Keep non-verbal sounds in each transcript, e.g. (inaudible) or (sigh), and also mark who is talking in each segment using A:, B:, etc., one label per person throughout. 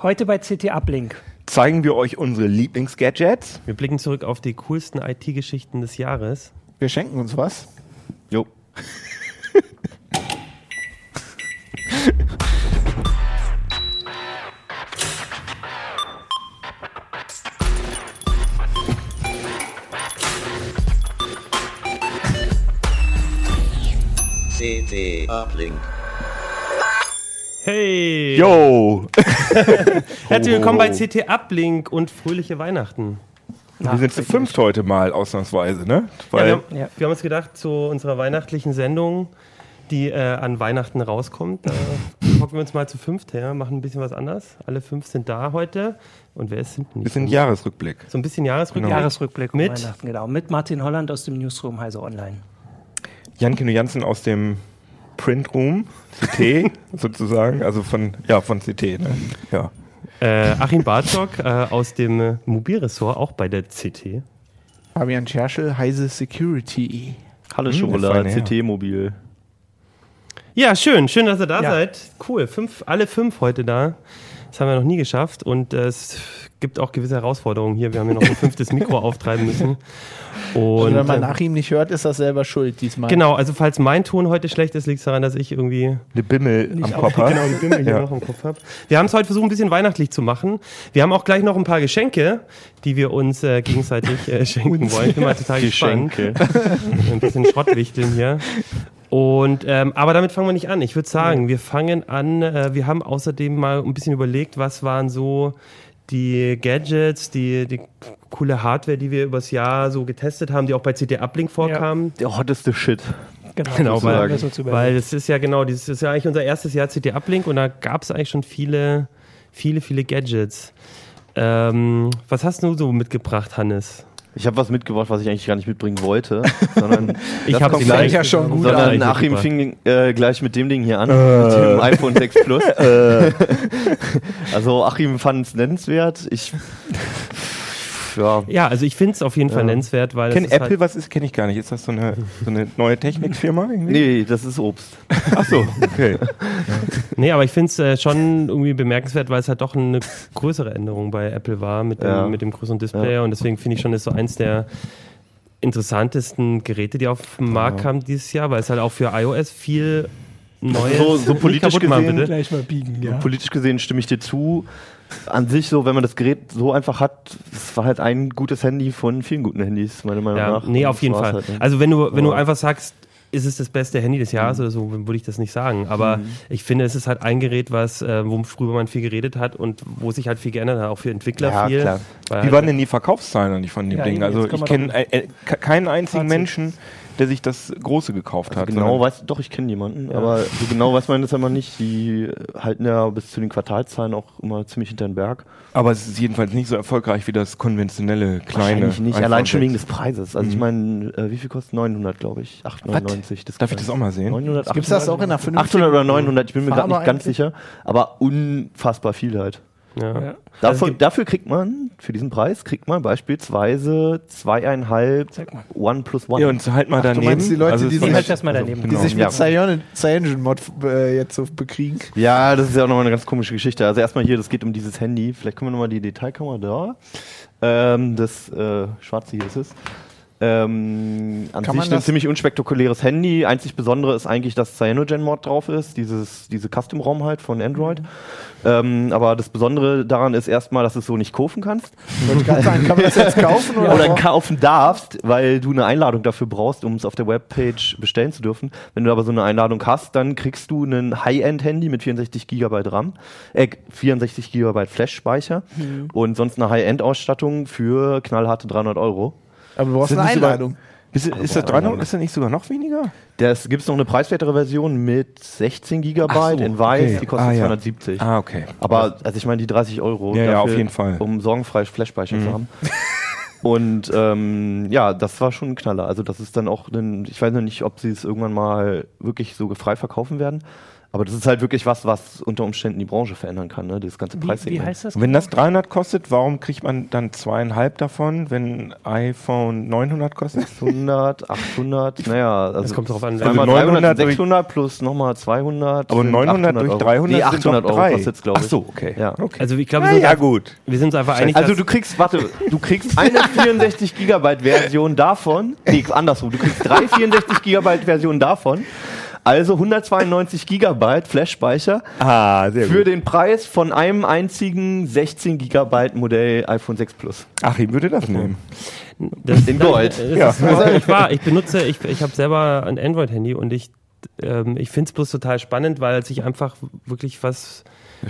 A: Heute bei CT Uplink.
B: Zeigen wir euch unsere Lieblingsgadgets.
C: Wir blicken zurück auf die coolsten IT-Geschichten des Jahres.
B: Wir schenken uns was. Jo.
D: CT Uplink.
C: Hey! (laughs)
B: Yo.
C: Herzlich willkommen bei CT Uplink und fröhliche Weihnachten.
B: Wir sind zu fünft heute mal ausnahmsweise, ne?
C: Ja,
B: Weil
C: wir, haben, wir haben uns gedacht, zu unserer weihnachtlichen Sendung, die äh, an Weihnachten rauskommt, (laughs) da hocken wir uns mal zu fünft her, machen ein bisschen was anders. Alle fünf sind da heute. Und wer ist Genau. hinten?
B: wir sind Jahresrückblick.
C: so ein bisschen Jahresrückblick.
A: Jahresrückblick um
C: Mit? äh,
A: Weihnachten, genau. Mit Martin Holland aus dem Newsroom Heise Online.
B: Janke Jansen aus dem Print Room, (laughs) CT sozusagen, also von ja von CT. Ne? Ja.
C: Äh, Achim Bartok äh, aus dem äh, Mobilressort, auch bei der CT.
E: Fabian Scherschel, Heise Security.
F: Hallo
B: Hm,
F: Schokolade,
B: das war eine,
F: CT-Mobil.
C: Ja, schön, schön, dass ihr da
A: Ja.
C: seid. Cool, fünf, alle fünf heute da. Das haben wir noch nie geschafft und äh, es gibt auch gewisse Herausforderungen hier. Wir haben hier noch ein fünftes Mikro auftreiben müssen. Und
E: Und Also wenn man
C: äh,
E: nach ihm nicht hört, ist das selber schuld diesmal.
C: genau, also falls mein Ton heute schlecht ist, liegt es daran, dass ich irgendwie
B: Eine Bimmel am Kopf.
C: Genau,
B: hat.
C: die Bimmel hier
B: Ja.
C: noch im Kopf habe. Wir haben es heute versucht, ein bisschen weihnachtlich zu machen. Wir haben auch gleich noch ein paar Geschenke, die wir uns äh, gegenseitig äh, schenken wollen. Ich bin mal
B: (laughs)
C: total gespannt.
F: Geschenke.
C: ein bisschen Schrottwichteln hier. Und ähm, aber damit fangen wir nicht an. Ich würde sagen, wir fangen an. Äh, wir haben außerdem mal ein bisschen überlegt, was waren so die Gadgets, die, die coole Hardware, die wir übers Jahr so getestet haben, die auch bei CT Uplink vorkamen.
F: Der hotteste Shit.
A: Genau,
C: Genau,
A: weil,
C: weil,
A: das uns überlegt.
C: weil das ist ja genau, das ist ja eigentlich unser erstes Jahr CT Uplink und da gab es eigentlich schon viele, viele, viele Gadgets. Ähm, was hast du so mitgebracht, Hannes?
F: Ich habe was mitgebracht, was ich eigentlich gar nicht mitbringen
C: (laughs)
F: wollte, sondern,
C: Ich
F: Das
C: hab's
F: kommt
C: gleich-
E: fängt ja schon gut
C: sondern
F: sondern Achim
C: mitgebracht.
F: fing äh, gleich mit dem Ding hier an, mit dem iPhone 6
C: (laughs)
F: Plus.
C: Äh.
F: (laughs) also Achim fand es nennenswert. Ich, ja,
C: Ja, also ich finde es auf jeden Fall nennenswert, weil
B: Kennt
C: es ist halt
B: Apple was ist? Kenne ich gar nicht. Ist das so eine, so eine neue Technikfirma? Irgendwie?
F: nee, das ist Obst.
B: Ach so. Okay.
C: Nee, aber ich finde es äh, schon irgendwie bemerkenswert, weil es halt doch eine größere Änderung bei Apple war mit dem,
F: Ja.
C: mit dem größeren Display.
F: Ja.
C: Und deswegen finde ich schon, ist so eins der interessantesten Geräte, die auf den Markt kamen dieses Jahr, weil es halt auch für iOS viel Neues (laughs)
F: So- so
C: Nicht
F: politisch
C: kaputt machen,
F: gesehen-
C: bitte.
A: gleich mal biegen, ja.
F: Politisch gesehen stimme ich dir zu. An sich so, wenn man das Gerät so einfach hat, es war halt ein gutes Handy von vielen guten Handys, meiner Meinung
C: Ja,
F: nach.
C: nee,
F: Und
C: auf jeden
F: das
C: Fall.
F: war's halt, ne?
C: Also wenn du, wenn du
F: Ja.
C: einfach sagst, ist es das beste Handy des
F: Mhm.
C: Jahres oder so, würde ich das nicht sagen. Aber ich finde, es ist halt ein Gerät, was, äh, worüber man viel geredet hat und wo sich halt viel geändert hat, auch für Entwickler
B: Ja,
C: viel.
B: klar.
C: Weil
B: Wie
C: halt-
B: waren denn die Verkaufszahlen eigentlich von dem
A: Ja,
B: Ding?
A: eben, jetzt
B: Also
A: kommen
B: ich
A: wir
B: kenne
A: doch-
B: äh, äh, ke- keinen einzigen
A: Fazit.
B: Menschen, der sich das große gekauft hat.
F: Genau,
B: sondern-
F: weiß, doch, ich kenne jemanden, aber so genau weiß man das immer nicht. Die äh, halten ja bis zu den Quartalzahlen auch immer ziemlich hinter den Berg.
B: Aber es ist jedenfalls nicht so erfolgreich wie das konventionelle kleine. Mhm.
F: Wahrscheinlich nicht,
B: iPhone
F: allein schon
B: 6.
F: wegen des Preises. Also ich meine, äh, wie viel kostet 900, glaube ich? 899. Das
B: Darf ich das auch mal sehen?
F: 900,
E: Gibt es das auch in einer
F: 800, 800 oder 900, ich bin mir gerade
E: Farbe
F: nicht ganz
E: eigentlich?
F: sicher, aber unfassbar viel halt.
C: Ja.
A: Ja.
C: Also es
F: Dafür,
C: gibt-
F: dafür kriegt man, für diesen Preis, kriegt man beispielsweise zweieinhalb
A: Zeig mal.
F: OnePlus One.
B: Ja, und halt mal daneben.
E: meinst die Leute, die
B: es war
E: sich-
B: nicht-
A: Halt das mal daneben.
B: genau.
E: Die sich
F: Ja.
E: mit Cyanogen- Cyanogen-Mod äh, jetzt so bekriegen.
F: Ja, das ist ja auch nochmal eine ganz komische Geschichte. Also erstmal hier, das geht um dieses Handy. Vielleicht können wir nochmal die Detailkammer da. Ähm, das äh, schwarze hier ist es. Ähm, an
E: Kann man
F: sich ein
E: das-
F: ziemlich unspektakuläres Handy. Einzig Besondere ist eigentlich, dass Cyanogen-Mod drauf ist, dieses, diese Custom-ROM halt von Android.
E: Mhm.
F: Ähm, aber das Besondere daran ist erstmal, dass du es so nicht kaufen kannst
E: (laughs) Wollte ich gerade sagen, kann man das jetzt kaufen oder,
F: oder kaufen darfst, weil du eine Einladung dafür brauchst, um es auf der Webpage bestellen zu dürfen. Wenn du aber so eine Einladung hast, dann kriegst du ein High-End-Handy mit 64 GB RAM, äh, 64 GB Flash-Speicher
B: Mhm.
F: und sonst eine High-End-Ausstattung für knallharte 300 Euro.
E: Aber du brauchst
B: Sind
E: eine
B: das sogar-
E: Einladung.
B: Ist, ist das dran und ist das nicht sogar noch weniger?
F: Das gibt's noch eine preiswertere Version mit 16 GB
B: so,
F: in weiß,
B: okay.
F: die kostet
B: Ah, ja.
F: 270.
B: Ah, okay.
F: Aber also ich meine die 30 Euro,
B: Ja, ja, auf jeden Fall. Mhm.
F: um sorgenfrei Flashspeicher
B: (laughs)
F: zu haben. Und ähm, ja, das war schon ein Knaller. Also das ist dann auch, ein, ich weiß noch nicht, ob sie es irgendwann mal wirklich so frei verkaufen werden. Aber das ist halt wirklich was, was unter Umständen die Branche verändern kann, ne? dieses ganze
A: Wie, wie
F: Preissegment.
A: heißt das?
B: Und Also wenn das 300 kostet, warum kriegt man dann zweieinhalb davon, wenn ein iPhone 900
F: (laughs)
B: kostet?
F: 100, 800, naja, also
C: Das kommt drauf an.
F: Einmal
B: Also
F: 300,
B: 900 durch-
F: 600 plus nochmal 200.
B: Aber
F: sind
B: 900 durch
F: 800 Euro.
B: 300
F: Nee,
B: sind
F: 800
B: doch
F: Euro
B: drei.
F: kostet's, glaube ich.
B: Ach so, okay.
F: Ja.
B: Okay.
C: Also ich glaube, wir
B: Na
C: sind,
B: ja,
C: uns-
B: gut.
C: wir sind uns einfach einig,
F: Also
C: dass-
F: du kriegst, warte, du kriegst eine 64 Gigabyte Version davon, nee, andersrum, du kriegst drei 64 Gigabyte Versionen davon, also 192 Gigabyte Flash-Speicher
B: Ah, sehr
F: für den Preis von einem einzigen 16 Gigabyte Modell iPhone 6 Plus.
B: Ach, ich würde das nehmen.
C: Das,
F: In
C: nein,
F: Gold.
C: Das
B: Ja.
C: ist
F: Also-
C: überhaupt nicht wahr. Ich benutze, ich, ich habe selber ein Android-Handy und ich, ähm, ich finde es bloß total spannend, weil sich einfach wirklich was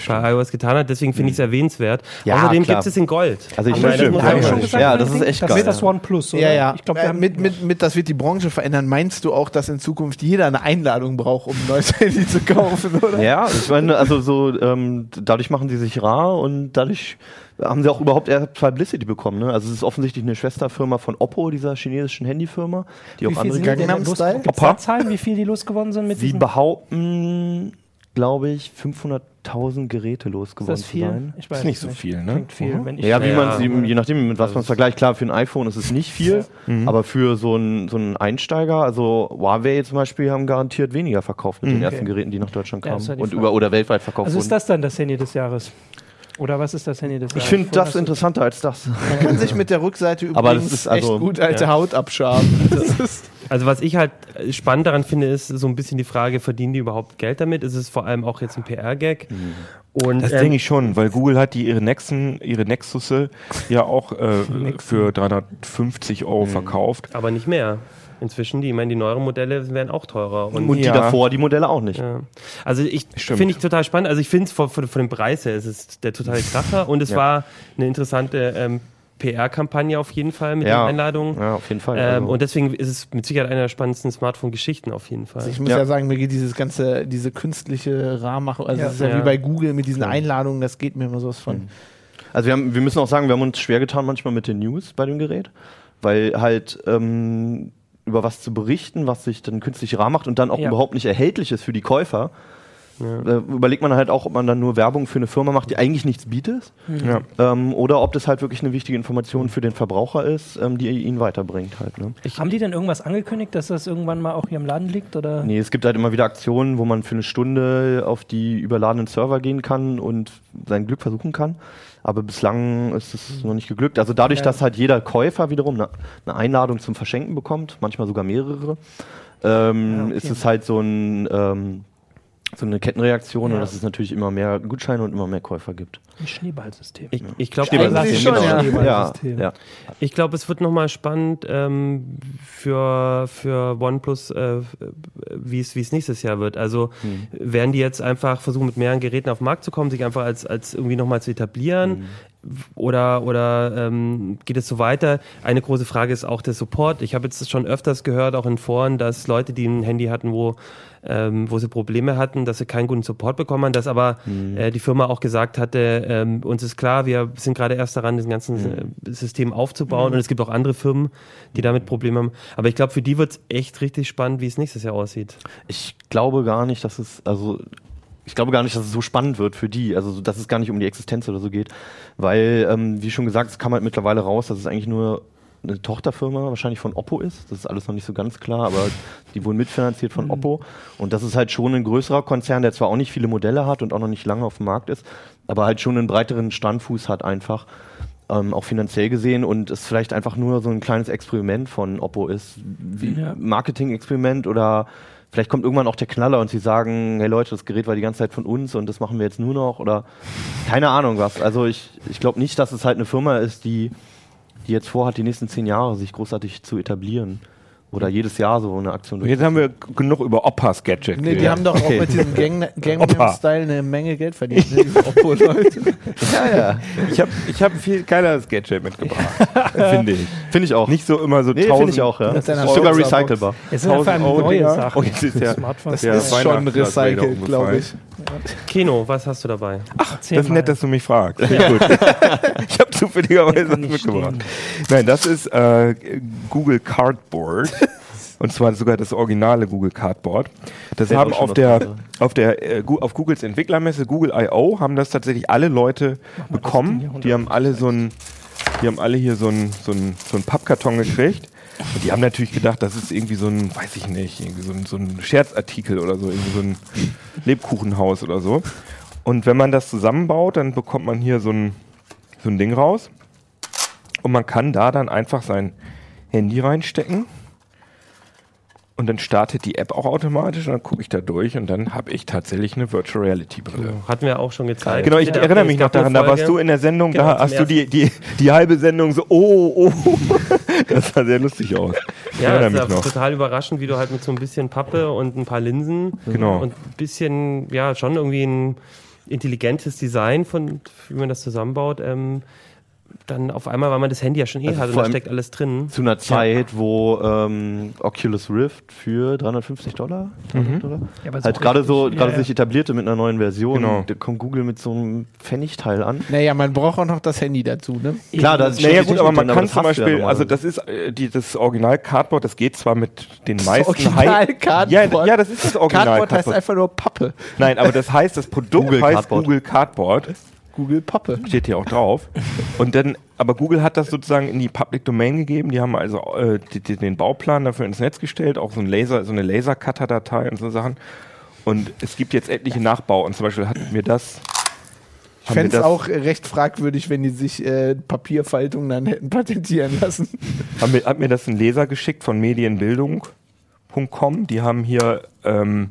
C: bei iOS getan hat. Deswegen finde ich es erwähnenswert.
F: Mhm. Ja,
C: Außerdem
F: klar.
C: gibt es in Gold.
F: Also ich-
A: Haben
B: Das
A: wir
B: stimmt,
A: das
B: ja,
A: nicht
B: ja.
A: schon gesagt,
F: Ja,
A: bei dem
F: das ist
A: Ding?
F: echt
A: das
F: geil.
A: Ist das OnePlus, oder?
E: Ja, ja.
A: Ich glaube,
E: äh, mit, mit, mit, das wird die Branche verändern. Meinst du auch, dass in Zukunft jeder eine Einladung braucht, um ein neues (laughs) Handy zu kaufen, oder?
F: Ja, ich meine, also so, ähm, dadurch machen sie sich rar und dadurch haben sie auch überhaupt erst Publicity bekommen. Ne? Also es ist offensichtlich eine Schwesterfirma von Oppo, dieser chinesischen Handyfirma, die
A: wie
F: auch
A: viel
F: andere
A: sind die denn
E: Gangnam
A: los?
E: Style?
A: Gibt's da Zahlen, wie viel die losgeworden sind mit
F: Sie
A: diesem?
F: behaupten, glaube ich, 500.000 Geräte
A: Ist
F: losgeworden
A: das
F: zu
A: viel?
F: sein.
A: Ich
B: Ist nicht so viel, ne?
A: Klingt viel, wenn ich
F: Ja, wie
C: Ja.
F: man sie, je nachdem, mit was man es vergleicht, klar, für ein iPhone ist es nicht viel, Mhm. aber für so einen so einen Einsteiger, also Huawei zum Beispiel, haben garantiert weniger verkauft mit den ersten Geräten, die nach Deutschland
A: Mhm. Ja,
F: kamen
A: das war die
F: und
A: Frage.
F: über oder weltweit verkauft
A: Also ist
F: wurden.
A: das dann das Handy des Jahres? Oder was ist das Handy des
F: Ich
A: Jahres?
F: finde das
A: Vorher-
F: interessanter als das.
E: Man kann sich mit der Rückseite übrigens
F: Aber das ist also-
E: echt gut alte
C: ja.
E: Haut abschaben. Das ist
C: Also was ich halt äh, spannend daran finde, ist so ein bisschen die Frage, verdienen die überhaupt Geld damit? Ist es vor allem auch jetzt ein PR-Gag?
F: Mhm.
C: Und
B: Das
C: ähm,
B: denke ich schon, weil Google hat die ihre Nexen, ihre Nexusse ja auch äh, für 350 Euro verkauft.
C: aber nicht mehr. Inzwischen, die, ich meine, die neueren Modelle werden auch teurer. Und,
B: Muss-
F: Und
B: Ja.
F: die davor, die Modelle auch nicht.
C: ja. Also ich
B: Stimmt.
C: finde ich total spannend. Also ich finde es von, von, von dem Preis her, es ist der totale Kracher und es
F: Ja.
C: war eine interessante ähm, PR-Kampagne auf jeden Fall mit
F: Ja.
C: den Einladungen.
F: Ja, auf jeden Fall.
C: Ähm,
F: also.
C: Und deswegen ist es mit Sicherheit einer der spannendsten Smartphone-Geschichten auf jeden Fall.
E: Also Ich muss
F: Ja.
E: ja. sagen, mir geht dieses ganze, diese künstliche Rahmenmachung, also
A: Ja.
E: das ist ja,
C: Ja.
E: wie bei Google mit diesen Einladungen, das geht mir immer sowas von.
F: Also wir, haben, wir müssen auch sagen, wir haben uns schwer getan manchmal mit den News bei dem Gerät, weil halt ähm, über was zu berichten, was sich dann künstlich rar macht und dann auch
A: Ja.
F: überhaupt nicht erhältlich ist für die Käufer. Da überlegt man halt auch, ob man dann nur Werbung für eine Firma macht, die eigentlich nichts bietet,
B: Ja.
F: ähm, oder ob das halt wirklich eine wichtige Information für den Verbraucher ist, ähm, die ihn weiterbringt halt. Ne?
A: Haben die denn irgendwas angekündigt, dass das irgendwann mal auch hier im Laden liegt? Oder?
F: Nee, es gibt halt immer wieder Aktionen, wo man für eine Stunde auf die überladenen Server gehen kann und sein Glück versuchen kann. Aber bislang ist es noch nicht geglückt. Also dadurch,
A: Ja.
F: dass halt jeder Käufer wiederum eine, eine Einladung zum Verschenken bekommt, manchmal sogar mehrere, ähm,
A: Ja, okay.
F: ist es halt so, ein, ähm, so eine Kettenreaktion und
A: Ja.
F: dass es natürlich immer mehr Gutscheine und immer mehr Käufer gibt.
A: Ein Schneeballsystem.
C: Ich, ich glaube,
F: Schneeball-
A: Eigentlich
E: System,
A: schon,
E: genau.
A: Schneeball-
F: Ja,
A: System.
F: ja.
C: Ich glaube, es wird nochmal spannend ähm, für, für OnePlus, äh, wie es wie es nächstes Jahr wird. Also werden die jetzt einfach versuchen, mit mehreren Geräten auf den Markt zu kommen, sich einfach als, als irgendwie nochmal zu etablieren? Oder, oder ähm, geht es so weiter? Eine große Frage ist auch der Support. Ich habe jetzt schon öfters gehört, auch in Foren, dass Leute, die ein Handy hatten, wo, ähm, wo sie Probleme hatten, dass sie keinen guten Support bekommen haben, dass aber
B: Mhm.
C: äh, die Firma auch gesagt hatte, ähm, uns ist klar, wir sind gerade erst daran, das ganze
B: Mhm.
C: äh, System aufzubauen und es gibt auch andere Firmen, die damit Probleme haben. Aber ich glaube, für die wird es echt richtig spannend, wie es nächstes Jahr aussieht.
F: Ich glaube gar nicht, dass es, also ich glaube gar nicht, dass es so spannend wird für die, also so, dass es gar nicht um die Existenz oder so geht, weil, ähm, wie schon gesagt, es kam halt mittlerweile raus, dass es eigentlich nur eine Tochterfirma wahrscheinlich von Oppo ist. Das ist alles noch nicht so ganz klar, aber die wurden mitfinanziert von Oppo. Und das ist halt schon ein größerer Konzern, der zwar auch nicht viele Modelle hat und auch noch nicht lange auf dem Markt ist, aber halt schon einen breiteren Standfuß hat einfach, ähm, auch finanziell gesehen. Und es vielleicht einfach nur so ein kleines Experiment von Oppo ist, wie
A: Ja.
F: Marketing-Experiment oder vielleicht kommt irgendwann auch der Knaller und sie sagen, hey Leute, das Gerät war die ganze Zeit von uns und das machen wir jetzt nur noch oder keine Ahnung was. Also ich, ich glaube nicht, dass es halt eine Firma ist, die, die jetzt vorhat, die nächsten zehn Jahre sich großartig zu etablieren oder jedes Jahr so eine Aktion.
B: Jetzt haben wir g- genug über Oppas Gadget
E: Nee, die
B: geredet.
E: haben doch auch mit
B: (laughs)
E: diesem Gang Gangnam
B: Opa.
E: Style eine Menge Geld verdient. Ne? Diese Oppo-Leute.
B: Ich habe ich hab ein viel geileres Gadget mitgebracht, finde ich.
F: (laughs) Finde ich auch.
B: Nicht so immer so
F: nee, finde ich auch, ja.
E: Mit deiner
F: Ist sogar
E: Boxerbox.
F: recycelbar.
A: Es sind einfach
B: 1000 Euro
A: neue
B: Dinger.
A: Sachen.
B: Oh, jetzt ist ja-
A: Smartphones.
B: ja-
E: ist schon
B: Weihnachten hat's leider
E: recycelt, glaube ich.
C: Keno, was hast du dabei?
B: Das ist nett, dass du mich fragst. Sehr gut. ich habe zufälligerweise das
A: nicht
B: (laughs) mitgebracht. Nein, das ist äh, Google Cardboard. Und zwar sogar das originale Google Cardboard. Das
F: Sehr
B: haben
F: schön
B: auf
F: aus
B: der,
F: Pappe.
B: auf der äh, Gu- auf Googles Entwicklermesse Google I.O. haben das tatsächlich alle Leute
A: Ding
B: bekommen.
A: hier
B: Die haben alle so ein, die haben alle hier so ein, so ein, so ein Pappkarton gekriegt. Und die haben natürlich gedacht, das ist irgendwie so ein, weiß ich nicht, irgendwie so ein, so ein Scherzartikel oder so, irgendwie so ein Lebkuchenhaus oder so. Und wenn man das zusammenbaut, dann bekommt man hier so ein, so ein Ding raus. Und man kann da dann einfach sein Handy reinstecken. Und dann startet die App auch automatisch und dann gucke ich da durch und dann habe ich tatsächlich eine Virtual Reality Brille.
C: Oh, Hatten wir auch schon gezeigt.
B: Genau, ich
C: Ja,
B: erinnere
C: es
B: mich noch
C: gab eine
B: daran, da
C: Folge.
B: warst du in der Sendung,
C: Genau,
B: da
C: zum
B: hast du die, die, die halbe Sendung so, oh, oh. (laughs) Das sah sehr lustig aus. Ich
C: Ja,
B: erinnere
C: das
B: mich
C: ist
B: noch.
C: total überraschend, wie du halt mit so ein bisschen Pappe und ein paar Linsen
B: Genau.
C: und ein bisschen, ja, schon irgendwie ein intelligentes Design von, wie man das zusammenbaut, ähm, dann auf einmal, weil man das Handy ja schon eh
F: Also
C: hat und
F: vor
C: da
F: allem-
C: steckt alles drin.
F: Zu einer Zeit, wo ähm, Oculus Rift für 350 Dollar, 300 Dollar
A: Ja, aber ist
F: halt
A: auch
F: gerade
A: richtig.
F: so
A: Ja,
F: gerade
A: ja.
F: sich etablierte mit einer neuen Version.
B: Genau.
F: Da kommt Google mit so einem Pfennigteil an.
E: Naja, man braucht auch noch das Handy dazu, ne?
F: Klar, das
B: Naja gut, aber man kann
F: das
B: zum
F: hast du ja
B: Beispiel, also
F: normalerweise.
B: das ist äh, die, das Original Cardboard, das geht zwar mit den meisten
E: Original
B: High-
E: Cardboard.
B: Ja, ja, das ist das Original
E: Cardboard heißt einfach nur Pappe.
B: Nein, aber das heißt, das Produkt
F: Google
B: heißt
F: Cardboard.
B: Google Cardboard.
E: Google Pappe.
B: steht hier auch drauf. Und dann, aber Google hat das sozusagen in die Public Domain gegeben. Die haben also äh, die, die, den Bauplan dafür ins Netz gestellt, auch so ein Laser, so eine Lasercutter-Datei und so Sachen. Und es gibt jetzt etliche Nachbau. Und zum Beispiel hat mir das.
E: Ich
B: haben
E: fände
B: wir
E: es
B: das-
E: auch äh, recht fragwürdig, wenn die sich äh, Papierfaltungen dann hätten patentieren
B: (laughs)
E: lassen.
B: Haben mir, hat mir das ein Leser geschickt von medienbildung.com. Die haben hier ähm,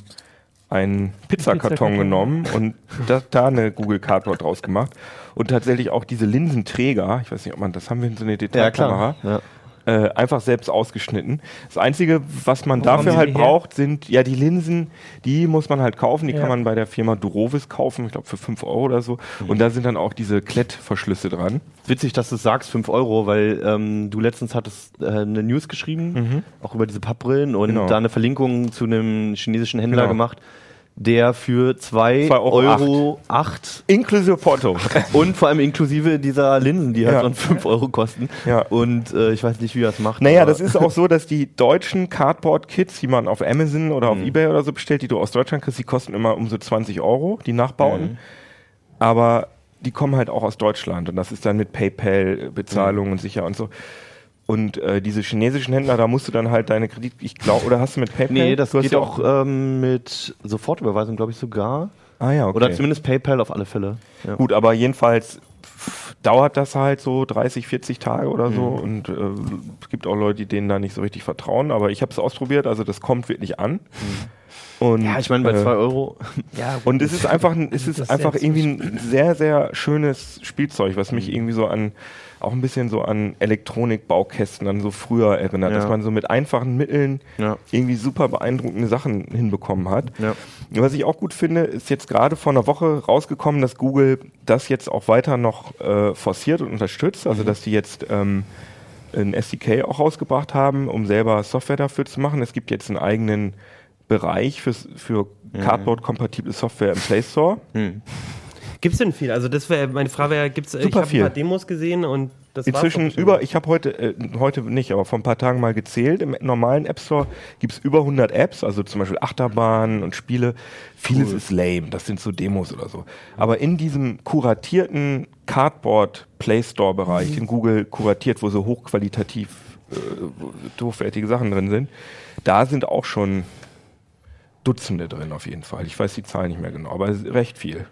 B: einen Pizzakarton
A: Pizzakarton.
B: genommen und da, da eine Google Cardboard draus gemacht. Und tatsächlich auch diese Linsenträger, ich weiß nicht, ob man das haben wir in so eine
F: ja,
B: Detailkamera.
F: klar. Ja.
B: äh, einfach selbst ausgeschnitten. Das Einzige, was man dafür
A: kommen
B: halt
A: die her?
B: braucht, sind ja die Linsen, die muss man halt kaufen. Die
A: Ja.
B: kann man bei der Firma Durovis kaufen, ich glaube für 5 Euro oder so.
A: Mhm.
B: Und da sind dann auch diese Klettverschlüsse dran.
F: Witzig, dass du es sagst, 5 Euro, weil ähm, du letztens hattest äh, eine News geschrieben, auch über diese Pappbrillen und
B: Mhm. Genau.
F: da eine Verlinkung zu einem chinesischen Händler
B: Genau.
F: gemacht, der für 2
B: Zwei Euro
F: Euro 8
B: Inklusive Porto.
F: und vor allem inklusive dieser Linsen, die halt
B: Ja.
F: so 5 Euro kosten.
B: Ja.
F: Und äh, ich weiß nicht, wie er es macht.
B: Naja,
F: aber-
B: das ist auch so, dass die deutschen Cardboard-Kits, die man auf Amazon oder
F: Mhm.
B: auf Ebay oder so bestellt, die du aus Deutschland kriegst, die kosten immer um so 20 Euro, die Nachbauten.
F: Mhm.
B: Aber die kommen halt auch aus Deutschland und das ist dann mit
F: Mhm.
B: PayPal-Bezahlung und sicher und so. Und äh, diese chinesischen Händler, da musst du dann halt deine Kredit, ich glaube, oder hast du mit PayPal?
F: Nee, das
B: du hast
F: geht
B: ja
F: auch ähm, mit Sofortüberweisung, glaube ich, sogar.
B: Ah ja, okay.
F: Oder zumindest PayPal auf alle Fälle. Ja.
B: Gut, aber jedenfalls pff, dauert das halt so 30, 40 Tage oder so.
F: Mhm.
B: Und äh, es gibt auch Leute, die denen da nicht so richtig vertrauen. Aber ich habe es ausprobiert, also das kommt wirklich an. Und,
F: Ja, ich meine, bei 2
B: äh,
F: Euro.
A: Ja,
B: und es ist
A: (laughs)
B: einfach, ein- es
A: Das
B: ist
A: ist
B: einfach
A: jetzt-
B: irgendwie ein
A: (laughs)
B: sehr, sehr schönes Spielzeug, was
A: Mhm.
B: mich irgendwie so an, auch ein bisschen so an Elektronikbaukästen an so früher erinnert,
F: Ja.
B: dass man so mit einfachen Mitteln
F: Ja.
B: irgendwie super beeindruckende Sachen hinbekommen hat.
F: Ja.
B: Was ich auch gut finde, ist jetzt gerade vor einer Woche rausgekommen, dass Google das jetzt auch weiter noch äh, forciert und unterstützt. Also, dass die jetzt ähm, ein SDK auch rausgebracht haben, um selber Software dafür zu machen. Es gibt jetzt einen eigenen Bereich fürs, für Cardboard-kompatible Software im Play Store.
C: Gibt es denn viel? Also das wäre, meine Frage wäre, gibt's, ich
B: Super
C: habe ein
B: viel.
C: paar Demos gesehen und das war's
B: Inzwischen
C: doch schon.
B: über, ich habe heute, äh, heute nicht, aber vor ein paar Tagen mal gezählt, im normalen App Store gibt es über 100 Apps, also zum Beispiel Achterbahnen und Spiele. Vieles ist lame, das sind so Demos oder so. Aber in diesem kuratierten Cardboard Play Store Bereich,
C: Mhm.
B: den Google kuratiert, wo so hochqualitativ äh, hochwertige Sachen drin sind, da sind auch schon Dutzende drin auf jeden Fall. Ich weiß die Zahl nicht mehr genau, aber recht viel.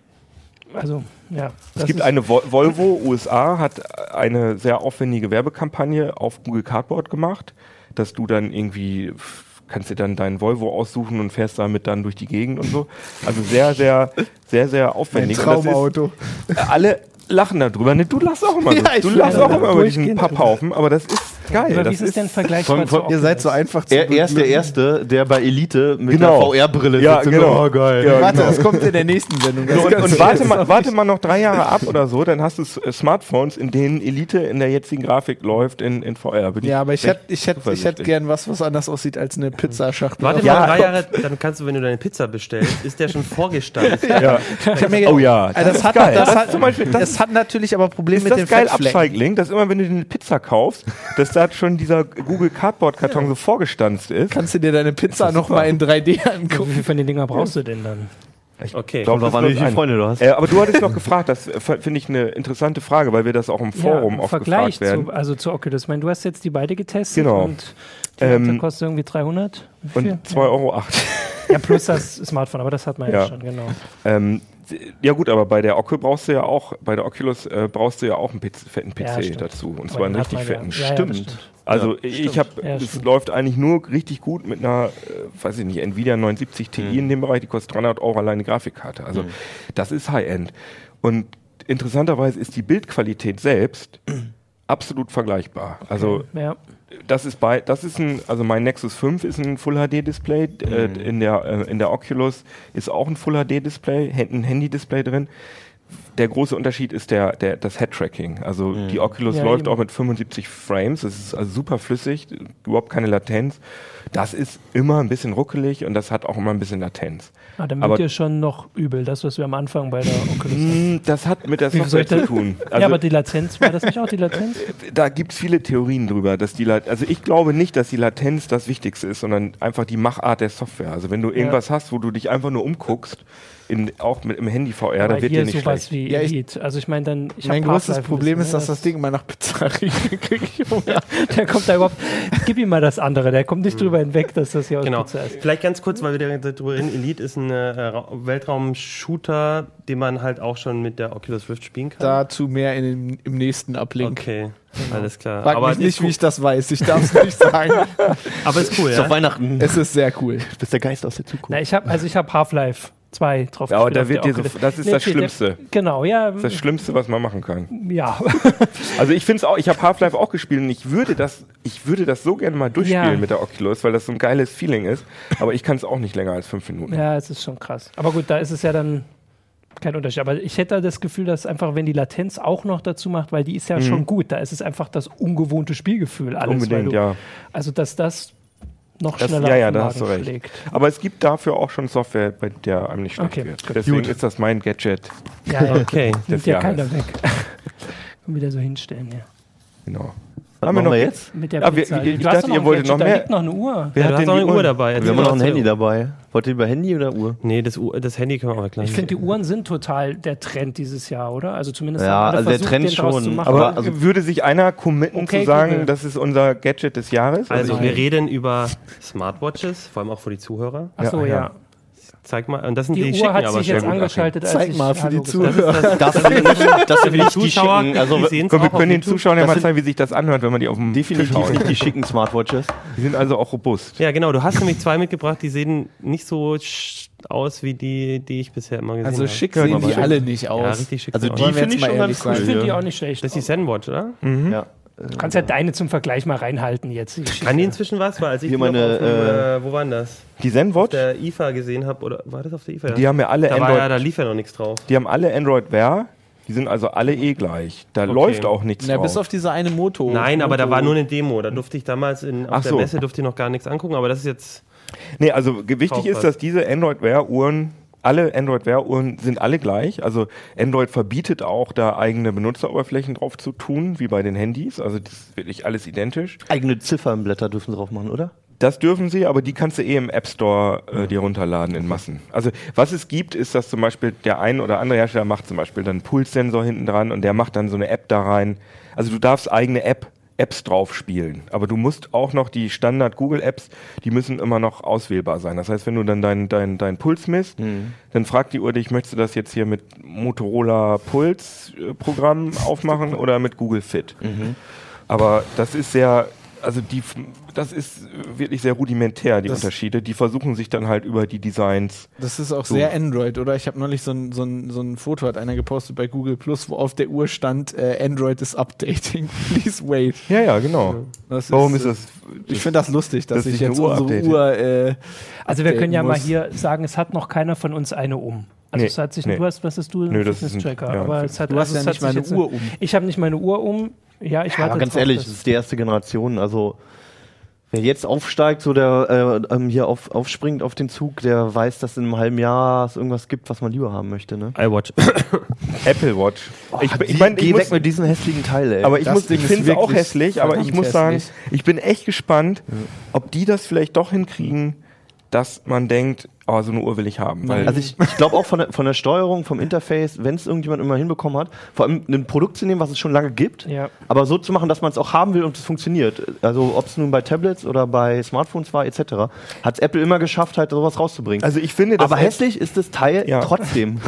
A: Also, ja.
B: Es gibt eine Vol Volvo USA hat eine sehr aufwendige Werbekampagne auf Google Cardboard gemacht, dass du dann irgendwie f- kannst dir dann deinen Volvo aussuchen und fährst damit dann durch die Gegend und so. Also sehr sehr sehr sehr aufwendig. Und das ist- äh, alle lachen darüber. Ne, du lachst auch immer.
E: Ja,
B: so.
E: ich
B: du
E: will
B: lachst
A: ja
B: auch immer über diesen
A: durchgehend-
B: Papphaufen, aber das ist geil.
A: Aber wie
B: das
A: ist es denn vergleichbar
F: Von- von-
A: zu
E: Ihr seid so
A: Oculus?
E: einfach zu
F: Er, er ist der
E: beglücken.
F: Erste, der bei Elite mit
B: Genau.
F: einer VR-Brille
B: Ja,
F: sitzt. und
B: genau.
F: so, Oh, geil.
B: Ja,
E: Warte,
B: genau.
E: das kommt in der nächsten Sendung. Das
B: So, und,
E: kannst
B: und
E: du
B: warte,
E: jetzt
B: mal,
E: noch
B: warte mal noch drei Jahre ab oder so, dann hast du S- äh, Smartphones, in denen Elite in der jetzigen Grafik läuft in, in VR. Bin ich
E: Ja, aber ich
B: echt
E: hätte ich hätt, ich hätt
B: zuversichtlich.
E: gern was, was anders aussieht als eine Pizzaschachtel.
C: Warte
E: ja,
C: mal
B: Ja.
C: drei Jahre, dann kannst du, wenn du deine Pizza bestellst,
B: (laughs)
C: ist der schon vorgestanden.
E: (laughs)
B: Ja.
E: ich hab mir ge-
B: Oh ja,
E: Also das, hat, das, hat,
B: zum Beispiel, das
E: das hat natürlich aber Probleme
B: ist
E: mit den
B: das geil
E: Fettflecken.
B: Upcycling, dass immer wenn du dir eine Pizza kaufst, (laughs) dass Pixar schon dieser Google Cardboard Karton so vorgestanzt ist.
E: Kannst du dir deine Pizza nochmal in 3D
A: Wie
E: angucken?
A: viele von den Dinger brauchst du denn dann?
C: Okay.
B: Glaub,
F: Kommt drauf
B: das
F: an, wie
B: wird
F: viele
B: ein-
F: Freunde du hast.
B: Äh, aber du hattest doch gefragt, das äh, finde ich eine interessante Frage, weil wir das auch im Forum
A: im
B: oft
A: Vergleich
B: gefragt werden.
A: Zu, also zu Oculus. Ich meine, du hast jetzt die beide getestet
B: Genau.
A: und die
B: Ähm,
A: andere kostet irgendwie 300. Wie viel?
B: Und 2,08 Euro.
A: Ja, plus das Smartphone, aber das hat man ja,
B: Ja.
A: schon, genau.
B: ähm, ja gut, aber bei der Oculus brauchst du ja auch, bei der Oculus äh, brauchst du ja auch einen Piz- fetten PC
A: Ja, stimmt.
B: dazu. Und
A: Aber
B: zwar einen
A: den
B: richtig
A: hat man
B: fetten.
A: Ja, ja, das stimmt.
B: Also ich habe,
A: Ja,
B: es
A: stimmt.
B: läuft eigentlich nur richtig gut mit einer, äh, weiß ich nicht, Nvidia 970 Ti in dem Bereich, die kostet 300 Euro alleine Grafikkarte. Also das ist High-End. Und interessanterweise ist die Bildqualität selbst absolut vergleichbar. Also
A: Ja.
B: das ist bei, das ist ein, also mein Nexus 5 ist ein Full HD Display, äh, in der äh, in der Oculus ist auch ein Full HD Display, Hand- ein Handy Display drin. Der große Unterschied ist der, der das Head Tracking. Also die Oculus
A: Ja,
B: läuft
A: eben.
B: auch mit 75 Frames, das ist also super flüssig, überhaupt keine Latenz. Das ist immer ein bisschen ruckelig und das hat auch immer ein bisschen Latenz.
A: Ah, dann
B: Aber-
A: wird dir schon noch übel, das, was wir am Anfang bei der Oculus hatten.
B: Hm, Das hat mit der
A: Wie soll
B: Software
A: ich das-
B: zu tun. Also
A: ja, aber die Latenz, war das nicht auch die Latenz?
B: da gibt es viele Theorien drüber, dass die Lat also ich glaube nicht, dass die Latenz das Wichtigste ist, sondern einfach die Machart der Software. Also wenn du irgendwas hast, wo du dich einfach nur umguckst, in, auch mit im Handy VR,
A: Weil
B: dann wird dir
A: hier
B: nicht
A: sowas
B: schlecht.
A: wie
E: Ja, ich-
A: Elite. Also ich meine dann, ich
E: Mein
A: hab
E: größtes
A: Half-Life
E: Problem
A: ein bisschen,
E: ist, dass
A: ne?
E: das Ding mal nach Pizza
A: (laughs)
E: riecht. Krieg ich Hunger.
A: Der kommt da überhaupt, gib ihm mal das andere, der kommt
B: Mhm.
A: nicht drüber hinweg, dass das hier aus
C: Genau.
A: Pizza ist.
C: Vielleicht ganz kurz, weil wir da- darüber reden. Elite ist ein äh, Ra- Weltraum-Shooter, den man halt auch schon mit der Oculus Rift spielen kann.
E: Dazu mehr in, dem- im nächsten Uplink.
C: okay, alles klar.
E: Frag
C: aber
E: mich nicht,
C: ist cool.
E: wie ich das weiß. Ich darf es nicht sagen.
C: aber ist cool,
F: Ist auf
C: ja.
F: Weihnachten.
E: es ist sehr cool.
F: Du bist der Geist aus der Zukunft.
A: Na, ich habe also ich habe Half-Life 2 drauf
B: Ja, aber
A: gespielt
B: da
A: auf
B: wird
A: der
B: dir so,
A: Oculus.
B: das ist
A: Nee,
B: das
A: der-
B: Schlimmste.
A: Genau, ja, mm,
B: Das Schlimmste, was man machen kann.
A: ja. (laughs)
B: Also ich finde es auch, ich habe Half-Life auch gespielt und ich würde das, ich würde das so gerne mal durchspielen
A: Ja.
B: mit der Oculus, weil das so ein geiles Feeling ist. Aber ich kann es auch nicht länger als fünf Minuten.
A: Ja, es ist schon krass. Aber gut, da ist es ja dann kein Unterschied. Aber ich hätte das Gefühl, dass einfach, wenn die Latenz auch noch dazu macht, weil die ist
B: Mhm.
A: ja schon gut, da ist es einfach das ungewohnte Spielgefühl alles.
B: Unbedingt,
A: weil du,
B: ja.
A: Also, dass das noch
B: Das,
A: schneller
B: ja, ja,
A: auf den
B: da hast du
A: Magen
B: recht.
A: schlägt.
B: Aber es gibt dafür auch schon Software, bei der einem nicht schlecht
A: Okay,
B: wird.
A: gut.
B: Deswegen ist das mein Gadget.
A: Ja,
B: (laughs)
A: ja,
C: Okay.
A: nimmt
B: des
A: ja
B: Jahres.
A: keiner weg.
B: (laughs)
A: Und wieder so hinstellen, ja.
B: Genau.
F: Was
B: Haben wir
F: machen
B: noch-
F: wir jetzt?
A: Mit der
B: Ah, wir-
A: Pizza.
B: ich- ich
A: Du hast
B: dachte,
A: doch
B: ihr
A: ein
B: wolltet
A: Gadget,
B: noch mehr.
A: Da liegt noch eine Uhr.
B: Wer
C: Ja, du
B: hat
C: hast
B: denn
C: auch
B: die
C: eine Uhr
B: Uhren?
C: dabei.
F: Wir
C: Erzähl
F: haben noch ein
C: was
F: Handy
C: du-
F: dabei. Wollt ihr über Handy oder Uhr?
C: Nee, das, Uhr- das Handy können wir auch weglassen.
A: Ich finde, die Uhren sind total der Trend dieses Jahr, oder? Also zumindest
F: Ja,
A: haben alle
F: also der
A: versucht,
F: Trend
A: den draus
F: schon,
A: zu machen.
B: Aber
F: Aber also-
B: würde sich einer committen
A: Okay,
B: zu sagen,
A: Google.
B: das ist unser Gadget des Jahres?
C: also,
B: ich-
C: wir reden über Smartwatches, vor allem auch für die Zuhörer.
A: Ach so,
B: Ja,
A: ja.
B: ja.
C: Zeig mal, und das sind
A: Die,
C: die,
A: Uhr
C: schicken
A: hat
C: aber
A: sich
C: schon
A: jetzt
C: gut.
A: angeschaltet. Als
E: Zeig
A: ich
E: mal für
A: Hallo
E: die
A: gesagt habe.
E: Zuhörer.
F: Das sind nicht, das sind
C: Die
F: nicht die
C: Zuschauer,
F: schicken. Also,
C: die sehen's
B: Komm, wir
C: auch auf
B: können den
C: YouTube.
B: Zuschauern ja
F: Das
B: mal
F: sind-
B: zeigen, wie sich das anhört, wenn man die auf dem Tisch
F: definitiv
B: haut.
F: nicht die schicken Smartwatches.
B: Die sind also auch robust.
C: Ja, genau. Du hast nämlich zwei mitgebracht, die sehen nicht so sch- aus wie die, die ich bisher immer gesehen habe.
E: Also schick
B: Können wir
E: sehen die
B: mal.
E: alle nicht
C: Ja,
E: aus.
C: richtig schick.
F: Also
C: sehen
F: die
C: aus.
E: Wollen wir
F: finde
E: jetzt
F: ich
E: mal
F: schon
E: ehrlich
F: ganz cool.
A: Ich
E: sein.
A: finde die
F: Ja.
A: auch nicht schlecht.
C: Das ist die
A: Du
C: Zenwatch, oder?
F: Ja.
A: kannst ja deine zum Vergleich mal reinhalten jetzt. Ich-
C: Kann die inzwischen was? Weil als ich
F: Hier
C: die noch
F: meine,
C: auf dem, äh, wo waren das?
B: Die Zenwatch,
C: Der IFA gesehen habe, oder war das auf der IFA?
B: die haben ja alle
C: da, war
B: Android,
C: ja, da lief ja noch nichts drauf.
B: die haben alle Android Wear, die sind also alle eh gleich. Da läuft auch nichts
E: Na,
B: drauf.
E: bis auf diese eine Moto.
C: Nein, aber da
E: Moto-
C: war nur eine Demo. Da durfte ich damals in, auf
B: Ach
C: der
B: so.
C: Messe durfte ich noch gar nichts angucken, aber das ist jetzt.
B: Nee, also ge- wichtig
C: Kauf
B: ist,
C: was.
B: dass diese Android Wear Uhren, alle Android Wear Uhren sind alle gleich. Also Android verbietet auch, da eigene Benutzeroberflächen drauf zu tun, wie bei den Handys. Also das ist wirklich alles identisch.
F: Eigene Ziffernblätter dürfen drauf machen, oder?
B: Das dürfen sie, aber die kannst du eh im App Store äh, dir runterladen in Massen. Also was es gibt, ist, dass zum Beispiel der ein oder andere Hersteller macht zum Beispiel dann einen Pulssensor hinten dran und der macht dann so eine App da rein. Also du darfst eigene App Apps drauf spielen, aber du musst auch noch die Standard Google Apps, die müssen immer noch auswählbar sein. Das heißt, wenn du dann deinen dein, dein Puls misst, dann fragt die Uhr dich, möchtest du das jetzt hier mit Motorola Puls äh, Programm aufmachen oder mit Google Fit? Aber das ist sehr, also die, das ist wirklich sehr rudimentär, die
E: Das-
B: Unterschiede. Die versuchen sich dann halt über die Designs.
E: Das ist auch sehr Android, oder? Ich habe neulich so ein, so, ein, so ein Foto, hat einer gepostet bei Google Plus, wo auf der Uhr stand, äh, Android is updating. (laughs) Please wait.
B: Ja, ja, genau.
E: Das äh,
B: Warum ist das?
E: Ich finde das lustig, dass
B: dass
E: ich
B: sich eine
E: jetzt
B: Uhr
E: unsere
B: updatet.
E: Uhr. Äh,
A: Also wir können ja
E: updaten
A: mal
E: muss.
A: hier sagen, es hat noch keiner von uns eine um. Also
B: Nee,
A: es hat sich,
B: nee.
A: du hast, was ist du?
B: Nö, das ist ein-
A: Fitness-Tracker.
B: ja,
A: aber
B: ein
A: es hat,
E: Du hast
A: also
E: ja
A: es
E: nicht
A: hat
E: meine
A: sich jetzt-
E: Uhr um.
A: Ich habe nicht meine Uhr um. Ja, ich
F: Ja,
A: warte
F: aber ganz
A: drauf,
F: ehrlich,
A: dass-
F: das ist die erste Generation. Also, Wer jetzt aufsteigt, so der äh, ähm, hier auf, aufspringt auf den Zug, der weiß, dass in einem halben Jahr es irgendwas gibt, was man lieber haben möchte. Ne?
C: iWatch.
B: Apple Watch. ich
F: Ach,
B: ich meine,
F: geh
B: ich
F: weg
B: muss,
F: mit diesem hässlichen Teil, ey.
B: aber ich,
E: Das
B: muss- ich
E: Ding ist
B: finde es auch
E: wirklich
B: hässlich, aber ich
E: verdammt
B: muss sagen,
E: hässlich.
B: ich bin echt gespannt, ob die das vielleicht doch hinkriegen, dass man denkt, oh, so eine Uhr will ich haben. Weil
F: also ich, ich glaube auch von der, von der Steuerung, vom Interface, wenn es irgendjemand immer hinbekommen hat, vor allem ein Produkt zu nehmen, was es schon lange gibt,
A: Ja.
F: aber so zu machen, dass man es auch haben will und es funktioniert. Also ob es nun bei Tablets oder bei Smartphones war, etc., hat Apple immer geschafft, halt sowas rauszubringen.
B: Also ich finde, dass
F: aber
B: Apple-
F: hässlich ist das Teil
B: Ja.
F: trotzdem.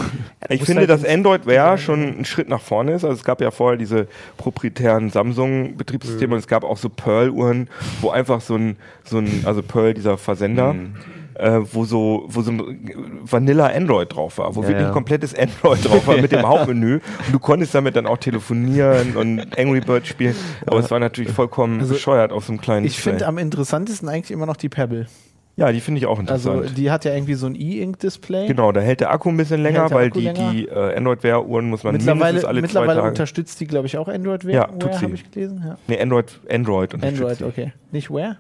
B: Ich
A: Muss
B: finde,
A: halt
B: dass Android Wear schon ein Schritt nach vorne ist. Also es gab ja vorher diese proprietären
E: Mhm.
B: Samsung-Betriebssysteme und es gab auch so Pearl-Uhren, wo einfach so ein, so ein, also Pearl, dieser Versender,
E: Mhm.
B: äh, wo so, wo so ein Vanilla Android drauf war, wo
F: Ja,
B: wirklich
F: ja.
B: ein komplettes Android drauf war mit
E: (laughs)
B: dem Hauptmenü. Und du konntest damit dann auch telefonieren und Angry Bird spielen. Aber es war natürlich vollkommen bescheuert auf so einem kleinen
E: Also Ich finde
B: Display.
E: am interessantesten eigentlich immer noch die Pebble.
B: Ja, die finde ich auch
E: Also
B: interessant.
E: die hat ja irgendwie so ein E-Ink-Display.
B: Genau, da hält der Akku ein bisschen länger,
E: Hält der
B: weil
E: Akku
B: die,
E: länger.
B: die äh, Android-Wear-Uhren muss man mindestens
E: Mittlerweile,
B: alle
E: mittlerweile
B: zwei Tage.
E: unterstützt die, glaube ich, auch Android Wear,
B: Ja, tut sie.
E: habe ich gelesen. Ja.
B: Nee, Android, Android unterstützt
E: Android,
B: sie.
E: okay. Nicht Wear?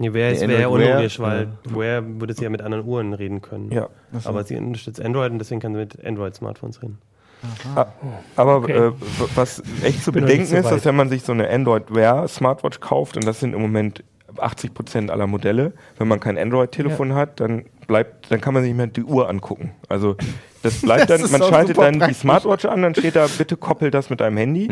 C: Nee, wer ist
F: Nee,
C: wer
F: Android Wear,
C: unlogisch, weil Where würde sie ja mit anderen Uhren reden können.
B: Ja.
C: Aber sie unterstützt Android und deswegen kann sie mit Android-Smartphones reden.
B: Aber
A: Okay.
B: äh, w- was echt zu
A: bin noch nicht
B: bedenken
A: so
B: ist,
A: weit.
B: dass wenn man sich so eine Android Wear Smartwatch kauft, und das sind im Moment 80 Prozent aller Modelle, wenn man kein Android-Telefon hat, dann bleibt, dann kann man sich nicht mehr die Uhr angucken. Also
E: (laughs)
B: das bleibt
E: Das
B: dann,
E: ist
B: man
E: auch
B: schaltet
E: super
B: dann die
E: praktisch. Hm.
B: Smartwatch an, dann steht da, bitte koppel das mit deinem Handy.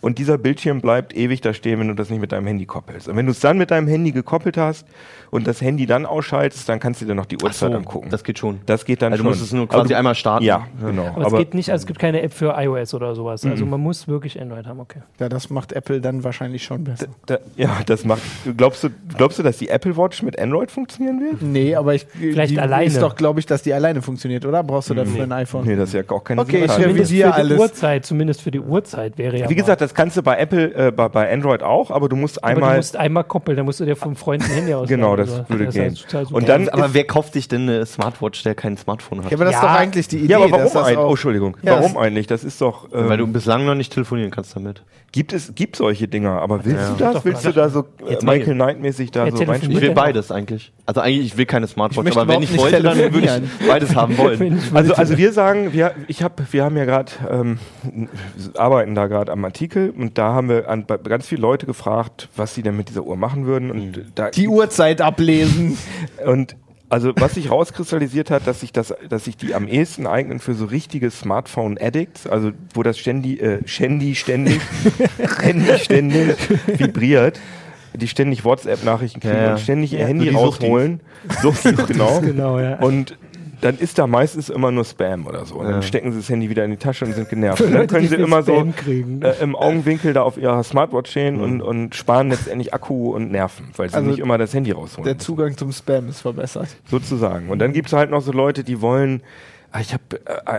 B: Und dieser Bildschirm bleibt ewig da stehen, wenn du das nicht mit deinem Handy koppelst. Und wenn du es dann mit deinem Handy gekoppelt hast und das Handy dann ausschaltest, dann kannst du dir noch die Uhrzeit angucken.
F: das geht schon.
B: Das geht dann
F: Also du
B: schon.
F: musst es nur
B: Aber
F: quasi einmal starten.
B: Ja, genau.
A: Aber, es geht nicht, also es gibt keine App für iOS oder sowas. Also
B: Mhm.
A: man muss wirklich Android haben, okay.
E: Ja, das macht Apple dann wahrscheinlich schon besser.
B: da, ja, das macht. Glaubst du, glaubst du, dass die Apple Watch mit Android funktionieren wird?
E: Nee, aber ich
A: Vielleicht
E: die
A: alleine.
E: ist doch, glaube ich, dass die alleine funktioniert, oder? Brauchst du
B: Hm.
E: dafür ein iPhone?
B: Nee, das ist ja auch keine
E: Okay, ich
B: SIM-Karte.
E: revidiere
A: Zumindest für
E: Ja,
A: die
E: alles.
A: Uhrzeit, zumindest für die Uhrzeit wäre ja.
B: Wie gesagt, das kannst du bei Apple, äh, bei, bei Android auch, aber du musst
A: mal. Aber
B: einmal.
A: du musst einmal koppeln, dann musst du dir vom Freund ein Handy aus.
B: Genau, das würde gehen.
A: also
B: Und dann-
F: aber wer kauft sich denn eine Smartwatch, der kein Smartphone hat?
E: Ja, aber das ist
A: Ja.
E: doch eigentlich die Idee.
B: ja, aber
E: dass
B: warum
E: das
B: eigentlich?
E: auch-
B: Oh, Entschuldigung.
E: Ja,
B: warum
E: das-
B: eigentlich? Das ist doch. Ähm,
F: Weil du bislang noch nicht telefonieren kannst damit.
B: gibt es gibt solche Dinger, aber willst du das?
A: Doch,
B: Willst du da so äh,
F: Jetzt mal
B: Michael Knight-mäßig da
A: Ja,
B: so
A: telefonier-
F: Ich
B: reinspielen?
F: will
A: Bitte.
F: beides eigentlich. Also eigentlich, ich will keine Smartwatch,
E: möchte
F: aber wenn
E: überhaupt
F: ich
E: nicht
F: wollte, dann würde
E: telefonieren.
F: ich beides
A: (laughs)
F: haben wollen.
B: Also, also wir sagen, wir, ich hab, wir haben ja gerade, ähm, arbeiten da gerade am Artikel und da haben wir an, bei- ganz viele Leute gefragt, was sie denn mit dieser Uhr machen würden. Und
F: Mhm.
B: da
E: Die Uhrzeit ablesen.
B: Und also was sich rauskristallisiert hat, dass sich das, dass sich die am ehesten eignen für so richtige Smartphone-Addicts, also wo das ständig, äh, ständig,
F: (laughs)
B: ständig, ständig, ständig vibriert, die ständig WhatsApp-Nachrichten kriegen
F: Ja, ja.
B: und ständig ihr Handy
F: so die Suchtis. (laughs)
B: rausholen. Suchtis, genau.
A: Genau, ja.
B: Und dann ist da meistens immer nur Spam oder so. Und dann stecken sie das Handy wieder in die Tasche und sind genervt. Und dann
A: Leute,
B: können
A: die
B: sie
A: viel
B: immer so
A: Spam kriegen.
B: äh, im Augenwinkel da auf ihrer Smartwatch stehen und, und sparen letztendlich Akku und Nerven, weil sie
E: Also
B: nicht immer das Handy rausholen.
E: Der
B: müssen.
E: Zugang zum Spam ist verbessert.
B: Sozusagen. Und dann gibt's halt noch so Leute, die wollen, ah, ich habe,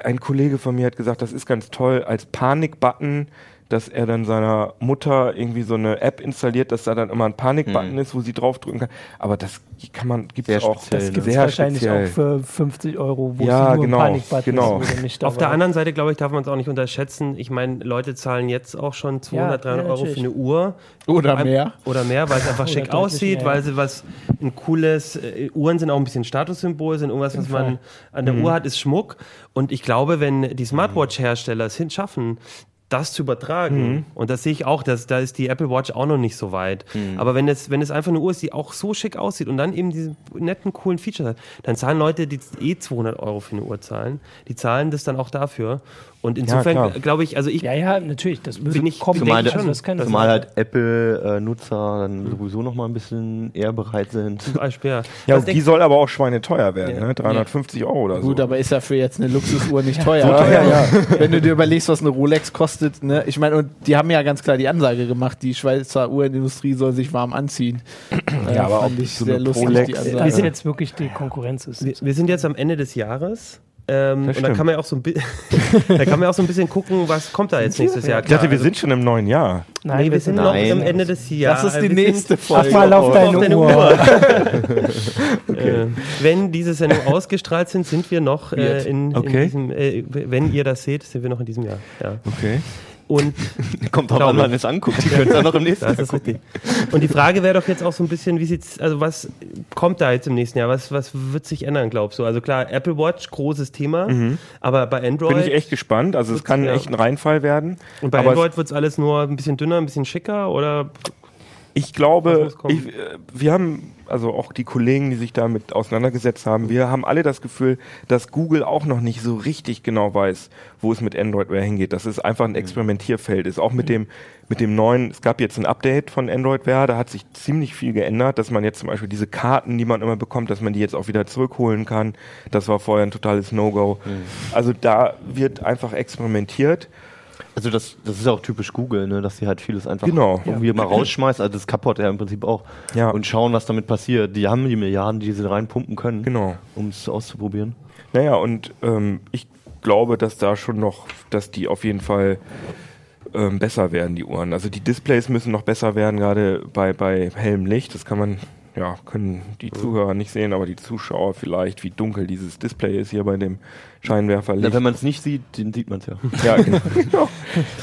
B: ein Kollege von mir hat gesagt, das ist ganz toll, als Panikbutton, dass er dann seiner Mutter irgendwie so eine App installiert, dass da dann immer ein Panikbutton ist, wo sie draufdrücken kann. Aber das kann man, gibt's
F: Sehr
B: auch
F: speziell,
A: das
F: ne?
A: gibt es
B: sehr
A: wahrscheinlich
B: speziell.
A: auch für 50 Euro, wo
B: Ja,
A: es nur
B: genau,
A: ein Panikbutton
B: genau.
A: ist. wo du nicht
C: Auf der
A: dabei
C: anderen Seite, glaube ich, darf man es auch nicht unterschätzen. Ich meine, Leute zahlen jetzt auch schon 200,
A: Ja,
C: 300
A: ja,
C: Euro für
A: natürlich.
C: eine Uhr.
E: Oder
C: Ein-
E: mehr.
C: Oder mehr, weil es einfach schick
A: deutlich
C: aussieht,
A: mehr,
C: weil sie was ein cooles äh, Uhren sind auch ein bisschen Statussymbol, sind irgendwas, was man an der Uhr hat, ist Schmuck. Und ich glaube, wenn die Smartwatch-Hersteller es hinschaffen, das zu übertragen. Und das sehe ich auch, dass, da ist die Apple Watch auch noch nicht so weit. Aber wenn es, wenn es einfach eine Uhr ist, die auch so schick aussieht und dann eben diese netten, coolen Features hat, dann zahlen Leute, die eh 200 Euro für eine Uhr zahlen, die zahlen das dann auch dafür. Und insofern
B: klar.
C: glaube ich, also ich
A: Ja, ja, natürlich. Das würde
C: Bin ich-
A: kommen.
C: denke
F: Zumal,
C: ich
A: also
C: schon,
A: das kann
F: zumal halt Apple-Nutzer dann sowieso noch mal ein bisschen eher
B: (laughs)
F: bereit sind.
C: zum Beispiel, ja.
B: Ja,
C: Was
B: die
C: denkst-
B: soll aber auch schweineteuer werden, ne? 350 Euro oder so.
E: Gut, aber ist ja für jetzt eine Luxusuhr
B: (laughs)
E: nicht teuer.
B: Also- teuer,
E: ja. (laughs) Wenn du dir überlegst, was eine Rolex kostet, ne? Ich meine, und die haben ja ganz klar die Ansage gemacht, die Schweizer Uhrenindustrie soll sich
B: (clears throat)
E: warm anziehen.
B: Ja, aber ob
E: ich
B: so eine Rolex- äh,
E: die
A: Wie es
E: Ansage.
A: jetzt wirklich die Konkurrenz ist.
C: Wir, wir sind jetzt am Ende des Jahres. Ähm,
B: Das
C: und da
B: stimmt.
C: kann man ja auch so ein bi- (laughs) da kann man ja auch so ein bisschen gucken, was kommt da jetzt nächstes Jahr.
B: ich dachte, wir
C: Also-
B: sind schon im neuen Jahr.
A: Nein,
C: nee, wir sind
A: noch-
C: noch
F: Nein.
C: am Ende des Jahres.
E: Das ist die
C: Wir
E: nächste
C: sind-
E: Folge.
A: Ach, mal auf deine,
C: deine
A: Uhr.
C: Äh, wenn diese Sendung ausgestrahlt sind, sind wir noch äh, in, in
B: Okay. (laughs)
C: diesem, äh, wenn ihr das seht, sind wir noch in diesem Jahr. Ja.
B: Okay.
C: und
F: Kommt drauf
C: Glaub
F: an, wann
C: ich.
F: es anguckt. Die können es
C: (laughs)
F: dann noch im nächsten
C: das
F: Jahr
C: ist
F: gucken.
C: richtig. Und die Frage wäre doch jetzt auch so ein bisschen, wie sieht's, also was kommt da jetzt im nächsten Jahr? Was, was wird sich ändern, glaubst du? Also klar, Apple Watch, großes Thema, aber bei Android.
B: Mhm. Bin ich echt gespannt. Also es kann
C: Ja.
B: echt ein Reinfall werden.
C: und bei
B: aber
C: Android wird es alles nur ein bisschen dünner, ein bisschen schicker oder
B: Ich
C: Was
B: glaube,
C: muss kommen?
B: ich, äh, wir haben, also auch die Kollegen, die sich damit auseinandergesetzt haben, wir haben alle das Gefühl, dass Google auch noch nicht so richtig genau weiß, wo es mit Android Wear hingeht. Dass es einfach
C: Mhm.
B: ein Experimentierfeld ist. Auch mit dem, mit dem neuen, es gab jetzt ein Update von Android Wear, da hat sich ziemlich viel geändert, dass man jetzt zum Beispiel diese Karten, die man immer bekommt, dass man die jetzt auch wieder zurückholen kann. Das war vorher ein totales No-Go.
C: Mhm.
B: Also da wird einfach experimentiert.
F: Also das, das ist ja auch typisch Google, ne? dass sie halt vieles einfach
B: Genau.
F: irgendwie mal rausschmeißt. Also das kaputt ja im Prinzip auch.
B: Ja.
F: Und schauen, was damit passiert. Die haben die Milliarden, die sie reinpumpen können,
B: Genau.
F: um es auszuprobieren.
B: Naja, und ähm, ich glaube, dass da schon noch, dass die auf jeden Fall ähm, besser werden, die Uhren. Also die Displays müssen noch besser werden, gerade bei, bei hellem Licht. Das kann man, ja, können die Zuhörer nicht sehen, aber die Zuschauer vielleicht, wie dunkel dieses Display ist hier bei dem
F: Na,
B: Scheinwerferlicht.
F: wenn man es nicht sieht, den sieht
C: (laughs)
F: man es ja.
B: Ja, genau.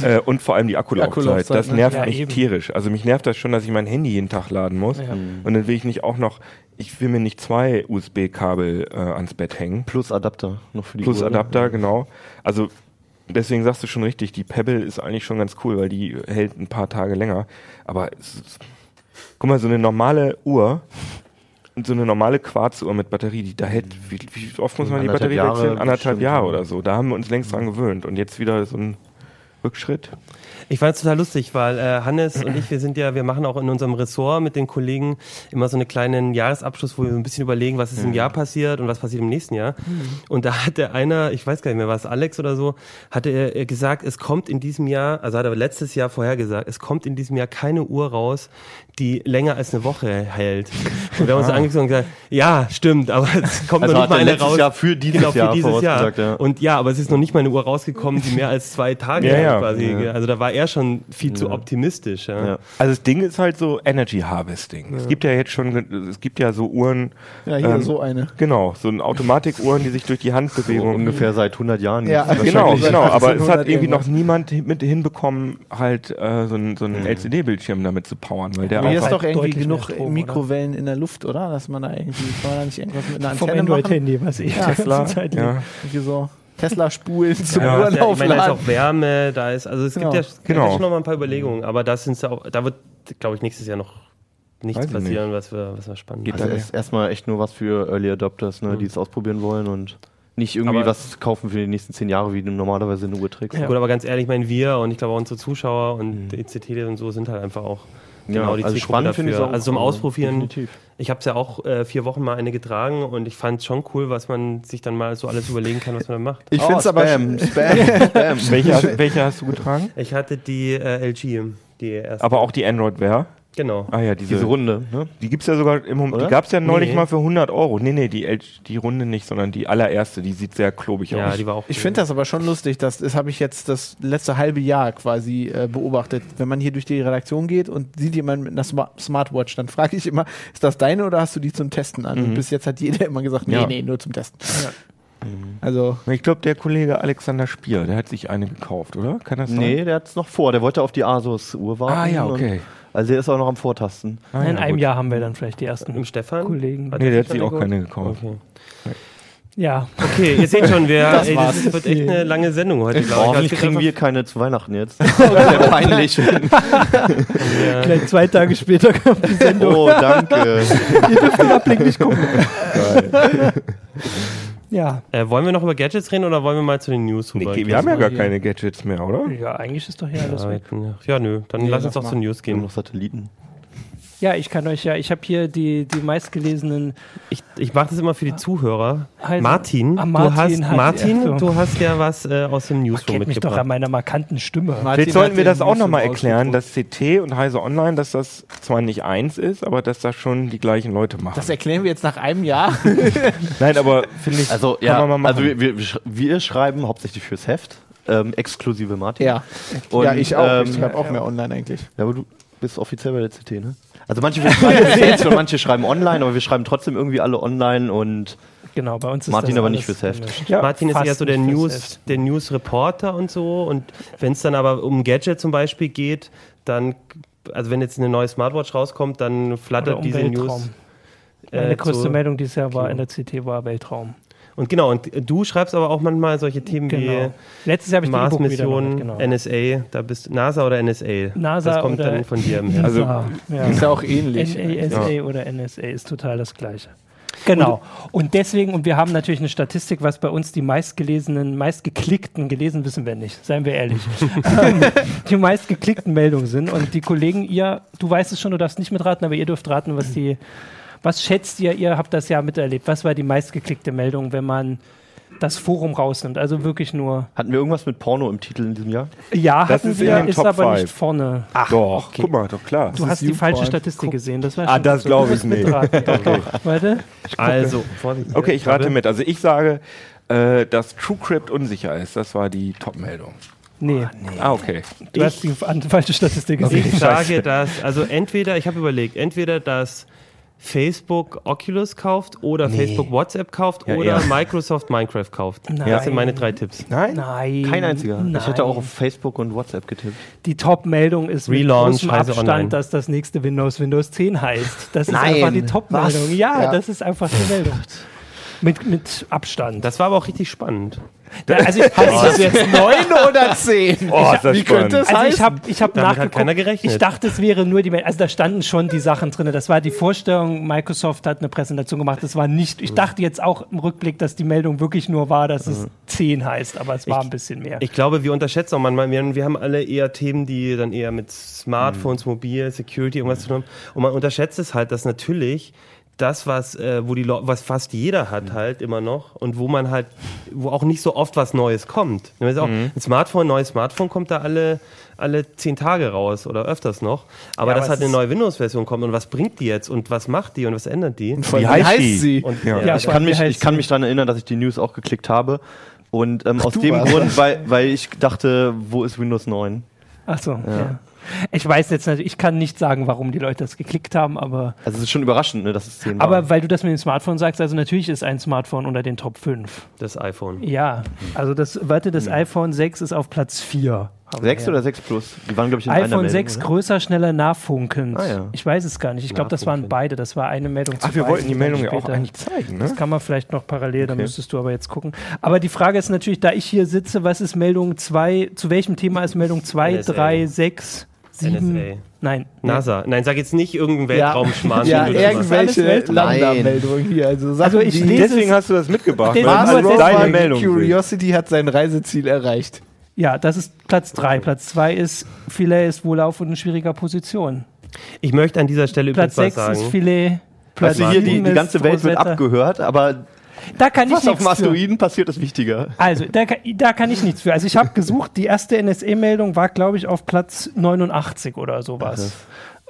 B: äh, und vor allem die Akkulaufzeit.
E: Akkulaufzeit,
B: das
E: ne?
B: nervt
A: Ja,
B: mich
A: eben.
B: tierisch. Also mich nervt das schon, dass ich mein Handy jeden Tag laden muss.
A: Ja.
B: Und dann will ich nicht auch noch, ich will mir nicht zwei USB-Kabel äh, ans Bett hängen.
F: Plus Adapter noch für die
B: Plus
F: Uhr, ne?
B: Adapter, genau. Also deswegen sagst du schon richtig, die Pebble ist eigentlich schon ganz cool, weil die hält ein paar Tage länger. Aber es ist, guck mal, so eine normale Uhr, so eine normale Quarzuhr mit Batterie, die da hält, wie, wie oft muss man die
F: Anderthalb
B: Batterie
F: Jahre
B: wechseln? Anderthalb
F: bestimmt,
B: Jahre
F: ja.
B: oder so. Da haben wir uns längst dran gewöhnt. Und jetzt wieder so ein Rückschritt.
C: Ich fand es total lustig, weil äh, Hannes und ich, wir sind ja, wir machen auch in unserem Ressort mit den Kollegen immer so einen kleinen Jahresabschluss, wo wir so ein bisschen überlegen, was ist im Jahr passiert und was passiert im nächsten Jahr. Und da hatte einer, ich weiß gar nicht mehr, war es Alex oder so, hatte er äh, gesagt, es kommt in diesem Jahr, also hat er letztes Jahr vorhergesagt, es kommt in diesem Jahr keine Uhr raus, die länger als eine Woche hält. Und wir haben uns da angeguckt und gesagt, ja, stimmt, aber es kommt
F: Also
C: noch nicht
F: hat
C: mal
F: er
C: eine
F: letztes
C: raus.
F: Jahr für dieses
C: genau, für
F: Jahr
C: dieses Jahr.
F: vorausgesagt, ja.
C: Und ja, aber es ist noch nicht mal eine Uhr rausgekommen, die mehr als zwei Tage
B: Ja,
C: hat
B: ja.
C: quasi.
F: Ja.
C: Also da war er schon viel zu
F: Ja.
C: optimistisch. Ja.
F: Ja.
B: Also das Ding ist halt so Energy Harvesting. Es gibt ja jetzt schon, es gibt ja so Uhren,
E: Ja, hier
B: Ähm,
E: so eine.
B: genau, so ein Automatikuhren, die sich durch die
F: So
B: Handbewegung
F: ungefähr seit 100 Jahren.
E: Ja, Wahrscheinlich
F: gibt's
B: Genau,
E: seit
B: genau, aber es hat
E: 1800
B: irgendwie noch niemand hin- mit hinbekommen, halt äh, so einen so einen LCD-Bildschirm damit zu powern, weil der
A: Ja,
E: Hier
A: aber
E: ist
B: einfach,
E: doch irgendwie
A: deutlich mehr
E: genug
A: Strom, oder?
E: Mikrowellen in der Luft, oder? Dass man da irgendwie, kann man da nicht irgendwas mit einer
A: Vom
E: Antenne machen?
A: Android-Handy, was ich
E: Ja,
A: die ganze
B: Tesla,
A: Zeit
B: ja,
E: Irgendwie so Tesla-Spulen zum
B: Ja, also
C: Ja, ich meine, da ist
E: Uhrenaufladen.
C: auch Wärme, da ist, also es
E: Genau.
C: gibt ja, gibt
B: Genau.
C: ja schon noch mal ein paar Überlegungen, aber das sind's ja auch, da wird, glaube ich, nächstes Jahr noch nichts
B: Weiß ich
C: passieren, was wir, was wir spannend
B: Geht
C: finden.
F: Also
B: Dann-
F: erst- erstmal echt nur was für Early Adopters, ne, die es ausprobieren wollen und nicht irgendwie
C: Mhm. Aber-
F: was kaufen für die nächsten 10 Jahre, wie du normalerweise eine Uhr trägst.
A: Ja.
C: Gut, aber ganz ehrlich, ich meine, wir und ich glaube auch unsere Zuschauer und ECT und so sind halt einfach auch
F: Ja,
C: genau die
F: also
C: Zielgruppe
F: spannend finde
C: dafür.
F: ich's auch.
C: Also zum Ausprobieren,
F: Definitiv.
C: ich habe es ja auch äh, vier Wochen mal eine getragen und ich fand schon cool, was man sich dann mal so alles überlegen kann, was man dann macht.
F: Ich
E: Oh,
F: finde es aber.
E: Spam,
F: Spam, Spam.
B: welche, hast, welche hast du getragen?
C: Ich hatte die äh, LG, die erste.
B: Aber auch die Android Wear.
C: genau.
B: Ah ja, diese,
F: Diese Runde, ne?
B: die gibt's ja sogar im Moment, die
F: Oder?
B: gab's ja neulich
C: Nee.
B: mal für 100 Euro. Nee, nee, die, L- die Runde nicht, sondern die allererste, die sieht sehr klobig
C: Ja,
B: aus.
C: die war auch.
E: Ich
C: cool.
E: finde das aber schon lustig, dass, das habe ich jetzt das letzte halbe Jahr quasi äh, beobachtet. Wenn man hier durch die Redaktion geht und sieht jemanden mit einer Sma- Smartwatch, dann frage ich immer, ist das deine oder hast du die zum Testen an? Und bis jetzt hat jeder immer gesagt, nee,
B: Mhm. Ja. Mhm.
E: nee, nur zum Testen. Also,
B: Ich glaube, der Kollege Alexander Spier, der hat sich eine gekauft, oder? Kann das sein?
F: Nee, der hat es noch vor. Der wollte auf die Asus-Uhr warten.
B: Ah ja,
F: und-
B: okay.
F: Also der ist auch noch am Vortasten.
B: Ah,
A: In
B: ja,
A: einem
B: gut.
A: Jahr haben wir dann vielleicht die ersten
C: Im Stefan?
A: Kollegen.
C: Hat
B: Nee,
C: er
B: der hat
C: schon
B: sich auch
C: eine
B: keine gekauft.
C: Okay.
A: Ja, (laughs)
C: okay, ihr seht schon, wir, das,
E: Das
C: ey,
E: war's.
C: das wird echt eine lange Sendung heute,
F: Boah,
C: glaube ich. Also
F: hoffentlich
C: Das
F: Oh, kriegen
C: geht
F: wir keine zu
C: (laughs)
F: Weihnachten jetzt. Das (laughs) wäre peinlich.
C: einfach- ja.
A: gleich zwei Tage später kam die Sendung.
F: Oh, danke.
C: (laughs)
A: (laughs) Ja.
C: Äh, wollen wir noch über Gadgets reden oder wollen wir mal zu den News rüber?
B: Nee, wir haben ja gar keine Gadgets mehr, oder?
A: ja, eigentlich ist doch hier alles
C: ja,
A: weg.
C: ne? ja, nö, dann
E: Nee,
C: lass uns
E: lass
C: doch
E: mal.
C: zu News
F: Gehen
C: gehen.
F: noch Satelliten.
A: Ja, ich kann euch ja, ich habe hier die, die meistgelesenen
C: Ich, ich mache das immer für die Zuhörer.
A: Also-
C: Martin,
A: Ah, Martin
C: du hast,
A: hat-
C: Martin
A: ja, so.
C: du hast ja was äh, aus dem Newsroom
A: kennt mich doch
C: mitgebracht.
A: an meiner markanten Stimme.
E: Martin
B: Vielleicht sollten
E: hat
B: wir
E: den
B: das auch
E: Newsroom
B: nochmal erklären,
E: ausgedruckt.
B: dass CT und Heise Online, dass das zwar nicht eins ist, aber dass das schon die gleichen Leute machen.
E: das erklären wir jetzt nach einem Jahr.
B: (laughs) Nein, aber finde ich,
F: Also,
B: kann
F: ja,
B: man mal machen.
F: also wir, wir, wir sch- wir schreiben hauptsächlich fürs Heft. Ähm, exklusive Martin. Und,
E: ja, ich auch. ich
F: ähm,
E: schreibe auch mehr online eigentlich.
F: Ja, aber du bist offiziell bei der CT, (laughs) ne? Also manche schreiben, manche schreiben online, aber wir schreiben trotzdem irgendwie alle online und
A: Genau, bei uns ist
F: Martin
A: das
F: aber nicht
A: alles
F: fürs Heft.
A: gemischt.
B: Ja,
C: Martin ist
A: fast
C: eher so der
A: nicht fürs
C: News,
A: Heft.
C: der News-Reporter und so. Und wenn es dann aber um Gadget zum Beispiel geht, dann, also wenn jetzt eine neue Smartwatch rauskommt, dann
A: Oder
C: flattert
A: um
C: diese
A: Weltraum.
C: News. äh,
A: Meine größte
C: zu-
A: Meldung dieses Jahr war in
C: Kino.
A: der CT war Weltraum.
C: Und genau, und du schreibst aber auch manchmal solche Themen
A: Genau. Letztes Jahr habe
C: wie
A: ich die E-Book wieder
C: Mars-Mission,
A: gemacht, genau.
C: NSA, da bist NASA oder NSA.
A: NASA
C: das kommt
A: oder-
C: dann
A: (laughs)
C: von dir im Heft.
B: Also-
A: Ah, ja.
E: Ist ja auch ähnlich.
A: NASA oder NSA ist total das Gleiche. Genau. Und deswegen, und wir haben natürlich eine Statistik, was bei uns die meistgelesenen, meistgeklickten, gelesen wissen wir nicht, seien wir
B: (laughs)
A: ehrlich, (laughs) ähm, die meistgeklickten Meldungen sind. Und die Kollegen, ihr, du weißt es schon, du darfst nicht mitraten, aber ihr dürft raten, was die, was schätzt ihr, ihr habt das ja miterlebt, was war die meistgeklickte Meldung, wenn man das Forum rausnimmt? Also wirklich nur,
F: Hatten wir irgendwas mit Porno im Titel in diesem Jahr?
A: ja,
B: Das
A: hatten
B: ist in
A: wir,
B: den
A: ist
B: Top
A: aber nicht
B: Five.
A: vorne.
B: Ach, doch,
A: okay.
B: guck mal, doch klar.
A: Du hast die
E: YouPorn.
A: falsche Statistik gesehen, das war
B: Ah,
A: schon-
B: das
A: du
B: glaub
A: musst
B: ich nicht.
A: (laughs) mitraten.
B: (laughs)
A: Doch, doch. Warte.
C: also, Vorsicht.
B: Okay, ich rate mit. Also ich sage, äh, dass TrueCrypt unsicher ist. Das war die Top-Meldung.
A: Nee,
B: Ah, okay.
A: du hast die an- falsche Statistik gesehen.
C: Ich sage, dass, also entweder, ich habe überlegt, entweder dass Facebook Oculus kauft oder Facebook WhatsApp kauft
B: Ja,
C: oder
B: eher.
C: Microsoft Minecraft kauft.
A: Nein.
C: Das sind meine drei Tipps.
B: Nein?
A: Nein.
F: Kein einziger.
A: Nein.
F: Ich hätte auch auf Facebook und WhatsApp getippt.
A: die Top-Meldung ist
C: Relaunch,
A: mit großem
C: Heise
A: Abstand,
C: Online.
A: dass das nächste Windows Windows 10 heißt. Das ist
F: Nein.
A: einfach die Top-Meldung. Ja,
E: Ja.
A: das ist einfach die Meldung. Mit, mit Abstand.
C: Das war aber auch richtig spannend.
A: Da- also ich,
E: Ist das jetzt 9 oder 10?
B: Oh, ist das
E: Wie
B: spannend.
E: könnte es
A: also ich
E: heißen?
A: habe ich hab
C: Damit hat
A: nachgeguckt.
C: keiner gerechnet.
A: Ich dachte, es wäre nur die Meldung. Also da standen schon die Sachen drin. Das war die Vorstellung. Microsoft hat eine Präsentation gemacht. Das war nicht. Ich dachte jetzt auch im Rückblick, dass die Meldung wirklich nur war, dass es 10 heißt. Aber es war ein bisschen mehr.
C: Ich glaube, wir unterschätzen auch manchmal, wir, wir haben alle eher Themen, die dann eher mit Smartphones,
A: Mhm.
C: Mobil, Security, irgendwas zu tun haben. Und man unterschätzt es halt, dass natürlich das, was, äh, wo die Leu- was fast jeder
A: Mhm.
C: hat halt immer noch und wo man halt, wo auch nicht so oft was Neues kommt. Das ist auch
A: Mhm.
C: Ein Smartphone, neues Smartphone kommt da alle, alle zehn Tage raus oder öfters noch. Aber
A: Ja, aber
C: dass
A: es
C: halt eine
A: ist-
C: neue Windows-Version kommt und was bringt die jetzt und was macht die und was ändert die?
E: Wie
B: heißt die?
E: sie?
C: Und,
B: Ja.
A: Ja,
F: Ich kann, mich,
A: heißt
F: ich kann mich daran erinnern, dass ich die News auch geklickt habe. Und ähm, aus
E: du
F: dem
E: warst
F: Grund, weil, weil ich dachte, wo ist Windows 9?
A: Ach so, ja. Ich weiß jetzt natürlich, ich kann nicht sagen, warum die Leute das geklickt haben, aber,
F: Also es ist schon überraschend, ne, dass es 10 war.
A: aber weil du das mit dem Smartphone sagst, also natürlich ist ein Smartphone unter den Top 5.
C: das iPhone.
A: Ja, also das, warte, das iPhone 6 ist auf Platz 4.
F: 6 oder 6 Plus? Die waren, glaube ich, in einer
A: iPhone
F: Meldung, ne?
A: 6
F: oder?
A: größer, schneller, nahfunkend.
F: Ah, ja.
A: Ich weiß es gar nicht. Ich glaube, das waren
C: Nahfunken.
A: beide. Das war eine Meldung zu
B: Ach, wir
A: beiden,
B: wollten die
A: dann
B: Meldung ja auch
A: später.
B: eigentlich zeigen, ne?
A: Das kann man vielleicht noch parallel, da müsstest du aber jetzt gucken. Aber die Frage ist natürlich, da ich hier sitze, was ist Meldung 2, zu welchem Thema ist Meldung 2,
C: NSA.
A: 3, 6, 7?
C: NSA.
A: Nein.
C: NASA. Nein, sag jetzt nicht irgendeinen Weltraumschmarrn.
E: Ja,
C: den du da machst.
E: irgendwelche
A: Weltraum.
E: Lambda-Meldungen hier. Also, Sachen,
A: Also ich
E: die-
A: lese-
B: Deswegen hast du das mitgebracht.
A: Den
B: weil
A: Mars-
B: alle
A: Mars-
B: deine
A: Mars-
B: Meldung. sehen.
E: Curiosity hat sein Reiseziel erreicht.
A: Ja, das ist Platz 3. Platz 2 ist, Filet ist wohlauf und in schwieriger Position.
C: Ich möchte an dieser Stelle
A: Platz
C: übrigens
A: 6
C: was
A: ist
C: sagen.
A: Filet. Platz
F: Also hier die,
A: sieben
F: die
A: ist
F: ganze Welt wird
A: Großwetter.
F: abgehört, aber
A: Da kann ich
F: was auf
A: nichts
F: dem
A: für.
F: Asteroiden passiert, ist wichtiger.
A: Also, da kann, da kann ich nichts für. Also, ich habe gesucht, die erste NSE-Meldung war, glaube ich, auf Platz 89 oder sowas.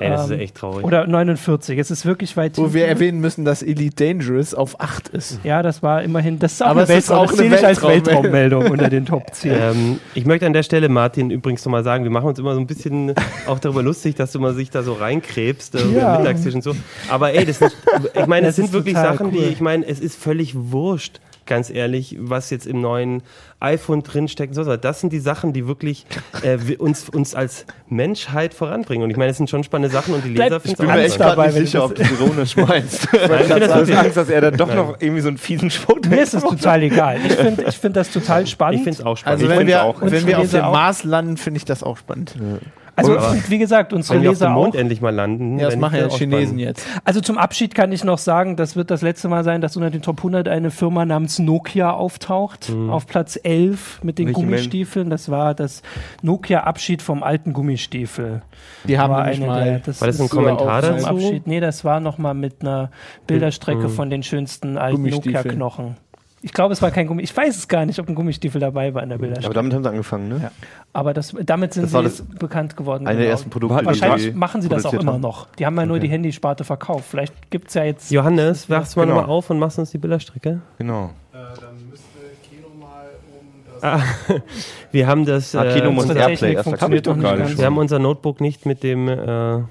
C: Ey, das
A: Ähm,
C: ist echt traurig.
A: Oder 49. Es ist wirklich weit
E: Wo
A: hinten. (laughs)
E: wir erwähnen müssen, dass Elite Dangerous auf 8 ist.
A: Ja, das war immerhin. Das ist auch
E: Aber
A: eine
E: es ist
A: Weltraum.
E: auch
A: das
E: eine
A: zähle ich als
E: Weltraum-
A: Weltraummeldung unter den Top 10.
C: ähm, ich möchte an der Stelle Martin übrigens nochmal sagen, wir machen uns immer so ein bisschen auch darüber lustig, dass du mal sich da so reinkrebst, äh,
A: Ja.
C: ja. Mittagstisch und so. Aber ey, das ist, ich meine,
A: Das
C: das,
A: ist
C: sind wirklich
A: total
C: Sachen, die,
A: cool.
C: ich meine, es ist völlig wurscht, ganz ehrlich, was jetzt im neuen iPhone drinsteckt und so weiter. Das sind die Sachen, die wirklich äh, wir- uns, uns als Menschheit voranbringen. Und ich meine, es sind schon spannende Sachen und die
A: Bleib-
C: Leser
A: ich
C: finden
A: bin mir
C: auch
A: echt
C: spannend.
A: dabei, wenn
F: sicher, ob du es ironisch (laughs) meinst.
C: Ich finde das
B: Du hast
C: wirklich-
B: Angst, dass er dann doch noch irgendwie so einen fiesen Show
A: Mir ist es total egal. Ich finde ich find das total spannend.
C: Ich finde es auch spannend.
E: Also
B: Ich
E: wenn
B: find's
E: wir,
B: auch.
A: Unsere
E: wenn wir auf
A: Leser
E: dem
A: auch.
E: Mars landen, finde ich das auch spannend.
A: also,
C: Aber-
A: und wie gesagt, unsere
C: wenn wir auf dem
A: Leser auch.
C: Mond endlich mal landen.
E: Ja, das
C: wenn
E: machen
C: ich
E: ja
C: auch
E: Chinesen
C: spannend.
E: jetzt.
A: Also zum Abschied kann ich noch sagen, das wird das letzte Mal sein, dass unter den Top 100 eine Firma namens Nokia auftaucht. Auf Platz 11 mit den
B: Welche
A: Gummistiefeln. Das war das Nokia-Abschied vom alten Gummistiefel.
E: Die haben
A: war
E: nämlich mal.
A: das
C: War das ein
A: ist
C: Kommentar
A: zum
E: Oder
C: dazu?
A: Abschied. Nee, das war nochmal mit einer Bilderstrecke von den schönsten alten
E: Gummistiefeln.
A: Nokia-Knochen. Ich glaube, es war kein Gummi. Ich weiß es gar nicht, ob ein Gummistiefel dabei war in der
F: Aber
A: Bilderstrecke.
F: damit haben sie angefangen, ne?
A: Aber das, damit sind
F: Das war
A: sie
F: das-
A: bekannt geworden.
F: Eine der
A: genau.
F: ersten Produkte,
A: Wahrscheinlich machen sie das auch
F: produziert
A: immer
F: haben.
A: noch. Die haben ja nur die Handysparte verkauft. Vielleicht gibt es ja jetzt
C: Johannes, wachst mal
B: Genau.
C: nochmal auf und machst uns die Bilderstrecke.
B: Genau.
D: Äh, dann müsste Keno mal um das
C: Wir haben das. äh,
F: Ah, Kino muss
A: unsere
F: Airplay
A: Technik
F: erst
A: funktioniert
B: verkauft.
A: noch nicht
B: Gar
A: ganz.
B: nicht.
C: Wir haben unser Notebook nicht mit dem äh,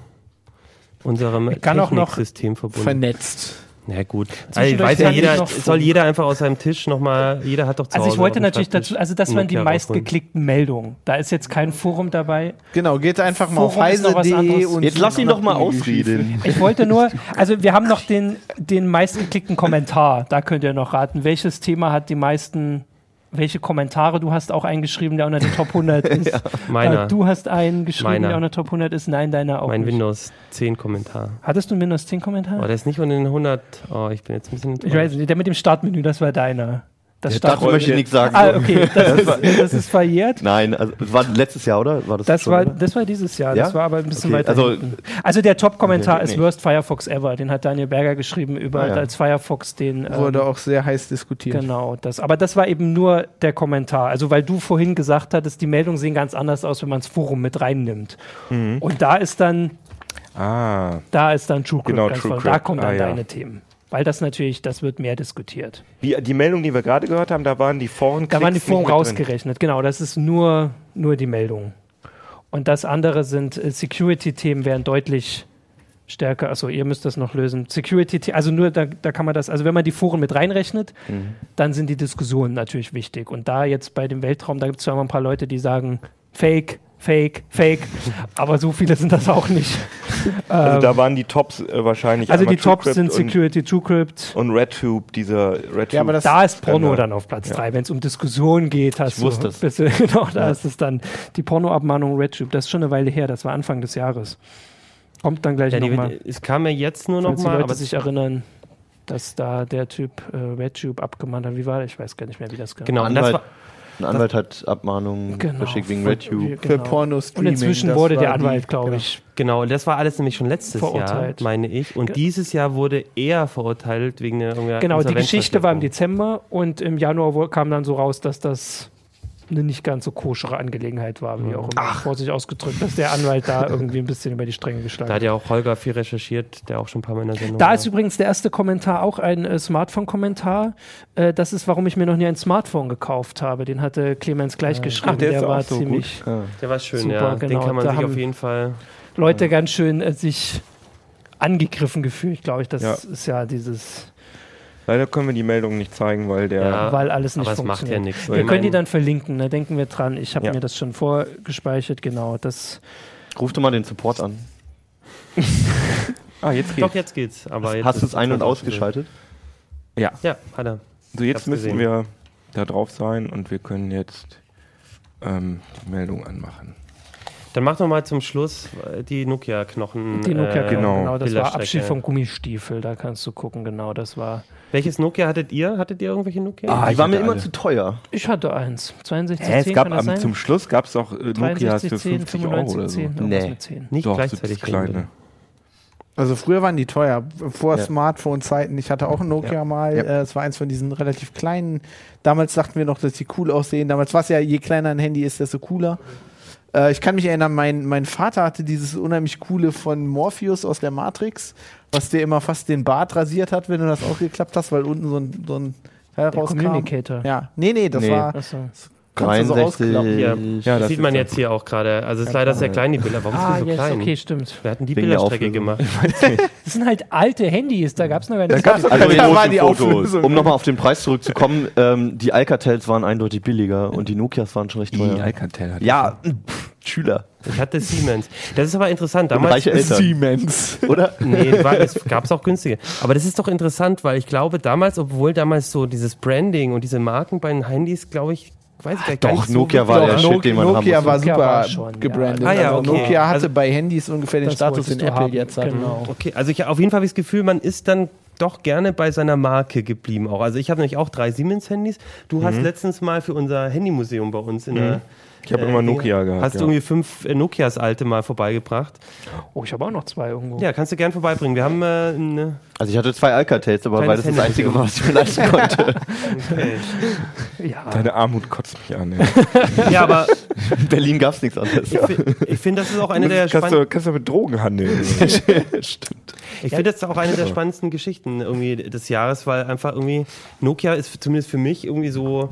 C: unserem
A: kann auch noch
C: Techniksystem verbunden.
E: vernetzt.
C: Na gut. Also,
A: Zwischendurch
C: weiß ja
A: kann ich
C: jeder,
A: noch-
C: soll jeder einfach aus seinem Tisch nochmal, jeder hat doch zu
A: Also ich
C: Hause auf
A: wollte
C: dem
A: natürlich
C: Schreibtisch
A: dazu, also das
C: einen
A: waren die
C: Nokia rausholen.
A: meistgeklickten Meldungen. Da ist jetzt kein Forum
C: (laughs)
A: dabei.
E: Genau, geht einfach mal auf
A: Forum ist noch was
E: heise.de
A: anderes.
E: und
F: Jetzt lass ihn
E: sucht
F: doch mal
E: nach Google
F: ausreden.
A: Ich wollte nur, also wir haben noch den, den meistgeklickten Kommentar. Da könnt ihr noch raten, welches Thema hat die meisten, welche Kommentare du hast auch eingeschrieben, der unter den Top
C: (laughs)
A: 100 ist.
C: Meiner.
A: Äh, Du hast einen geschrieben,
C: Meiner.
A: der unter Top 100 ist. Nein, deiner auch
C: Mein
A: nicht.
C: Windows 10 Kommentar.
A: Hattest du einen Windows 10 Kommentar?
C: Oh, der ist nicht unter den 100. Oh, ich bin jetzt ein bisschen.
A: ich weiß nicht, der mit dem Startmenü, das war deiner. Das
F: Dazu
A: Startmenü.
F: möchte ich nichts sagen.
A: Ah, okay, das ist, das ist verjährt.
F: (laughs) Nein, also, das war letztes Jahr, oder? War das,
A: Das
F: schon,
A: war,
F: oder?
A: das war dieses Jahr, das
F: Ja?
A: war aber ein bisschen
F: Okay,
A: weiter.
F: also-
A: hinten. also der Top-Kommentar
F: Okay,
A: ist
F: nee.
A: Worst Firefox Ever. Den hat Daniel Berger geschrieben über
F: Ah, ja.
A: als Firefox den. ähm,
E: Wurde auch sehr heiß diskutiert.
A: Genau, das. Aber das war eben nur der Kommentar. Also, weil du vorhin gesagt hattest, die Meldungen sehen ganz anders aus, wenn man das Forum mit reinnimmt.
F: Mhm.
A: Und da ist dann,
B: Ah,
A: da ist dann TrueCrypt
B: Genau,
A: ganz
B: TrueCrypt.
A: vorne. Da kommen
B: Ah,
A: dann
B: ja.
A: deine Themen. Weil das natürlich, das wird mehr diskutiert.
B: die, die Meldung, die wir gerade gehört haben, da waren die Foren
A: Da waren die Foren rausgerechnet, genau. Das ist nur, nur die Meldung. Und das andere sind äh, Security-Themen, wären deutlich stärker. Also ihr müsst das noch lösen. Security, also nur da, da kann man das, also wenn man die Foren mit reinrechnet, dann sind die Diskussionen natürlich wichtig. Und da jetzt bei dem Weltraum, da gibt es zwar immer ein paar Leute, die sagen, Fake, Fake, Fake, (laughs) aber so viele sind das auch nicht. Ähm,
B: Also da waren die Tops äh, wahrscheinlich.
A: Also
B: einmal
A: die Tops
B: TrueCrypt
A: sind Security, TrueCrypt.
B: Und, und RedTube, dieser RedTube.
E: Ja, aber das-
A: Da ist Porno
B: Genau.
A: dann auf Platz 3. Wenn es um Diskussionen geht, hast du.
F: wusste es.
A: Bist du (laughs) genau, da ist es dann. Die Pornoabmahnung RedTube, das ist schon eine Weile her, das war Anfang des Jahres. Kommt dann gleich
C: Ja, die,
A: nochmal.
C: es kam ja jetzt nur
A: Falls die
C: nochmal,
A: Leute
C: aber
A: sich erinnern, dass da der Typ äh, RedTube abgemahnt hat. Wie war das? Ich weiß gar nicht mehr, wie das
C: genau. Und das
F: Anwalt,
C: war,
F: ein Anwalt hat Abmahnungen
A: Genau.
F: verschickt wegen
A: Für-
F: RedTube.
A: genau.
E: Für Porno-Streaming.
A: Und inzwischen
E: das
A: wurde der
E: war die-
A: Anwalt, glaube
E: genau.
A: ich.
C: genau, und das war alles nämlich schon letztes
A: Verurteilt.
C: Jahr, meine ich. Und
A: Ge-
C: dieses Jahr wurde er verurteilt wegen einer irgendeiner
A: Genau, die Geschichte war im
C: Insolvenzverschleppung.
A: Dezember und im Januar wo- kam dann so raus, dass das eine nicht ganz so koschere Angelegenheit war, wie auch immer vorsichtig ausgedrückt, dass der Anwalt da irgendwie ein bisschen über die Stränge geschlagen
C: Da hat ja auch Holger viel recherchiert, der auch schon ein paar Mal in der Sendung
A: Da
C: war.
A: ist übrigens der erste Kommentar auch ein äh, Smartphone-Kommentar. Äh, das ist, warum ich mir noch nie ein Smartphone gekauft habe. Den hatte Clemens gleich geschrieben.
B: Ach, der ist auch
A: war
B: so gut.
A: ziemlich
C: Der war schön,
A: Super,
C: ja. Den
A: genau,
C: kann man
A: da
C: sich auf
A: haben-
C: jeden Fall.
A: Leute ganz schön äh, sich angegriffen gefühlt, glaube ich. Das
B: Ja.
A: ist ja dieses,
B: Leider können wir die Meldung nicht zeigen, weil der.
C: Ja.
A: weil alles nicht
C: Aber es macht ja
A: funktioniert.
C: nichts.
A: wir können die dann verlinken, da denken wir dran. Ich habe
B: Ja.
A: mir das schon vorgespeichert, genau. Das
F: Ruf doch mal den Support an.
B: Ah, jetzt
C: Doch,
B: geht's.
C: jetzt geht's. Aber jetzt
F: Hast
C: ist
F: du es ein- und
C: schon
F: ausgeschaltet?
B: Ja,
C: Ja, hat er.
B: so
C: hab's
B: jetzt müssen
C: gesehen.
B: wir da drauf sein und wir können jetzt ähm, die Meldung anmachen.
C: Dann mach doch mal zum Schluss äh, die Nokia-Knochen.
A: die Nokia
C: äh,
B: genau.
A: genau, das war
C: Bilderstrecke.
A: Abschied vom Gummistiefel, da kannst du gucken, genau, das war.
C: Welches Nokia hattet ihr? Hattet ihr irgendwelche Nokia?
F: die
B: ich
F: war mir
B: hatte
F: immer
B: alle.
F: zu teuer.
A: Ich hatte eins. 62
B: Hä, es gab
A: kann das
B: am,
A: sein?
B: zum Schluss gab es auch äh, Nokia
A: 63,
B: für
A: 10,
B: 50 Euro
A: 95,
B: oder so.
A: 10, irgendwas
F: Nee.
A: mit 10.
C: Nicht
B: Doch, so
C: gleichzeitig.
B: das kleine.
E: Also früher waren die teuer. Vor
F: Ja.
E: Smartphone-Zeiten. Ich hatte auch ein Nokia mal.
B: Ja.
E: Äh, es war eins von diesen relativ kleinen. Damals dachten wir noch, dass die cool aussehen. Damals war es ja, je kleiner ein Handy ist, desto cooler. Äh, ich kann mich erinnern, mein, mein Vater hatte dieses unheimlich coole von Morpheus aus der Matrix, was dir immer fast den Bart rasiert hat, wenn du das aufgeklappt hast, weil unten so ein, so ein Teil
A: Der
E: rauskam.
A: Communicator.
E: Ja, nee, nee, das
F: Nee.
E: war.
A: Ach so.
E: kannst du so ausklappen.
B: Ja,
C: Ja. das,
B: das
C: sieht
B: ist
C: man
B: das.
C: jetzt hier auch gerade. Also es ist leider sehr klein, die Bilder. Warum
A: Ah,
C: sind die so
A: yes,
C: klein?
A: okay, stimmt.
C: Wir hatten die
F: Wegen der
C: Bilderstrecke
F: Auflösung.
C: gemacht.
A: Das sind halt alte Handys, da gab es noch gar nicht.
F: Also,
E: Da war
B: großen
E: die
B: Fotos.
E: Auflösung.
F: um nochmal auf den Preis zurückzukommen, (laughs) ähm, die Alcatels waren eindeutig billiger und die Nokias waren schon recht
B: Die
F: teuer.
B: Alcatel hat
F: Ja, pff, Schüler.
C: Ich hatte Siemens. Das ist aber interessant.
F: Und
C: Damals
F: reiche Eltern,
E: Siemens.
F: oder?
C: Nee, war, es gab es auch günstige. Aber das ist doch interessant, weil ich glaube, damals, obwohl damals so dieses Branding und diese Marken bei den Handys, glaube ich, weiß ich
B: Ah,
C: gar nicht.
F: Doch, Nokia war der
E: Doch,
F: Shit, den man
E: Nokia
F: haben musste.
E: war
A: Nokia
E: super
A: war schon,
E: gebrandet.
C: ja. Ah ja,
E: also
C: okay.
E: Nokia hatte
C: Also-
E: bei Handys ungefähr den
A: Das
E: Status,
A: wolltest
E: den
A: du
E: Apple
A: haben,
E: jetzt hat.
A: genau.
C: Okay, also ich auf jeden Fall habe ich das Gefühl, man ist dann doch gerne bei seiner Marke geblieben auch. Also ich habe nämlich auch drei Siemens-Handys. Du hast letztens mal für unser Handymuseum bei uns in der...
B: Mhm. Ich habe immer Nokia gehabt.
C: Hast du
B: ja.
C: irgendwie fünf äh, Nokias alte mal vorbeigebracht?
A: Oh, ich habe auch noch zwei irgendwo.
C: Ja, kannst du gern vorbeibringen. Wir haben
B: (laughs)
C: äh, eine.
F: Also ich hatte zwei Alcatels, aber
C: Kleines
F: weil das das
C: Handy.
F: einzige war, was ich mir leisten konnte.
A: ja.
B: Deine Armut kotzt mich an. Ja.
C: Ja, aber
F: (laughs) In Berlin gab es nichts anderes.
C: ich, fi- ich finde, das ist auch eine
B: Kannst
C: der
B: du- kannst,
C: spannendsten.
B: du, kannst du mit Drogen
C: (laughs)
B: handeln.
F: Stimmt.
C: Ich finde das auch eine der spannendsten Geschichten irgendwie des Jahres, weil einfach irgendwie Nokia ist zumindest für mich irgendwie so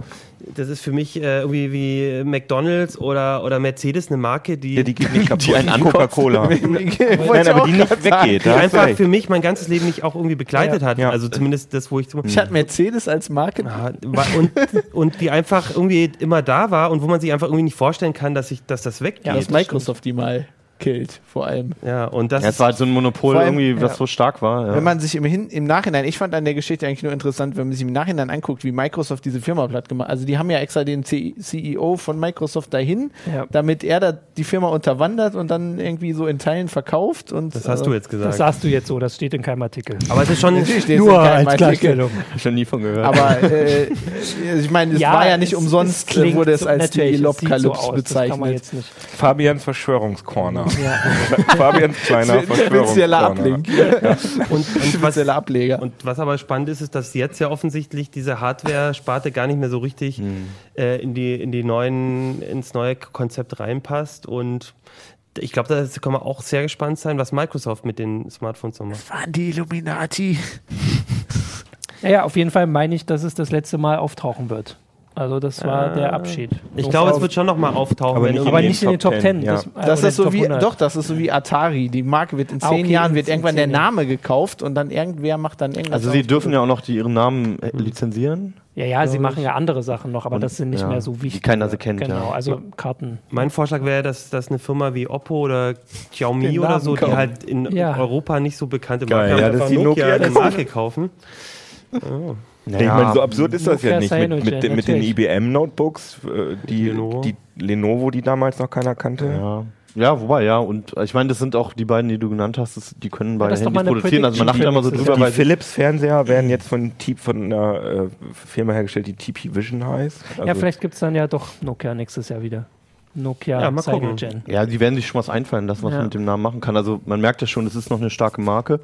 C: das ist für mich äh, irgendwie wie McDonalds oder, oder Mercedes eine Marke, die,
B: Ja, die geht nicht kaputt.
F: Die einen ankotzt. (laughs)
B: Coca-Cola. Nein,
E: Nein,
B: aber die nicht weggeht.
C: die
B: Da hast du
C: einfach
B: recht.
C: für mich mein ganzes Leben mich auch irgendwie begleitet hat.
B: Ja. Hm.
C: Also zumindest das, wo ich zum
E: (laughs) Ich hatte Mercedes als Marke.
C: Ja, wa- und, und die einfach irgendwie immer da war und wo man sich einfach irgendwie nicht vorstellen kann, dass ich, dass das weggeht.
E: Ja, dass Microsoft die mal killt, vor allem.
C: Ja, und das
F: Ja, es war halt so ein Monopol
E: Vor allem,
F: irgendwie, was
E: ja.
F: so stark war. Ja.
E: Wenn man sich immerhin im Nachhinein, ich fand an der Geschichte eigentlich nur interessant, wenn man sich im Nachhinein anguckt, wie Microsoft diese Firma platt gemacht Also die haben ja extra den C CEO von Microsoft dahin,
A: Ja.
E: damit er da die Firma unterwandert und dann irgendwie so in Teilen verkauft. Und,
C: das hast
E: äh,
C: du jetzt
A: Das
C: gesagt.
A: sagst du jetzt so, das steht in keinem Artikel.
C: Aber es
B: (laughs)
C: ist schon,
E: Natürlich steht es in
A: Nur
E: keinem
A: als
E: Artikel.
A: Klarstellung.
F: ich schon nie von gehört. (laughs)
E: Aber äh, ich meine, es war ja nicht
A: es- es
E: umsonst, äh,
A: klingt
E: wurde es
A: so-
E: als die
A: natürlich, es sieht
E: Elopkalypse
A: so aus, Das kann man
E: bezeichnet.
A: jetzt nicht. (laughs)
B: Fabians Verschwörungscorner. (laughs) Fabians kleiner
E: Spezieller
B: Verschwörungscorner.
A: (laughs)
E: Ablink. Ja.
C: und, und, was,
E: Spezieller Ableger.
C: und was aber spannend ist, ist, dass jetzt ja offensichtlich diese Hardware-Sparte gar nicht mehr so richtig
B: Hm.
C: äh, in die, in die neuen, ins neue Konzept reinpasst und ich glaube, da kann man auch sehr gespannt sein, was Microsoft mit den Smartphones so macht.
E: Waren die Illuminati.
A: Naja, auf jeden Fall meine ich, dass es das letzte Mal auftauchen wird. Also das war der Abschied.
C: Ich glaube, es wird schon nochmal auftauchen.
B: Aber
C: wenn
B: nicht in
A: aber
C: irgendwie-
B: den
A: nicht in den
B: Top
A: Top 10.
B: 10, ja.
E: Das
A: oder
E: ist so
A: Top
E: wie,
A: 100.
E: doch, das ist so wie Atari. Die Marke wird in
A: Ah,
E: zehn
A: okay,
E: Jahren
A: in
E: wird
A: zehn
E: irgendwann der
A: Jahren.
E: Name gekauft und dann irgendwer macht dann irgendwas.
F: also sie
E: auf-
F: dürfen ja auch noch die, ihren Namen äh, lizenzieren.
A: Ja, ja, sie machen ja andere Sachen noch, aber das sind nicht
F: ja,
A: mehr so wichtig.
F: Die keiner sie kennt,
A: Genau,
F: ja.
A: also Karten.
C: Mein Vorschlag wäre, dass, dass eine Firma wie Oppo oder Xiaomi
E: Den
C: oder
E: Namen
C: so, die
E: kaufen.
C: halt in
A: Ja.
C: Europa nicht so bekannte
B: Geil,
C: Marken haben,
B: ja, dass
C: einfach
B: die Nokia
C: Nokia die
B: das-
C: Marke kaufen.
F: Ja,
B: Ich meine, so absurd ist das ja
A: Nokia
B: nicht mit,
A: Cyanogen,
B: mit, den- mit den
A: natürlich.
B: IBM-Notebooks, äh, die,
C: Lenovo.
B: die Lenovo, die damals noch keiner kannte.
F: ja. ja, wobei, ja. Und äh, ich meine, das sind auch die beiden, die du genannt hast, das, die können beide
A: das ist doch
F: Handys
A: mal eine
F: produzieren. Also man lacht
A: Prediction
F: immer so
A: für
F: drüber,
B: die
F: weil sie-
B: Philips-Fernseher werden jetzt von, T- von einer äh, Firma hergestellt, die TP Vision heißt.
A: ja,
B: Also-
A: vielleicht gibt es dann ja doch Nokia nächstes Jahr wieder. Nokia
C: Ja, mal gucken.
A: Cyanogen.
F: ja, die werden sich schon was einfallen lassen, was
A: Ja.
F: man mit dem Namen machen kann. Also man merkt ja schon, es ist noch eine starke Marke.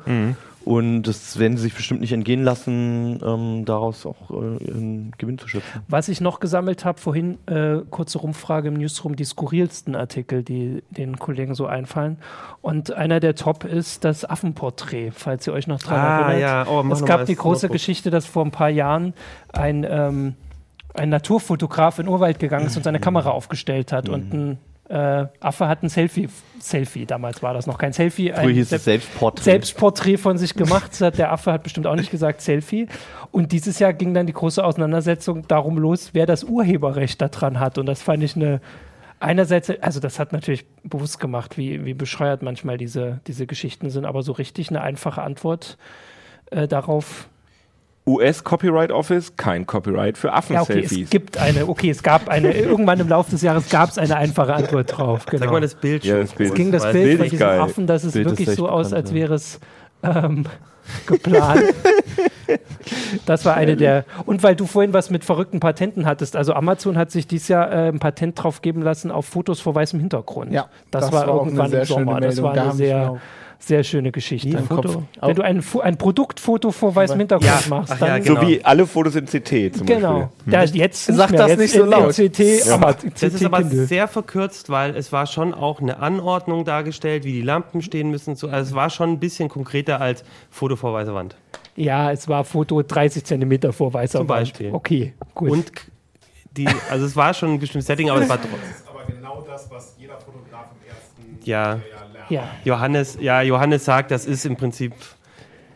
F: Und das werden sie sich bestimmt nicht entgehen lassen, ähm, daraus auch äh, einen Gewinn zu schöpfen.
A: Was ich noch gesammelt habe, vorhin äh, kurze Rumfrage im Newsroom, die skurrilsten Artikel, die den Kollegen so einfallen. Und einer der Top ist das Affenporträt, falls ihr euch noch dran
C: Ah,
A: erinnert.
C: ja. Oh, mach
A: es
C: noch mal
A: gab die
C: das
A: große
C: Notebook.
A: Geschichte, dass vor ein paar Jahren ein, ähm, ein Naturfotograf in den Urwald gegangen ist und
C: Mhm.
A: seine Kamera aufgestellt hat und ein äh, Affe hat ein Selfie, Selfie, damals war das noch kein Selfie,
F: Früher
A: ein
F: hieß
A: Sep-
F: es Selbstporträt.
A: Selbstporträt von sich gemacht hat. Der Affe hat bestimmt auch nicht gesagt Selfie. Und dieses Jahr ging dann die große Auseinandersetzung darum los, wer das Urheberrecht daran hat. Und das fand ich eine. Einerseits, also das hat natürlich bewusst gemacht, wie, wie bescheuert manchmal diese, diese Geschichten sind, aber so richtig eine einfache Antwort äh, darauf.
B: US Copyright Office, kein Copyright für
A: Ja, okay,
B: Affen-Selfies.
A: es gibt eine, okay, es gab eine, irgendwann im Laufe des Jahres gab es eine einfache Antwort drauf. Genau.
C: Sag mal das Bild
B: Ja,
C: schon.
B: das Bild.
A: Es ging das
C: Weil-
A: Bild
B: Bild
A: von
B: ist
A: diesem
B: geil.
A: Affen, dass es
F: Bild ist
A: wirklich
F: echt
A: so aus,
F: bekannt,
A: als
F: ja.
A: wäre es ähm, (laughs) geplant. Das war eine der. Und weil du vorhin was mit verrückten Patenten hattest, also Amazon hat sich dieses Jahr äh, ein Patent drauf geben lassen auf Fotos vor weißem Hintergrund.
E: Ja,
A: das,
E: das
A: war,
E: war auch eine
A: irgendwann
E: sehr
A: im Sommer.
E: schöne
A: Das war
E: Meldung,
A: eine
E: da hab ich
A: sehr,
E: genau-
A: sehr schöne Geschichte.
E: Wie
A: Ein
E: im
A: Foto,
E: Kopf.
A: wenn du ein, Fo- ein Produktfoto vor weißem Hintergrund
C: Ja,
A: machst,
C: ach
A: dann
C: ja,
B: so
C: Genau.
B: wie alle Fotos im CT zum
A: Genau. Da, jetzt
E: Sag das
A: jetzt
E: nicht so
A: in-
E: laut.
A: In CT, aber
C: Das ist aber
A: CT
C: sehr verkürzt, weil es war schon auch eine Anordnung dargestellt, wie die Lampen stehen müssen. und So. Also es war schon ein bisschen konkreter als Foto vor weißer Wand.
A: Ja, es war Foto 30 Zentimeter vor weißer
C: Zum
A: Wand.
C: Beispiel.
A: Okay, gut.
C: Und k- die, also es war schon ein bestimmtes Setting, aber es war trotzdem.
D: ist (laughs) aber genau das, was jeder Fotograf im ersten
C: Ja,
D: Jahr lernt.
A: ja.
C: Johannes, ja, Johannes sagt, das ist im Prinzip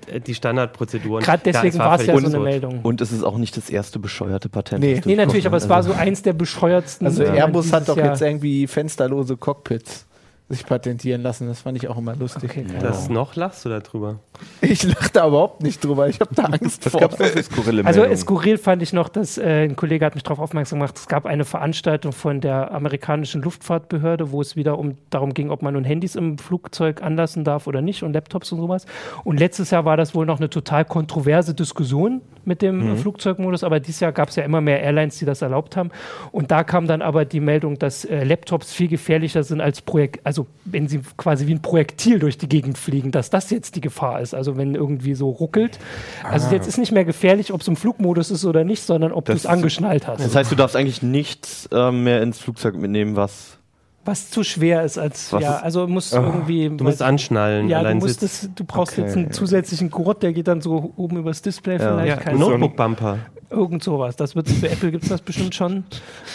C: äh, die Standardprozedur. Und
A: Gerade
C: klar,
A: deswegen war es ja
C: völlig
A: so eine
C: absurd.
A: Meldung.
F: Und es ist auch nicht das erste bescheuerte Patent.
E: Nee.
F: das
A: Nee, natürlich, aber es war so
F: Also-
A: eins der bescheuertsten.
E: Also
A: die man
E: Airbus hat
A: dieses
E: doch
A: Jahr-
E: jetzt irgendwie fensterlose Cockpits sich patentieren lassen. Das fand ich auch immer lustig.
A: Okay.
C: Das noch lachst du darüber.
E: Ich lache da überhaupt nicht drüber. Ich habe da Angst
B: Das
E: vor.
B: gab es für skurrile
A: Also
B: Meldungen.
A: skurril fand ich noch, dass äh, ein Kollege hat mich darauf aufmerksam gemacht, es gab eine Veranstaltung von der amerikanischen Luftfahrtbehörde, wo es wieder um darum ging, ob man nun Handys im Flugzeug anlassen darf oder nicht und Laptops und sowas. Und letztes Jahr war das wohl noch eine total kontroverse Diskussion mit dem äh, Flugzeugmodus, aber dieses Jahr gab es ja immer mehr Airlines, die das erlaubt haben. Und da kam dann aber die Meldung, dass äh, Laptops viel gefährlicher sind als Projekt, also wenn sie quasi wie ein Projektil durch die Gegend fliegen, dass das jetzt die Gefahr ist. Also wenn irgendwie so ruckelt. Also jetzt ist nicht mehr gefährlich, ob es im Flugmodus ist oder nicht, sondern ob du
B: Das
A: es angeschnallt hast.
F: Das heißt, du darfst eigentlich nichts ähm, mehr ins Flugzeug mitnehmen, was
A: was zu schwer ist als
F: Was
A: ja,
F: ist-
A: also muss irgendwie
C: Du musst anschnallen.
A: ja, du
C: allein
A: musst
C: sitzt.
A: das, du brauchst
F: Okay,
A: jetzt einen
F: ja.
A: zusätzlichen Gurt, der geht dann so oben übers Display vielleicht,
C: Ja,
A: keine Ahnung,
C: Notebook-Bumper.
A: irgend sowas. Das wird's für Apple gibt's das bestimmt schon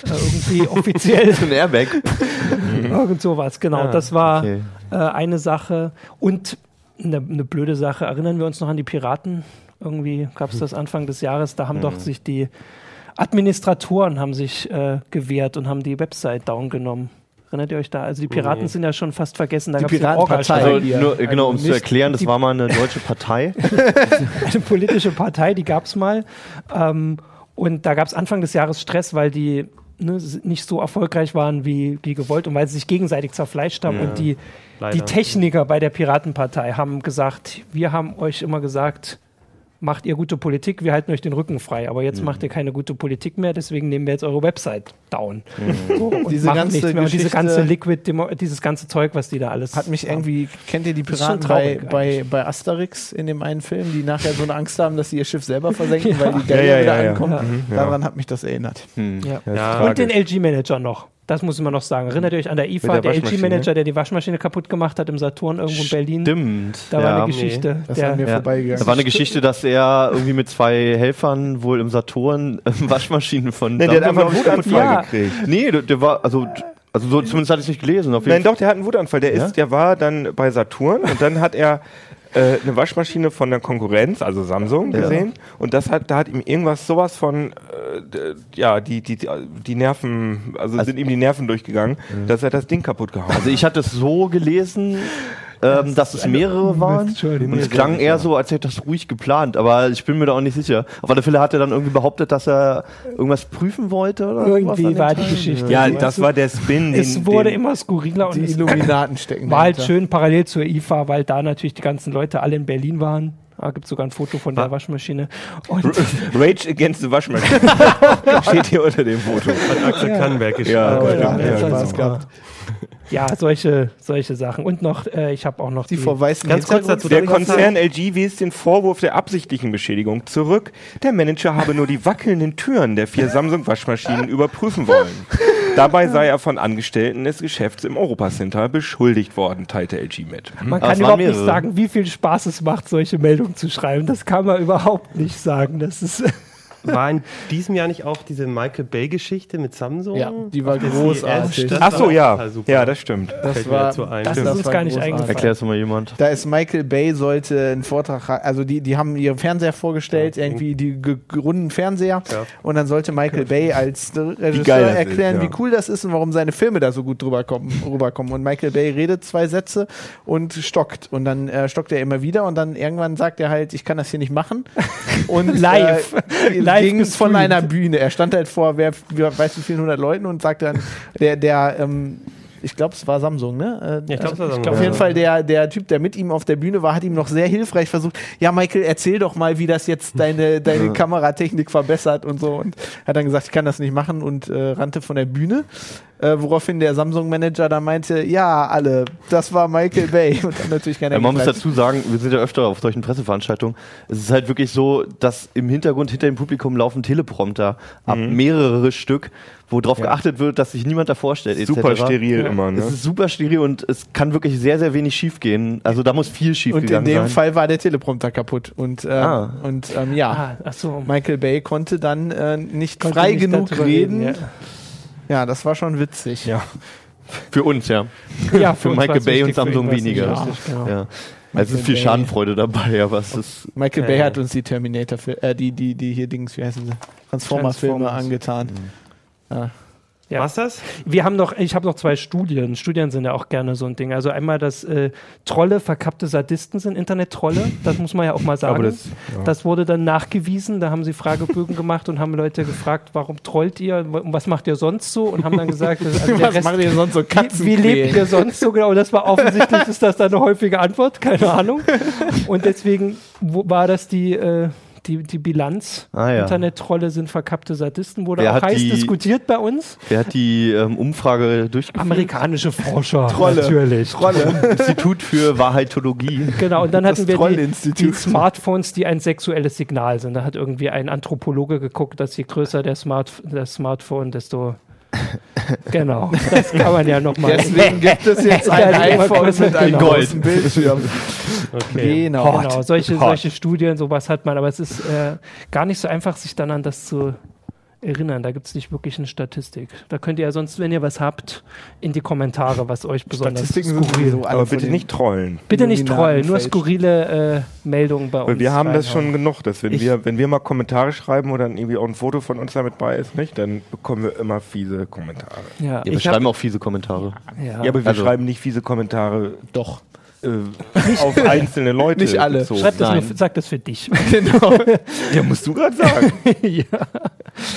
A: äh, irgendwie (laughs) offiziell
F: Ein Airbag.
A: (laughs) irgend sowas. Genau,
C: Ah,
A: das war
F: (laughs) okay.
A: äh, eine Sache und eine, eine blöde Sache. Erinnern wir uns noch an die Piraten? Irgendwie gab's das Anfang des Jahres. Da haben doch sich die Administratoren haben sich äh, gewehrt und haben die Website down genommen. Erinnert ihr euch da? Also die Piraten sind ja schon fast vergessen. Da
E: Die
A: gab's den
E: Piratenpartei.
A: Orgelstreit. (laughs)
F: Also,
E: Ihr-
F: nur, äh, genau, um es zu
E: Mist,
F: erklären, das
A: die-
F: war
A: (laughs)
F: mal eine deutsche Partei.
A: eine politische Partei, die gab es mal. Ähm, und da gab es Anfang des Jahres Stress, weil die ne, s- nicht so erfolgreich waren wie, wie gewollt und weil sie sich gegenseitig zerfleischt haben. Und die,
C: Leider.
A: die Techniker bei der Piratenpartei haben gesagt, wir haben euch immer gesagt, macht ihr gute Politik, wir halten euch den Rücken frei. Aber jetzt macht ihr keine gute Politik mehr, deswegen nehmen wir jetzt eure Website down. So, und
E: Diese
A: macht
E: ganze
A: nichts mehr. Und diese
E: Geschichte-
A: ganze Liquid, Demo- dieses ganze Zeug, was die da alles
E: Hat mich
A: haben.
E: irgendwie, kennt ihr die
A: ist schon
E: Piraten bei,
A: traurig
E: bei, bei Asterix in dem einen Film, die nachher so eine Angst haben, dass sie ihr Schiff selber versenken, weil die Gallier
B: Ja, ja,
E: wieder
B: ja, ja.
E: ankommen?
A: Ja.
B: Ja.
E: Daran hat mich das erinnert.
A: Ja.
C: Ja.
A: Und den LG-Manager noch. Das muss man noch sagen. Erinnert ihr euch an der IFA,
B: Mit der
A: der,
B: Waschmaschine?
A: LG-Manager, der die Waschmaschine kaputt gemacht hat im Saturn irgendwo in Berlin?
F: Stimmt.
A: Da war
F: ja.
A: eine Geschichte.
E: Das
A: der,
E: an mir
F: Ja.
E: vorbeigegangen.
F: Da war eine Geschichte, dass er irgendwie mit zwei Helfern wohl im Saturn ähm, (laughs) Waschmaschinen von.
B: Nee, der hat einfach
F: Dampfer-
B: einen Wutanfall
A: Ja.
B: gekriegt.
F: Nee, der, der war. Also, also so, zumindest hatte ich es nicht gelesen. Auf
B: Nein,
F: jeden
B: doch, der hat einen Wutanfall. Der ist, der war dann bei Saturn und dann hat er äh, eine Waschmaschine von der Konkurrenz, also Samsung, gesehen. Und das hat, da hat ihm irgendwas sowas von, äh, d- ja, die, die, die Nerven, also, Mhm. sind ihm die Nerven durchgegangen, dass er das Ding kaputt gehauen hat.
F: Also ich hatte es so gelesen, ähm, dass es mehrere waren. Und es klang eher so, als hätte er das ruhig geplant, aber ich bin mir da auch nicht sicher. Auf alle Fälle hat er dann irgendwie behauptet, dass er irgendwas prüfen wollte oder sowas an
A: irgendwie
F: den
A: war die
F: Tagen.
A: Geschichte.
B: war der Spin.
A: es wurde immer skurriler und
E: Die
A: es
E: Illuminaten stecken
A: war halt
E: dahinter.
A: schön parallel zur IFA, weil da natürlich die ganzen Leute alle in Berlin waren. Da gibt es sogar ein Foto von der Waschmaschine. Und (laughs)
B: Rage Against the Waschmaschine. (laughs) Steht hier unter dem Foto.
C: Hat Axel
A: Ja.
C: Kannenberg geschrieben.
B: Ja.
E: Ja,
B: Ja,
E: das
B: genau.
E: war's gehabt.
A: ja, solche, solche Sachen. Und noch, äh, ich habe auch noch
E: Die vor weißen
C: Ganz kurz dazu,
B: Der
C: darf ich was sagen?
B: Konzern LG wies den Vorwurf der absichtlichen Beschädigung zurück. Der Manager habe nur die wackelnden Türen der vier Samsung-Waschmaschinen überprüfen wollen. Dabei sei er von Angestellten des Geschäfts im Europacenter beschuldigt worden, teilte LG mit.
A: Man
F: Hm,
A: kann
F: Aber es waren
A: überhaupt nicht
F: mehrere.
A: sagen, wie viel Spaß es macht, solche Meldungen zu schreiben. Das kann man überhaupt nicht sagen. Das ist
C: War in diesem Jahr nicht auch diese Michael Bay-Geschichte mit Samsung?
E: Ja, die war
C: Das
E: großartig.
C: CES, das
B: Ach so,
C: war
B: ja.
C: total super.
B: Ja, das stimmt.
E: Das
C: Fällt mir dazu ein.
A: Das
C: Stimmt.
A: ist uns
E: war
A: gar nicht
E: großartig.
A: eingefallen.
F: Erklär es mal jemand.
E: Da ist Michael Bay sollte einen Vortrag, ha- also die, die haben ihren Fernseher vorgestellt, irgendwie die ge- ge- runden Fernseher.
C: Ja.
E: Und dann sollte Michael Bay als äh, Regisseur
B: geil das ist,
E: erklären,
B: ja.
E: wie cool das ist und warum seine Filme da so gut drüber kommen, rüberkommen. Und Michael Bay redet zwei Sätze und stockt. Und dann äh, stockt er immer wieder und dann irgendwann sagt er halt, ich kann das hier nicht machen. Und (laughs)
A: Live.
E: äh,
A: Live
E: ging von
A: gestreamt.
E: einer Bühne. Er stand halt vor, wer, wer weiß wie vielen hundert Leuten und sagte dann, der, der, ähm, ich glaube, es war Samsung, ne? Äh,
C: Ja, ich glaube, das war Samsung.
E: auf
C: Ja.
E: jeden Fall der, der Typ, der mit ihm auf der Bühne war, hat ihm noch sehr hilfreich versucht, ja, Michael, erzähl doch mal, wie das jetzt
F: (laughs)
E: deine, deine Kameratechnik verbessert und so. Und hat dann gesagt, ich kann das nicht machen und äh, rannte von der Bühne. Äh, woraufhin der Samsung-Manager da meinte, ja, alle, das war Michael Bay. Und dann natürlich keiner
F: Ja, man muss
E: gesagt.
F: dazu sagen, wir sind ja öfter auf solchen Presseveranstaltungen. Es ist halt wirklich so, dass im Hintergrund hinter dem Publikum laufen Teleprompter ab mehrere Stück, wo darauf geachtet wird, dass sich niemand davor stellt. etc.
B: Super steril immer,
F: Es
B: ne?
F: ist super steril und es kann wirklich sehr, sehr wenig schief gehen. Also da muss viel schief
E: Und in
F: gegangen
E: dem
F: sein.
E: Fall war der Teleprompter kaputt. Und, ähm,
F: Ah.
E: und ähm,
A: (laughs)
E: ja,
A: Ah, ach so.
E: Michael Bay konnte dann äh, nicht
A: Konnte
E: frei
A: nicht
E: genug
A: darüber
E: reden.
A: reden,
E: ja. das war schon witzig.
B: Ja.
F: Für uns, ja.
A: Ja,
F: Für
A: uns
F: Michael
A: war's
F: Bay
A: wichtig,
F: und Samsung
A: für ihn war's
F: weniger.
A: nicht wichtig, genau.
F: Ja. Also es ist
E: Michael
F: viel
E: Bay.
F: Schadenfreude dabei, aber es ist.
E: Michael
C: Okay.
E: Bay hat uns die Terminator, Fil- äh, die, die, die hier Dings, wie heißen sie? Transformer-Filme
A: Transformers.
E: angetan.
A: Ja.
C: Was das?
A: Wir haben noch, ich habe noch zwei Studien. Studien sind ja auch gerne so ein Ding. Also einmal, dass äh, Trolle verkappte Sadisten sind, Internet-Trolle. Das muss man ja auch mal sagen.
B: Aber
A: das,
B: das- ja.
A: wurde dann nachgewiesen. Da haben sie Fragebögen gemacht und haben Leute gefragt, warum trollt ihr? Und was macht ihr sonst so? Und haben dann gesagt,
E: (laughs)
A: dass, also der
E: Was
A: Rest,
E: macht ihr sonst so Katzen?
A: wie lebt ihr sonst so genau? Und das war offensichtlich, ist das da eine häufige Antwort, keine Ahnung. Und deswegen wo, war das die, äh, die, die Bilanz.
F: Ah, ja.
A: Internet-Trolle sind verkappte Sadisten, wurde
F: Wer
A: auch
F: hat
A: heiß
F: die-
A: diskutiert bei uns.
F: Wer hat die ähm, Umfrage durchgeführt?
A: Amerikanische Forscher.
E: Trolle.
A: Natürlich.
E: Trolle?
F: Institut für Wahrheitologie.
A: Genau, und dann
E: Das
A: hatten wir die,
E: Trollinstitut.
A: die Smartphones, die ein sexuelles Signal sind. Da hat irgendwie ein Anthropologe geguckt, dass je größer der, Smart, das Smartphone, desto Genau, das kann man ja nochmal.
E: Deswegen gibt es (laughs) jetzt ein
A: Ja, die
E: iPhone
A: Übergröße,
E: mit einem
A: genau.
E: großen Bildschirm.
C: Okay.
E: Genau.
A: Genau, solche,
F: Hot.
A: solche Studien, sowas hat man, aber es ist äh, gar nicht so einfach, sich dann an das zu erinnern. Da gibt es nicht wirklich eine Statistik. Da könnt ihr ja sonst, wenn ihr was habt, in die Kommentare, was euch besonders
E: Statistiken sind sowieso alle
B: Aber
E: von
B: bitte
E: den- (laughs)
B: nicht trollen.
A: Bitte nicht
E: Illuminaten
A: trollen, nur
E: fälscht.
A: skurrile äh, Meldungen bei uns.
B: Weil wir haben das schon
A: reinhauen.
B: genug, dass wenn
C: Ich-
B: wir, wenn wir mal Kommentare schreiben oder dann irgendwie auch ein Foto von uns damit bei ist, nicht, dann bekommen wir immer fiese Kommentare.
A: Ja,
F: Ja, wir
C: Ich hab-
F: schreiben auch fiese Kommentare.
A: ja.
B: Ja, aber wir
F: Also-
B: schreiben nicht fiese Kommentare
E: Doch.
B: (laughs) äh, auf (laughs) einzelne Leute.
E: Nicht alle.
B: bezogen.
A: Schreib das nur,
F: Nein.
A: für- sag das für dich.
E: Genau.
B: Ja, musst du gerade sagen.
A: ja.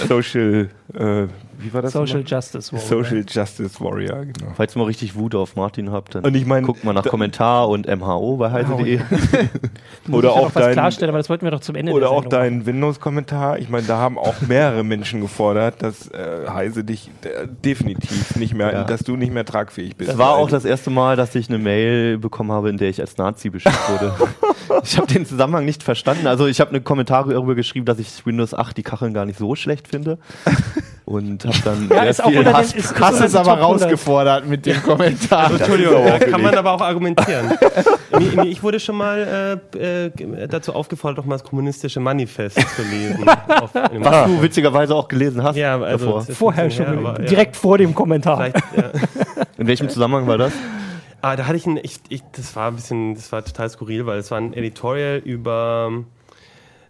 B: Social, äh, wie war das?
A: Social
B: nochmal?
A: Justice War.
B: Social Justice Warrior, genau.
F: Falls ihr mal richtig Wut auf Martin habt, dann
B: Und ich meine,
F: guckt mal nach Kommentar und MHO bei heise.de.
B: Oder
A: ich will
B: auch
A: noch was
B: dein,
A: klarstellen, aber das wollten wir doch zum Ende
B: oder
A: der
B: auch
A: Sendung
B: dein Windows-Kommentar. Ich meine, da haben auch mehrere Menschen gefordert, dass äh, Heise dich äh, definitiv nicht mehr,
F: Ja.
B: dass du nicht mehr tragfähig bist.
F: Es war auch (laughs) das erste Mal, dass ich eine Mail bekommen habe, in der ich als Nazi
B: (laughs)
F: beschimpft wurde. ich habe den Zusammenhang nicht verstanden. Also ich habe eine Kommentare darüber geschrieben, dass ich Windows 8 die Kacheln gar nicht so schlecht finde. Und habe dann
A: Ja,
F: sehr
A: ist auch
F: viel
A: unter den-
F: Hass (laughs)
A: ist- ist
E: Hast
A: unter
E: es
A: den
E: aber
A: Top 100.
E: rausgefordert mit dem Kommentar.
C: Entschuldigung, da kann man aber auch argumentieren. mir, mir, ich wurde schon mal äh, äh, dazu aufgefordert, auch mal das kommunistische Manifest zu lesen. Auf einem-
F: was du witzigerweise auch gelesen hast
C: ja, also
F: davor.
C: das ist
A: Vorher
C: ein bisschen
A: schon,
C: her, aber, ja.
A: direkt vor dem Kommentar.
C: Vielleicht, ja.
F: In welchem Zusammenhang war das?
C: Ah, da hatte ich ein, ich, ich, das war ein bisschen, das war total skurril, weil es war ein Editorial über,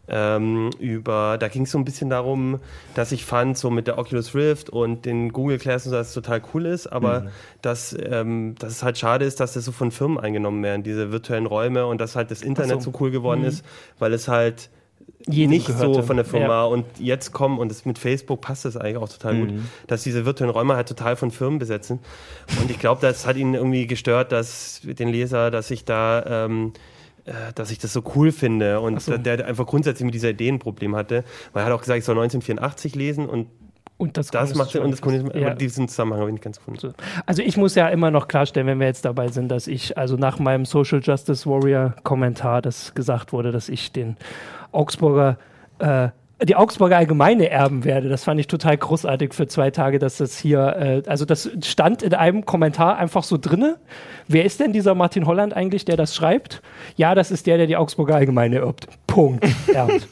C: ähm, über, da ging es so ein bisschen darum, dass ich fand, so mit der Oculus Rift und den Google Glass und so, dass es total cool ist, aber dass, ähm, dass es halt schade ist, dass das so von Firmen eingenommen werden, diese virtuellen Räume und dass halt das Internet so.
A: so.
C: cool geworden ist, weil es halt
A: Jedem
C: nicht so
A: gehörte.
C: von der Firma
A: Ja.
C: und jetzt kommen und das mit Facebook passt das eigentlich auch total gut,
A: Mhm.
C: dass diese virtuellen Räume halt total von Firmen besetzen und ich glaube, das hat ihnen irgendwie gestört, dass den Leser, dass ich da ähm, äh, dass ich das so cool finde und
A: so.
C: der, der einfach grundsätzlich mit dieser Idee ein Problem hatte. Man hat auch gesagt, ich soll 1984 lesen und
A: Und das,
C: das macht und das Kommunismus,
A: Ja.
C: aber diesen Zusammenhang habe ich nicht ganz gefunden.
A: Also ich muss ja immer noch klarstellen, wenn wir jetzt dabei sind, dass ich, also nach meinem Social Justice Warrior Kommentar, das gesagt wurde, dass ich den Augsburger, äh, die Augsburger Allgemeine erben werde. Das fand ich total großartig für zwei Tage, dass das hier, äh, also das stand in einem Kommentar einfach so drinne. Wer ist denn dieser Martin Holland eigentlich, der das schreibt? Ja, das ist der, der die Augsburger Allgemeine erbt. Punkt. Erbt.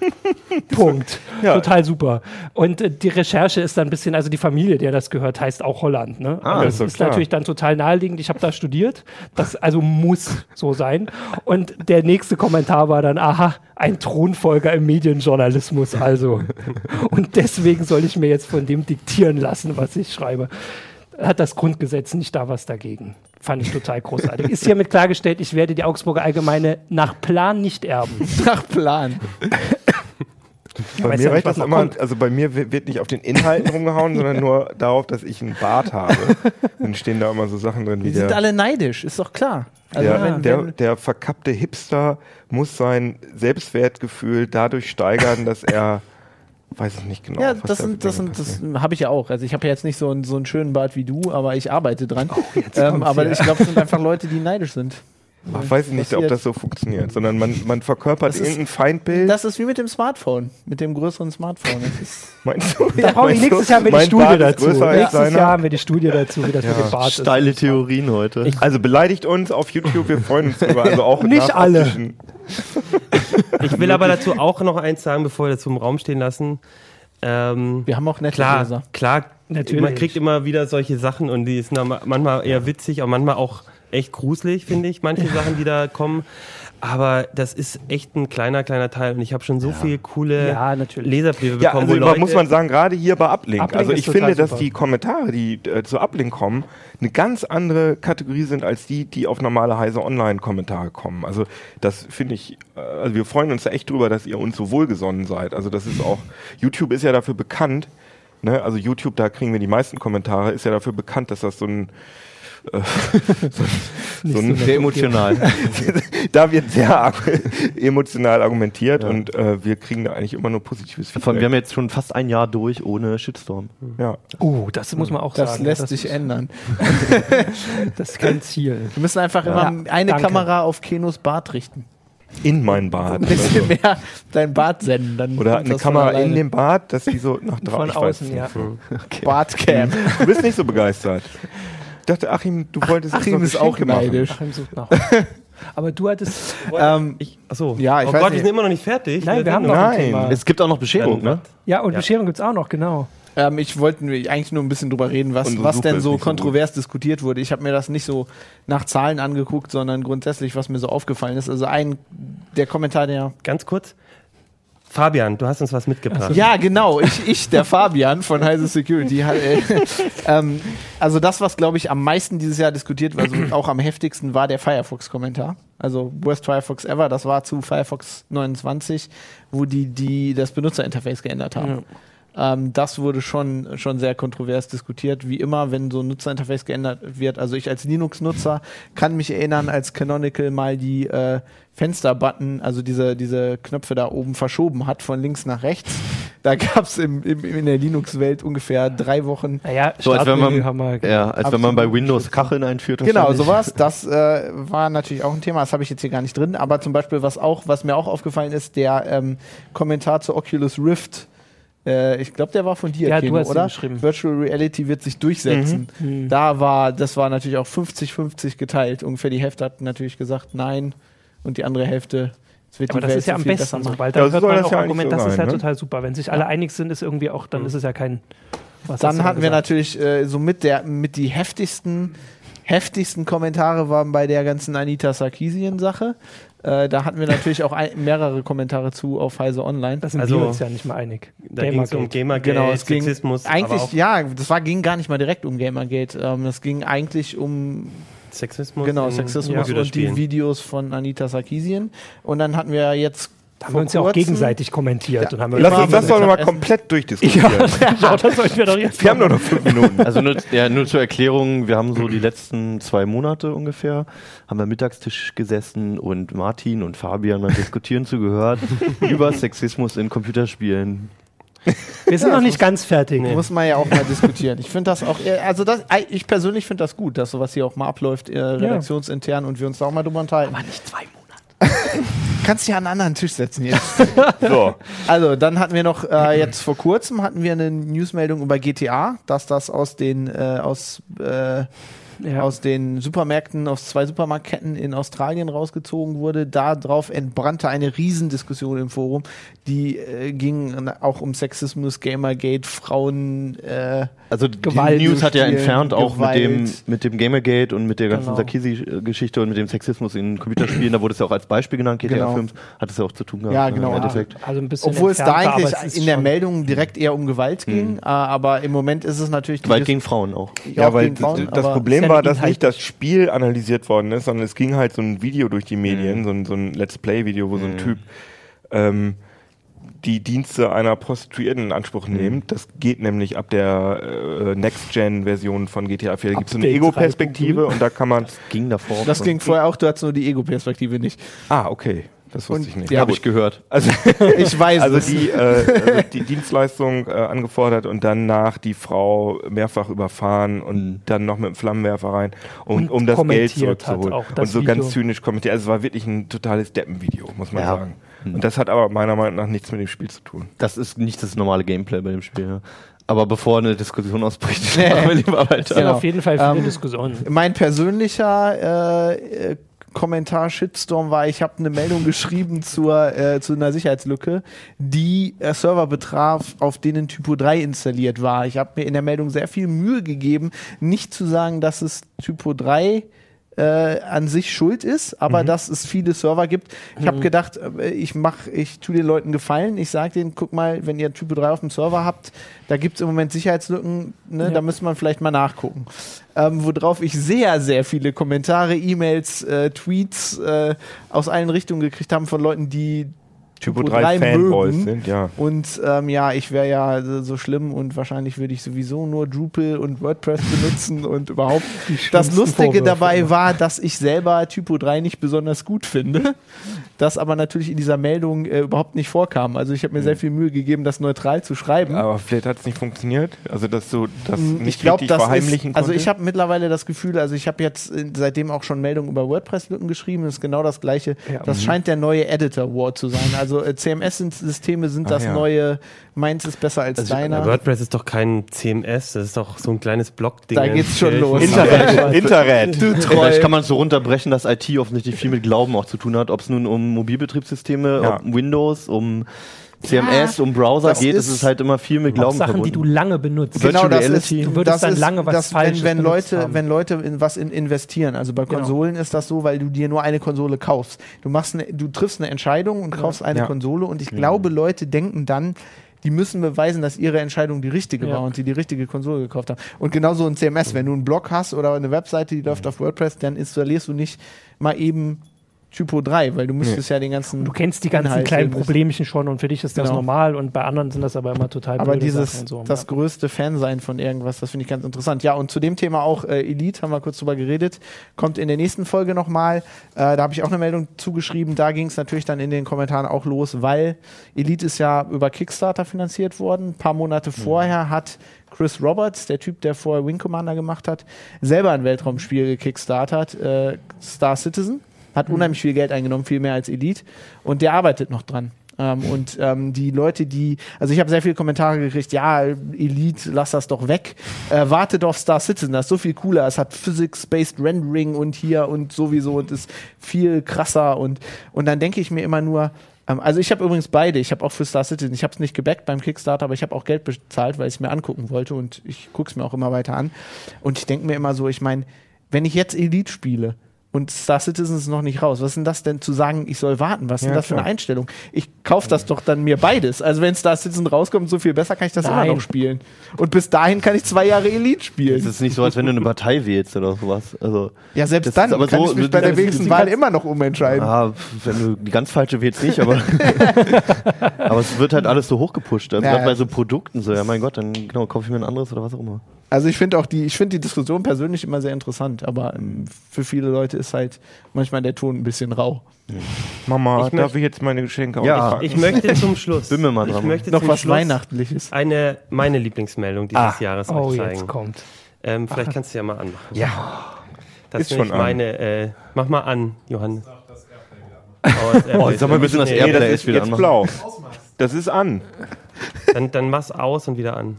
A: Punkt.
B: (laughs) Ja.
A: Total super. Und äh, die Recherche ist dann ein bisschen, also die Familie, der das gehört, heißt auch Holland. Ne?
B: Ah,
A: Und
B: ist
A: das
B: doch
A: ist
B: klar.
A: natürlich dann total naheliegend. Ich habe da studiert. Das also muss so sein. Und der nächste Kommentar war dann, aha, ein Thronfolger im Medienjournalismus
B: (laughs)
A: also. Und deswegen soll ich mir jetzt von dem diktieren lassen, was ich schreibe. Hat das Grundgesetz nicht da was dagegen? Fand ich total großartig. Ist hiermit klargestellt, ich werde die Augsburger Allgemeine nach Plan nicht erben.
E: Nach Plan.
B: Bei
A: weiß
B: mir
A: ja nicht,
B: reicht
A: was
B: das
A: noch
B: immer,
A: kommt.
B: also bei mir wi- wird nicht auf den Inhalten rumgehauen, sondern nur darauf, dass ich einen Bart habe. Dann stehen da immer so Sachen drin, wie
E: Die sind
B: der,
E: alle neidisch, ist doch klar. Also
B: der,
E: wenn,
B: der,
E: wenn,
B: der verkappte Hipster muss sein Selbstwertgefühl dadurch steigern, dass er,
E: (laughs)
B: weiß ich nicht genau.
E: ja,
B: was
E: das,
B: da für
E: sind, das,
B: Dinge
E: sind, das
B: passieren.
E: habe ich ja auch. Also ich habe ja jetzt nicht so einen, so einen schönen Bart wie du, aber ich arbeite dran.
B: Oh,
E: ähm, aber ich glaube, es sind einfach Leute, die neidisch sind.
B: Ach, weiß ich nicht, ob
E: passiert.
B: das so funktioniert, sondern man, man verkörpert
E: Das ist-
B: irgendein Feindbild.
E: Das ist wie mit dem Smartphone, mit dem größeren
B: (laughs)
E: Smartphone. Das ist
B: meinst du?
A: Da brauchen wir
B: Meinst du,
A: nächstes Jahr haben wir die
B: mein
A: Studie
B: Bart ist
A: dazu.
B: größer als
A: Nächstes
B: seiner?
A: Jahr haben wir die Studie dazu, wie das mit dem Bart ist.
F: Steile Theorien heute.
B: Also beleidigt uns auf YouTube, wir freuen uns drüber. Also auch
A: Nicht
B: nach
A: alle.
B: optischen-
A: (laughs)
C: Ich will aber dazu auch noch eins sagen, bevor wir das im Raum stehen lassen. Ähm,
E: Wir haben auch nette
C: Klar,
E: Leser.
C: klar.
A: Natürlich.
C: Man kriegt immer wieder solche Sachen und die sind dann ma- manchmal eher witzig, aber manchmal auch echt gruselig, finde ich, manche Sachen, die da kommen. Aber das ist echt ein kleiner, kleiner Teil und ich habe schon so viele coole
A: Ja, natürlich.
C: Leserbriefe
B: Ja,
C: bekommen.
B: also
C: wo
B: immer
C: Leute,
B: muss man sagen, gerade hier bei Uplink.
A: Uplink
B: also
A: ist
B: ich
A: total
B: finde, dass
A: super.
B: die Kommentare, die äh, zu Uplink kommen, eine ganz andere Kategorie sind als die, die auf normale Heise Online-Kommentare kommen. Also das finde ich, äh, also wir freuen uns da echt drüber, dass ihr uns so wohlgesonnen seid. Also das ist auch, YouTube ist ja dafür bekannt, ne? also YouTube, da kriegen wir die meisten Kommentare, ist ja dafür bekannt, dass das so ein äh,
A: Nicht
B: (laughs) so ein-
A: nett.
F: Sehr emotional.
B: da wird sehr arg- (laughs) emotional argumentiert und äh, wir kriegen da eigentlich immer nur positives
F: Von,
B: Feedback.
F: wir haben jetzt schon fast ein Jahr durch ohne Shitstorm.
B: ja.
A: Oh, das muss man auch
E: Das
B: ne?
A: sagen.
E: lässt
A: das,
E: sich ändern.
A: Das ist kein Ziel.
E: Wir müssen einfach immer eine
A: Danke.
E: Kamera auf Kenos Bart richten.
B: in mein Bad.
E: Ein
B: Oder,
E: bisschen
B: so.
E: mehr dein Bad senden. Dann
B: Also. oder
E: kommt
B: eine
E: das von
B: Kamera
E: alleine.
B: in dem Bad, dass die so nach
A: Von
B: draußen.
A: außen, ja.
E: Badcam.
B: Du bist nicht so begeistert. Ich dachte, Achim, du wolltest uns
E: Achim
B: noch
E: ist auch
B: Geschenke machen.
E: neidisch.
A: Achim sucht nach. Aber du hattest.
E: (laughs) Ähm,
C: Ich, achso.
E: Ja, ich
C: oh
E: weiß
C: Gott, wir
E: nicht.
C: sind immer noch nicht fertig.
A: Nein, wir haben noch ein
B: Nein.
A: Thema.
F: Es gibt auch noch Bescherung,
C: Dann,
F: ne?
A: Ja, und
C: Ja.
A: Bescherung gibt es auch noch, genau.
E: ähm, ich wollte mir eigentlich nur ein bisschen drüber reden, was,
B: Unsere
E: was
B: Suche
E: denn
B: ist
E: so
B: nicht so
E: kontrovers diskutiert wurde. Ich habe mir das nicht so nach Zahlen angeguckt, sondern grundsätzlich, was mir so aufgefallen ist. Also ein, der Kommentar, der
C: Ganz kurz. Fabian, du hast uns was mitgebracht.
E: Ja, genau. Ich, ich der Fabian von Heise Security. hat, äh, ähm, also das, was, glaube ich, am meisten dieses Jahr diskutiert war, also auch am heftigsten, war der Firefox-Kommentar. Also Worst Firefox Ever, das war zu Firefox 29, wo die, die das Benutzerinterface geändert haben. Ähm, das wurde schon, schon sehr kontrovers diskutiert. Wie immer, wenn so ein Nutzerinterface geändert wird. Also ich als Linux-Nutzer kann mich erinnern, als Canonical mal die äh, Fensterbutton, also diese, diese Knöpfe da oben verschoben hat, von links nach rechts. Da gab es im, im, in der Linux-Welt ungefähr drei Wochen
A: Naja,
F: So, als wenn
A: Startmenü
F: man-
A: haben wir.
F: Ja, als wenn man bei Windows Kacheln einführt.
E: Genau,
F: wahrscheinlich.
E: sowas. Das äh, war natürlich auch ein Thema. Das habe ich jetzt hier gar nicht drin. Aber zum Beispiel, was, auch, was mir auch aufgefallen ist, der ähm, Kommentar zu Oculus Rift. Äh, ich glaube, der war von dir,
A: Ja, du
E: Keno,
A: hast ihn
E: oder?
A: geschrieben. Mhm.
E: Virtual Reality wird sich durchsetzen. Da war, das war natürlich auch 50-50 geteilt. Ungefähr die Hälfte hat natürlich gesagt, nein. Und die andere Hälfte, es wird
A: Aber
E: die
A: das
E: Welt
A: ist ja
E: so
A: am
E: viel
A: besten so,
E: machen.
A: weil dann
B: Ja, so
A: hört
B: soll
A: man
B: das
A: auch
B: ja eigentlich
A: Argument,
B: so
A: das ist
B: sein,
A: ja
B: ne?
A: total super. Wenn sich alle einig sind, ist irgendwie auch, dann ist es ja kein. Was hast
E: Dann
A: du
E: hatten wir
A: gesagt?
E: natürlich äh, somit der, mit die heftigsten, heftigsten Kommentare waren bei der ganzen Anita Sarkeesian-Sache. Äh, da hatten wir natürlich auch ein, mehrere Kommentare zu auf Heise Online.
A: Da sind
C: Also-
A: wir uns ja nicht mal einig.
C: Da ging es um
A: Gamergate.
C: Gamergate, Sexismus, aber
E: Genau, eigentlich,
C: auch
E: ja, das war, ging gar nicht mal direkt um Gamergate. Ähm, das ging eigentlich um
C: Sexismus.
E: genau
C: in
E: Sexismus und die
C: Computerspielen.
E: Videos von Anita Sarkeesian. Und dann hatten wir jetzt
A: Da haben wir uns ja auch gegenseitig kommentiert. und haben wir
B: Lass
E: Immer
B: uns das
E: wenn
B: doch
E: wir
B: nochmal
E: essen.
B: komplett durchdiskutieren.
A: (laughs) genau, das sollten wir doch jetzt.
B: Wir haben nur noch fünf Minuten.
F: Also nur, ja, nur zur Erklärung, wir haben so die letzten zwei Monate ungefähr, haben am Mittagstisch gesessen und Martin und Fabian beim Diskutieren (laughs) zugehört über Sexismus in Computerspielen.
A: Wir sind noch nicht ganz fertig.
E: Muss man ja auch mal diskutieren. Ich finde das auch, äh, also das, äh, ich persönlich finde das gut, dass sowas hier auch mal abläuft, äh, redaktionsintern und wir uns da auch mal drüber unterhalten. Aber nicht zwei Monate. Kannst dich an einen anderen Tisch setzen jetzt.
B: So.
E: Also, dann hatten wir noch, äh, jetzt vor kurzem hatten wir eine Newsmeldung über GTA, dass das aus den, äh, aus, äh,
A: Ja.
E: aus den Supermärkten, aus zwei Supermarktketten in Australien rausgezogen wurde. Darauf entbrannte eine Riesendiskussion im Forum, die äh, ging auch um Sexismus, Gamergate, Frauen. Äh,
F: Also die
E: Gewalt
F: News hat ja
E: durchspielen,
F: entfernt auch mit dem,
E: Gewalt.
F: mit dem Gamergate und mit der ganzen
E: Genau.
F: Sarkisi-Geschichte und mit dem Sexismus in Computerspielen, da wurde es ja auch als Beispiel genannt,
E: Genau.
F: GTA-Films, hat es ja auch zu tun gehabt.
E: Ja,
F: ne,
E: genau.
F: Im
E: Ja.
F: Endeffekt.
A: Also ein bisschen
E: obwohl es da
A: entfernter,
E: eigentlich
A: aber es ist
E: in der
A: schon-
E: Meldung direkt eher um Gewalt ging, äh, aber im Moment ist es natürlich die
F: Gewalt
E: Dis-
F: gegen Frauen auch.
E: auch
B: Ja, weil
E: gegen Frauen,
B: d- das
E: aber-
A: ist
B: Problem
A: ja
B: war,
A: nicht
B: dass nicht das Spiel analysiert worden ist, sondern es ging halt so ein Video durch die Medien, so, ein, so ein Let's Play-Video, wo so ein Typ ähm, die Dienste einer Prostituierten in Anspruch nimmt. Das geht nämlich ab der äh, Next-Gen-Version von GTA 4. Da gibt es so eine
A: Update
B: Ego-Perspektive und da kann man.
F: Ging davor.
E: Das ging vorher auch, du hattest nur die Ego-Perspektive nicht.
B: Ah, okay. Das wusste
E: Und
B: ich nicht.
E: ja,
B: Ja,
F: habe ich gehört.
B: also,
E: Ich weiß
B: also
E: es.
B: die, äh, also die Dienstleistung äh, angefordert und danach die Frau mehrfach überfahren und dann noch mit dem Flammenwerfer rein, um,
A: Und
B: um das Geld
A: kommentiert hat
B: zurückzuholen.
A: auch
B: Und
A: das
B: so
A: Video.
B: ganz zynisch kommentiert. Also es war wirklich ein totales Deppenvideo, muss man
F: Ja.
B: sagen. Und das hat aber meiner Meinung nach nichts mit dem Spiel zu tun.
F: Das ist nicht das normale Gameplay bei dem Spiel. ja. Aber bevor eine Diskussion ausbricht, (laughs) machen wir lieber
A: Es
F: weiter.
A: sind
E: Genau.
A: auf jeden Fall viele
E: Ähm,
A: Diskussionen.
E: Mein persönlicher äh, äh, Kommentar Shitstorm war, ich habe eine Meldung geschrieben zur, äh, zu einer Sicherheitslücke, die äh, Server betraf, auf denen Typo 3 installiert war. Ich habe mir in der Meldung sehr viel Mühe gegeben, nicht zu sagen, dass es Typo 3 äh, an sich schuld ist, aber dass es viele Server gibt. Ich habe gedacht, äh, ich mach, ich tue den Leuten Gefallen. Ich sage denen, guck mal, wenn ihr Typo 3 auf dem Server habt, da gibt es im Moment Sicherheitslücken, ne, da müsste man vielleicht mal nachgucken. Ähm, worauf ich sehr, sehr viele Kommentare, E-Mails, äh, Tweets äh, aus allen Richtungen gekriegt haben von Leuten, die
B: Typo
E: Typo
B: 3
E: 3
B: Fanboys
E: mögen.
B: sind, ja.
E: und ähm, ja, ich wäre ja so so schlimm und wahrscheinlich würde ich sowieso nur Drupal und WordPress benutzen (laughs) und überhaupt. Das Lustige
A: Vorwürfe
E: dabei
A: immer.
E: war, dass ich selber Typo 3 nicht besonders gut finde. das aber natürlich in dieser Meldung äh, überhaupt nicht vorkam. Also ich habe mir
A: Mhm.
E: sehr viel Mühe gegeben, das neutral zu schreiben.
B: Aber vielleicht hat es nicht funktioniert. Also, dass du das nicht
E: Mhm. Ähm, ich glaube,
B: richtig
E: das
B: verheimlichen
E: ist, also ich
B: konntest?
E: habe mittlerweile das Gefühl, also ich habe jetzt äh, seitdem auch schon Meldungen über WordPress-Lücken geschrieben, das ist genau das gleiche. das
B: mhm.
E: scheint der neue Editor-War zu sein. Also äh, CMS-Systeme sind das
B: Ah, ja. Also, äh,
E: neue, meins ist besser als deiner.
C: WordPress ist doch kein CMS, das ist doch so ein kleines Blog-Ding.
E: Da geht's schon los.
F: Internet.
B: Internet.
E: Du
F: Vielleicht kann man es so runterbrechen, dass IT offensichtlich viel mit Glauben auch zu tun hat. Ob es nun um Mobilbetriebssysteme,
B: Ja.
F: um Windows, um CMS, um Browser
E: das
F: geht, ist
E: ist
F: es halt immer viel mit Glauben
A: Sachen,
F: verbunden.
A: die du lange benutzt.
E: Genau, das ist,
F: Reality.
A: Du würdest
E: das
A: dann
E: ist,
A: lange was
E: das,
A: Falsches
E: wenn, wenn
A: benutzt
E: Leute,
A: haben.
E: wenn Leute in was in investieren, also bei
A: Genau.
E: Konsolen ist das so, weil du dir nur eine Konsole kaufst. Du machst eine, du triffst eine Entscheidung und kaufst eine
B: Ja.
E: Konsole und ich glaube, Leute denken dann, die müssen beweisen, dass ihre Entscheidung die richtige
A: Ja.
E: war und sie die richtige Konsole gekauft haben. Und genauso ein CMS, wenn du einen Blog hast oder eine Webseite, die läuft auf WordPress, dann installierst du nicht mal eben Typo 3, weil du müsstest ja den ganzen
A: Du kennst die ganzen
E: Inhalt
A: kleinen
E: eben nicht.
A: Problemchen schon und für dich ist das
E: Genau.
A: normal und bei anderen sind das aber immer total
E: Aber
A: blöde
E: dieses,
A: Sachen und so. ne?
E: das größte Fansein von irgendwas, das finde ich ganz interessant. Ja, und zu dem Thema auch äh, Elite, haben wir kurz drüber geredet, kommt in der nächsten Folge nochmal. Äh, da habe ich auch eine Meldung zugeschrieben. Da ging es natürlich dann in den Kommentaren auch los, weil Elite ist ja über Kickstarter finanziert worden. Ein paar Monate vorher hat Chris Roberts, der Typ, der vorher Wing Commander gemacht hat, selber ein Weltraumspiel gekickstartert, äh, Star Citizen. Hat unheimlich viel Geld eingenommen, viel mehr als Elite. Und der arbeitet noch dran. Ähm, und ähm, die Leute, die, also ich habe sehr viele Kommentare gekriegt, ja, Elite, lass das doch weg. Äh, wartet auf Star Citizen, das ist so viel cooler. Es hat Physics-Based Rendering und hier und sowieso und ist viel krasser. Und, und dann denke ich mir immer nur, ähm, also ich habe übrigens beide. Ich habe auch für Star Citizen, ich habe es nicht gebackt beim Kickstarter, aber ich habe auch Geld bezahlt, weil ich es mir angucken wollte und ich gucke es mir auch immer weiter an. Und ich denke mir immer so, ich meine, wenn ich jetzt Elite spiele und Star Citizen ist noch nicht raus, was ist denn das denn zu sagen, ich soll warten? Was ist denn
B: Ja,
E: das für eine
B: klar.
E: Einstellung? Ich kaufe das doch dann mir beides. Also wenn Star Citizen rauskommt, so viel besser kann ich das
A: Nein.
E: immer noch spielen. Und bis dahin kann ich zwei Jahre Elite
F: es
E: spielen.
F: ist nicht so, als wenn du eine Partei wählst oder sowas. Also,
E: Ja,
F: das
E: selbst
F: ist
E: dann
F: aber
E: kann
F: so-
E: ich mich bei
F: das
E: der
F: ist-
E: wenigsten
F: die
E: Wahl
F: ganz-
E: immer noch umentscheiden.
F: Ah, pf, wenn du die ganz falsche wählst
B: (laughs)
F: nicht, aber, aber es wird halt alles so hochgepusht. Also
E: Ja,
F: gerade
E: ja.
F: bei so Produkten so, ja mein Gott, dann genau, kaufe ich mir ein anderes oder was auch immer.
E: Also ich finde auch die, ich finde die Diskussion persönlich immer sehr interessant, aber ähm, für viele Leute ist halt manchmal der Ton ein bisschen rau.
B: Mama,
C: Ich
B: darf
C: möchte-
B: ich jetzt meine Geschenke
F: Ja.
B: auspacken?
C: Ich möchte zum Schluss.
F: Bin mir mal
C: ich
F: dran.
C: möchte
E: Noch
C: zum
E: was
C: Schluss
E: Weihnachtliches.
C: Eine, meine Lieblingsmeldung dieses
F: Ah.
C: Jahres euch
A: oh, jetzt
C: zeigen.
A: kommt.
C: Ähm, vielleicht kannst du ja mal anmachen.
B: Ja.
C: Das
B: Ist
C: ist schon
B: schon an.
C: meine. Äh, mach mal an, Johann.
D: Ach, das Airplay wieder anmachen.
C: Oh, das Airplay
F: jetzt haben wir ein bisschen das
C: Nee,
F: Airplay.
B: Nee, das
F: Der
B: ist
F: ist wieder
B: jetzt
F: anmachen.
B: blau.
D: Ausmachst.
B: Das ist an.
C: Dann, dann mach's aus und wieder an.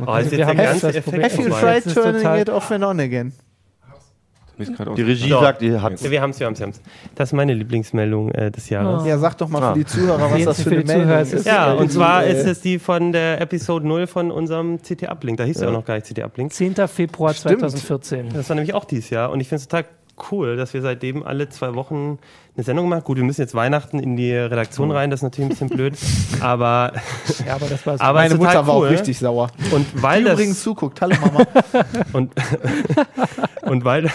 C: Oh, das ist
A: wir
C: jetzt der
A: haben
C: ganze
A: das Problem.
C: Effekt.
E: Have you
A: Jetzt
C: nochmal.
E: tried
A: ist
E: turning
A: total-
E: it off and on again?
B: Mir ist gerade
F: Die
B: aus-
F: Regie
C: So.
F: sagt, ihr habt
C: Ja, wir haben's, wir haben's, wir haben's. Das ist meine Lieblingsmeldung äh, des Jahres.
E: Ja, sag doch mal
F: Ah.
E: für die Zuhörer, was
A: Jetzt
E: das für
A: für
E: eine
A: die Zuhörer
E: Meldung
A: ist es-
E: ist.
C: Ja, und
E: Die,
C: zwar
E: äh,
C: ist es die von der Episode 0 von unserem CT Uplink. Da hieß ja auch noch gar nicht CT Uplink.
A: 10. Februar
E: Stimmt.
A: 2014.
C: Das war nämlich auch dieses Jahr und ich finde es total cool, dass wir seitdem alle zwei Wochen eine Sendung machen. Gut, wir müssen jetzt Weihnachten in die Redaktion rein, das ist natürlich ein bisschen blöd, aber,
A: Ja, aber das war's.
C: aber es
E: Meine
C: ist
E: Mutter
C: total
E: war
C: cool.
E: auch richtig sauer.
C: Und weil
E: Die
C: das
E: übrigens zuguckt. Hallo Mama.
C: und, und weil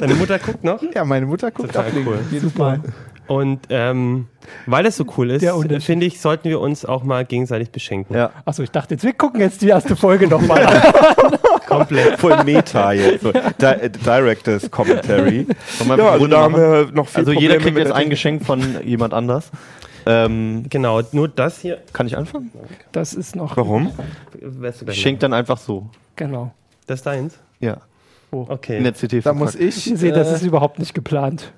C: deine Mutter guckt noch
E: (laughs) Ja, meine Mutter guckt
C: Total
E: ablinken.
C: cool.
E: Jedes Mal.
C: und ähm, weil das so cool ist,
A: Der Unterschied.
C: finde ich, sollten wir uns auch mal gegenseitig beschenken.
F: ja.
A: Achso, ich dachte jetzt, wir gucken jetzt die erste Folge nochmal
E: (laughs)
A: an.
C: Komplett.
B: voll Meta jetzt. So. Di äh, Directors Commentary.
F: mal
B: Ja, also
F: Runde
B: da haben
F: machen?
B: wir noch viel
F: Also jeder
B: Probleme
F: kriegt
B: mit
F: jetzt
B: der
F: ein Geschenk von jemand anders. Ähm,
C: Genau, nur das hier
F: kann ich anfangen?
A: Das ist noch.
B: Warum?
C: wärst du
F: Ich
C: gleich.
F: schenke dann einfach so.
A: Genau.
C: Das ist deins?
F: Ja.
C: Okay.
F: In der CT.
E: Da muss
F: verpackt.
E: ich. äh,
A: Ich sehe, das ist überhaupt nicht geplant.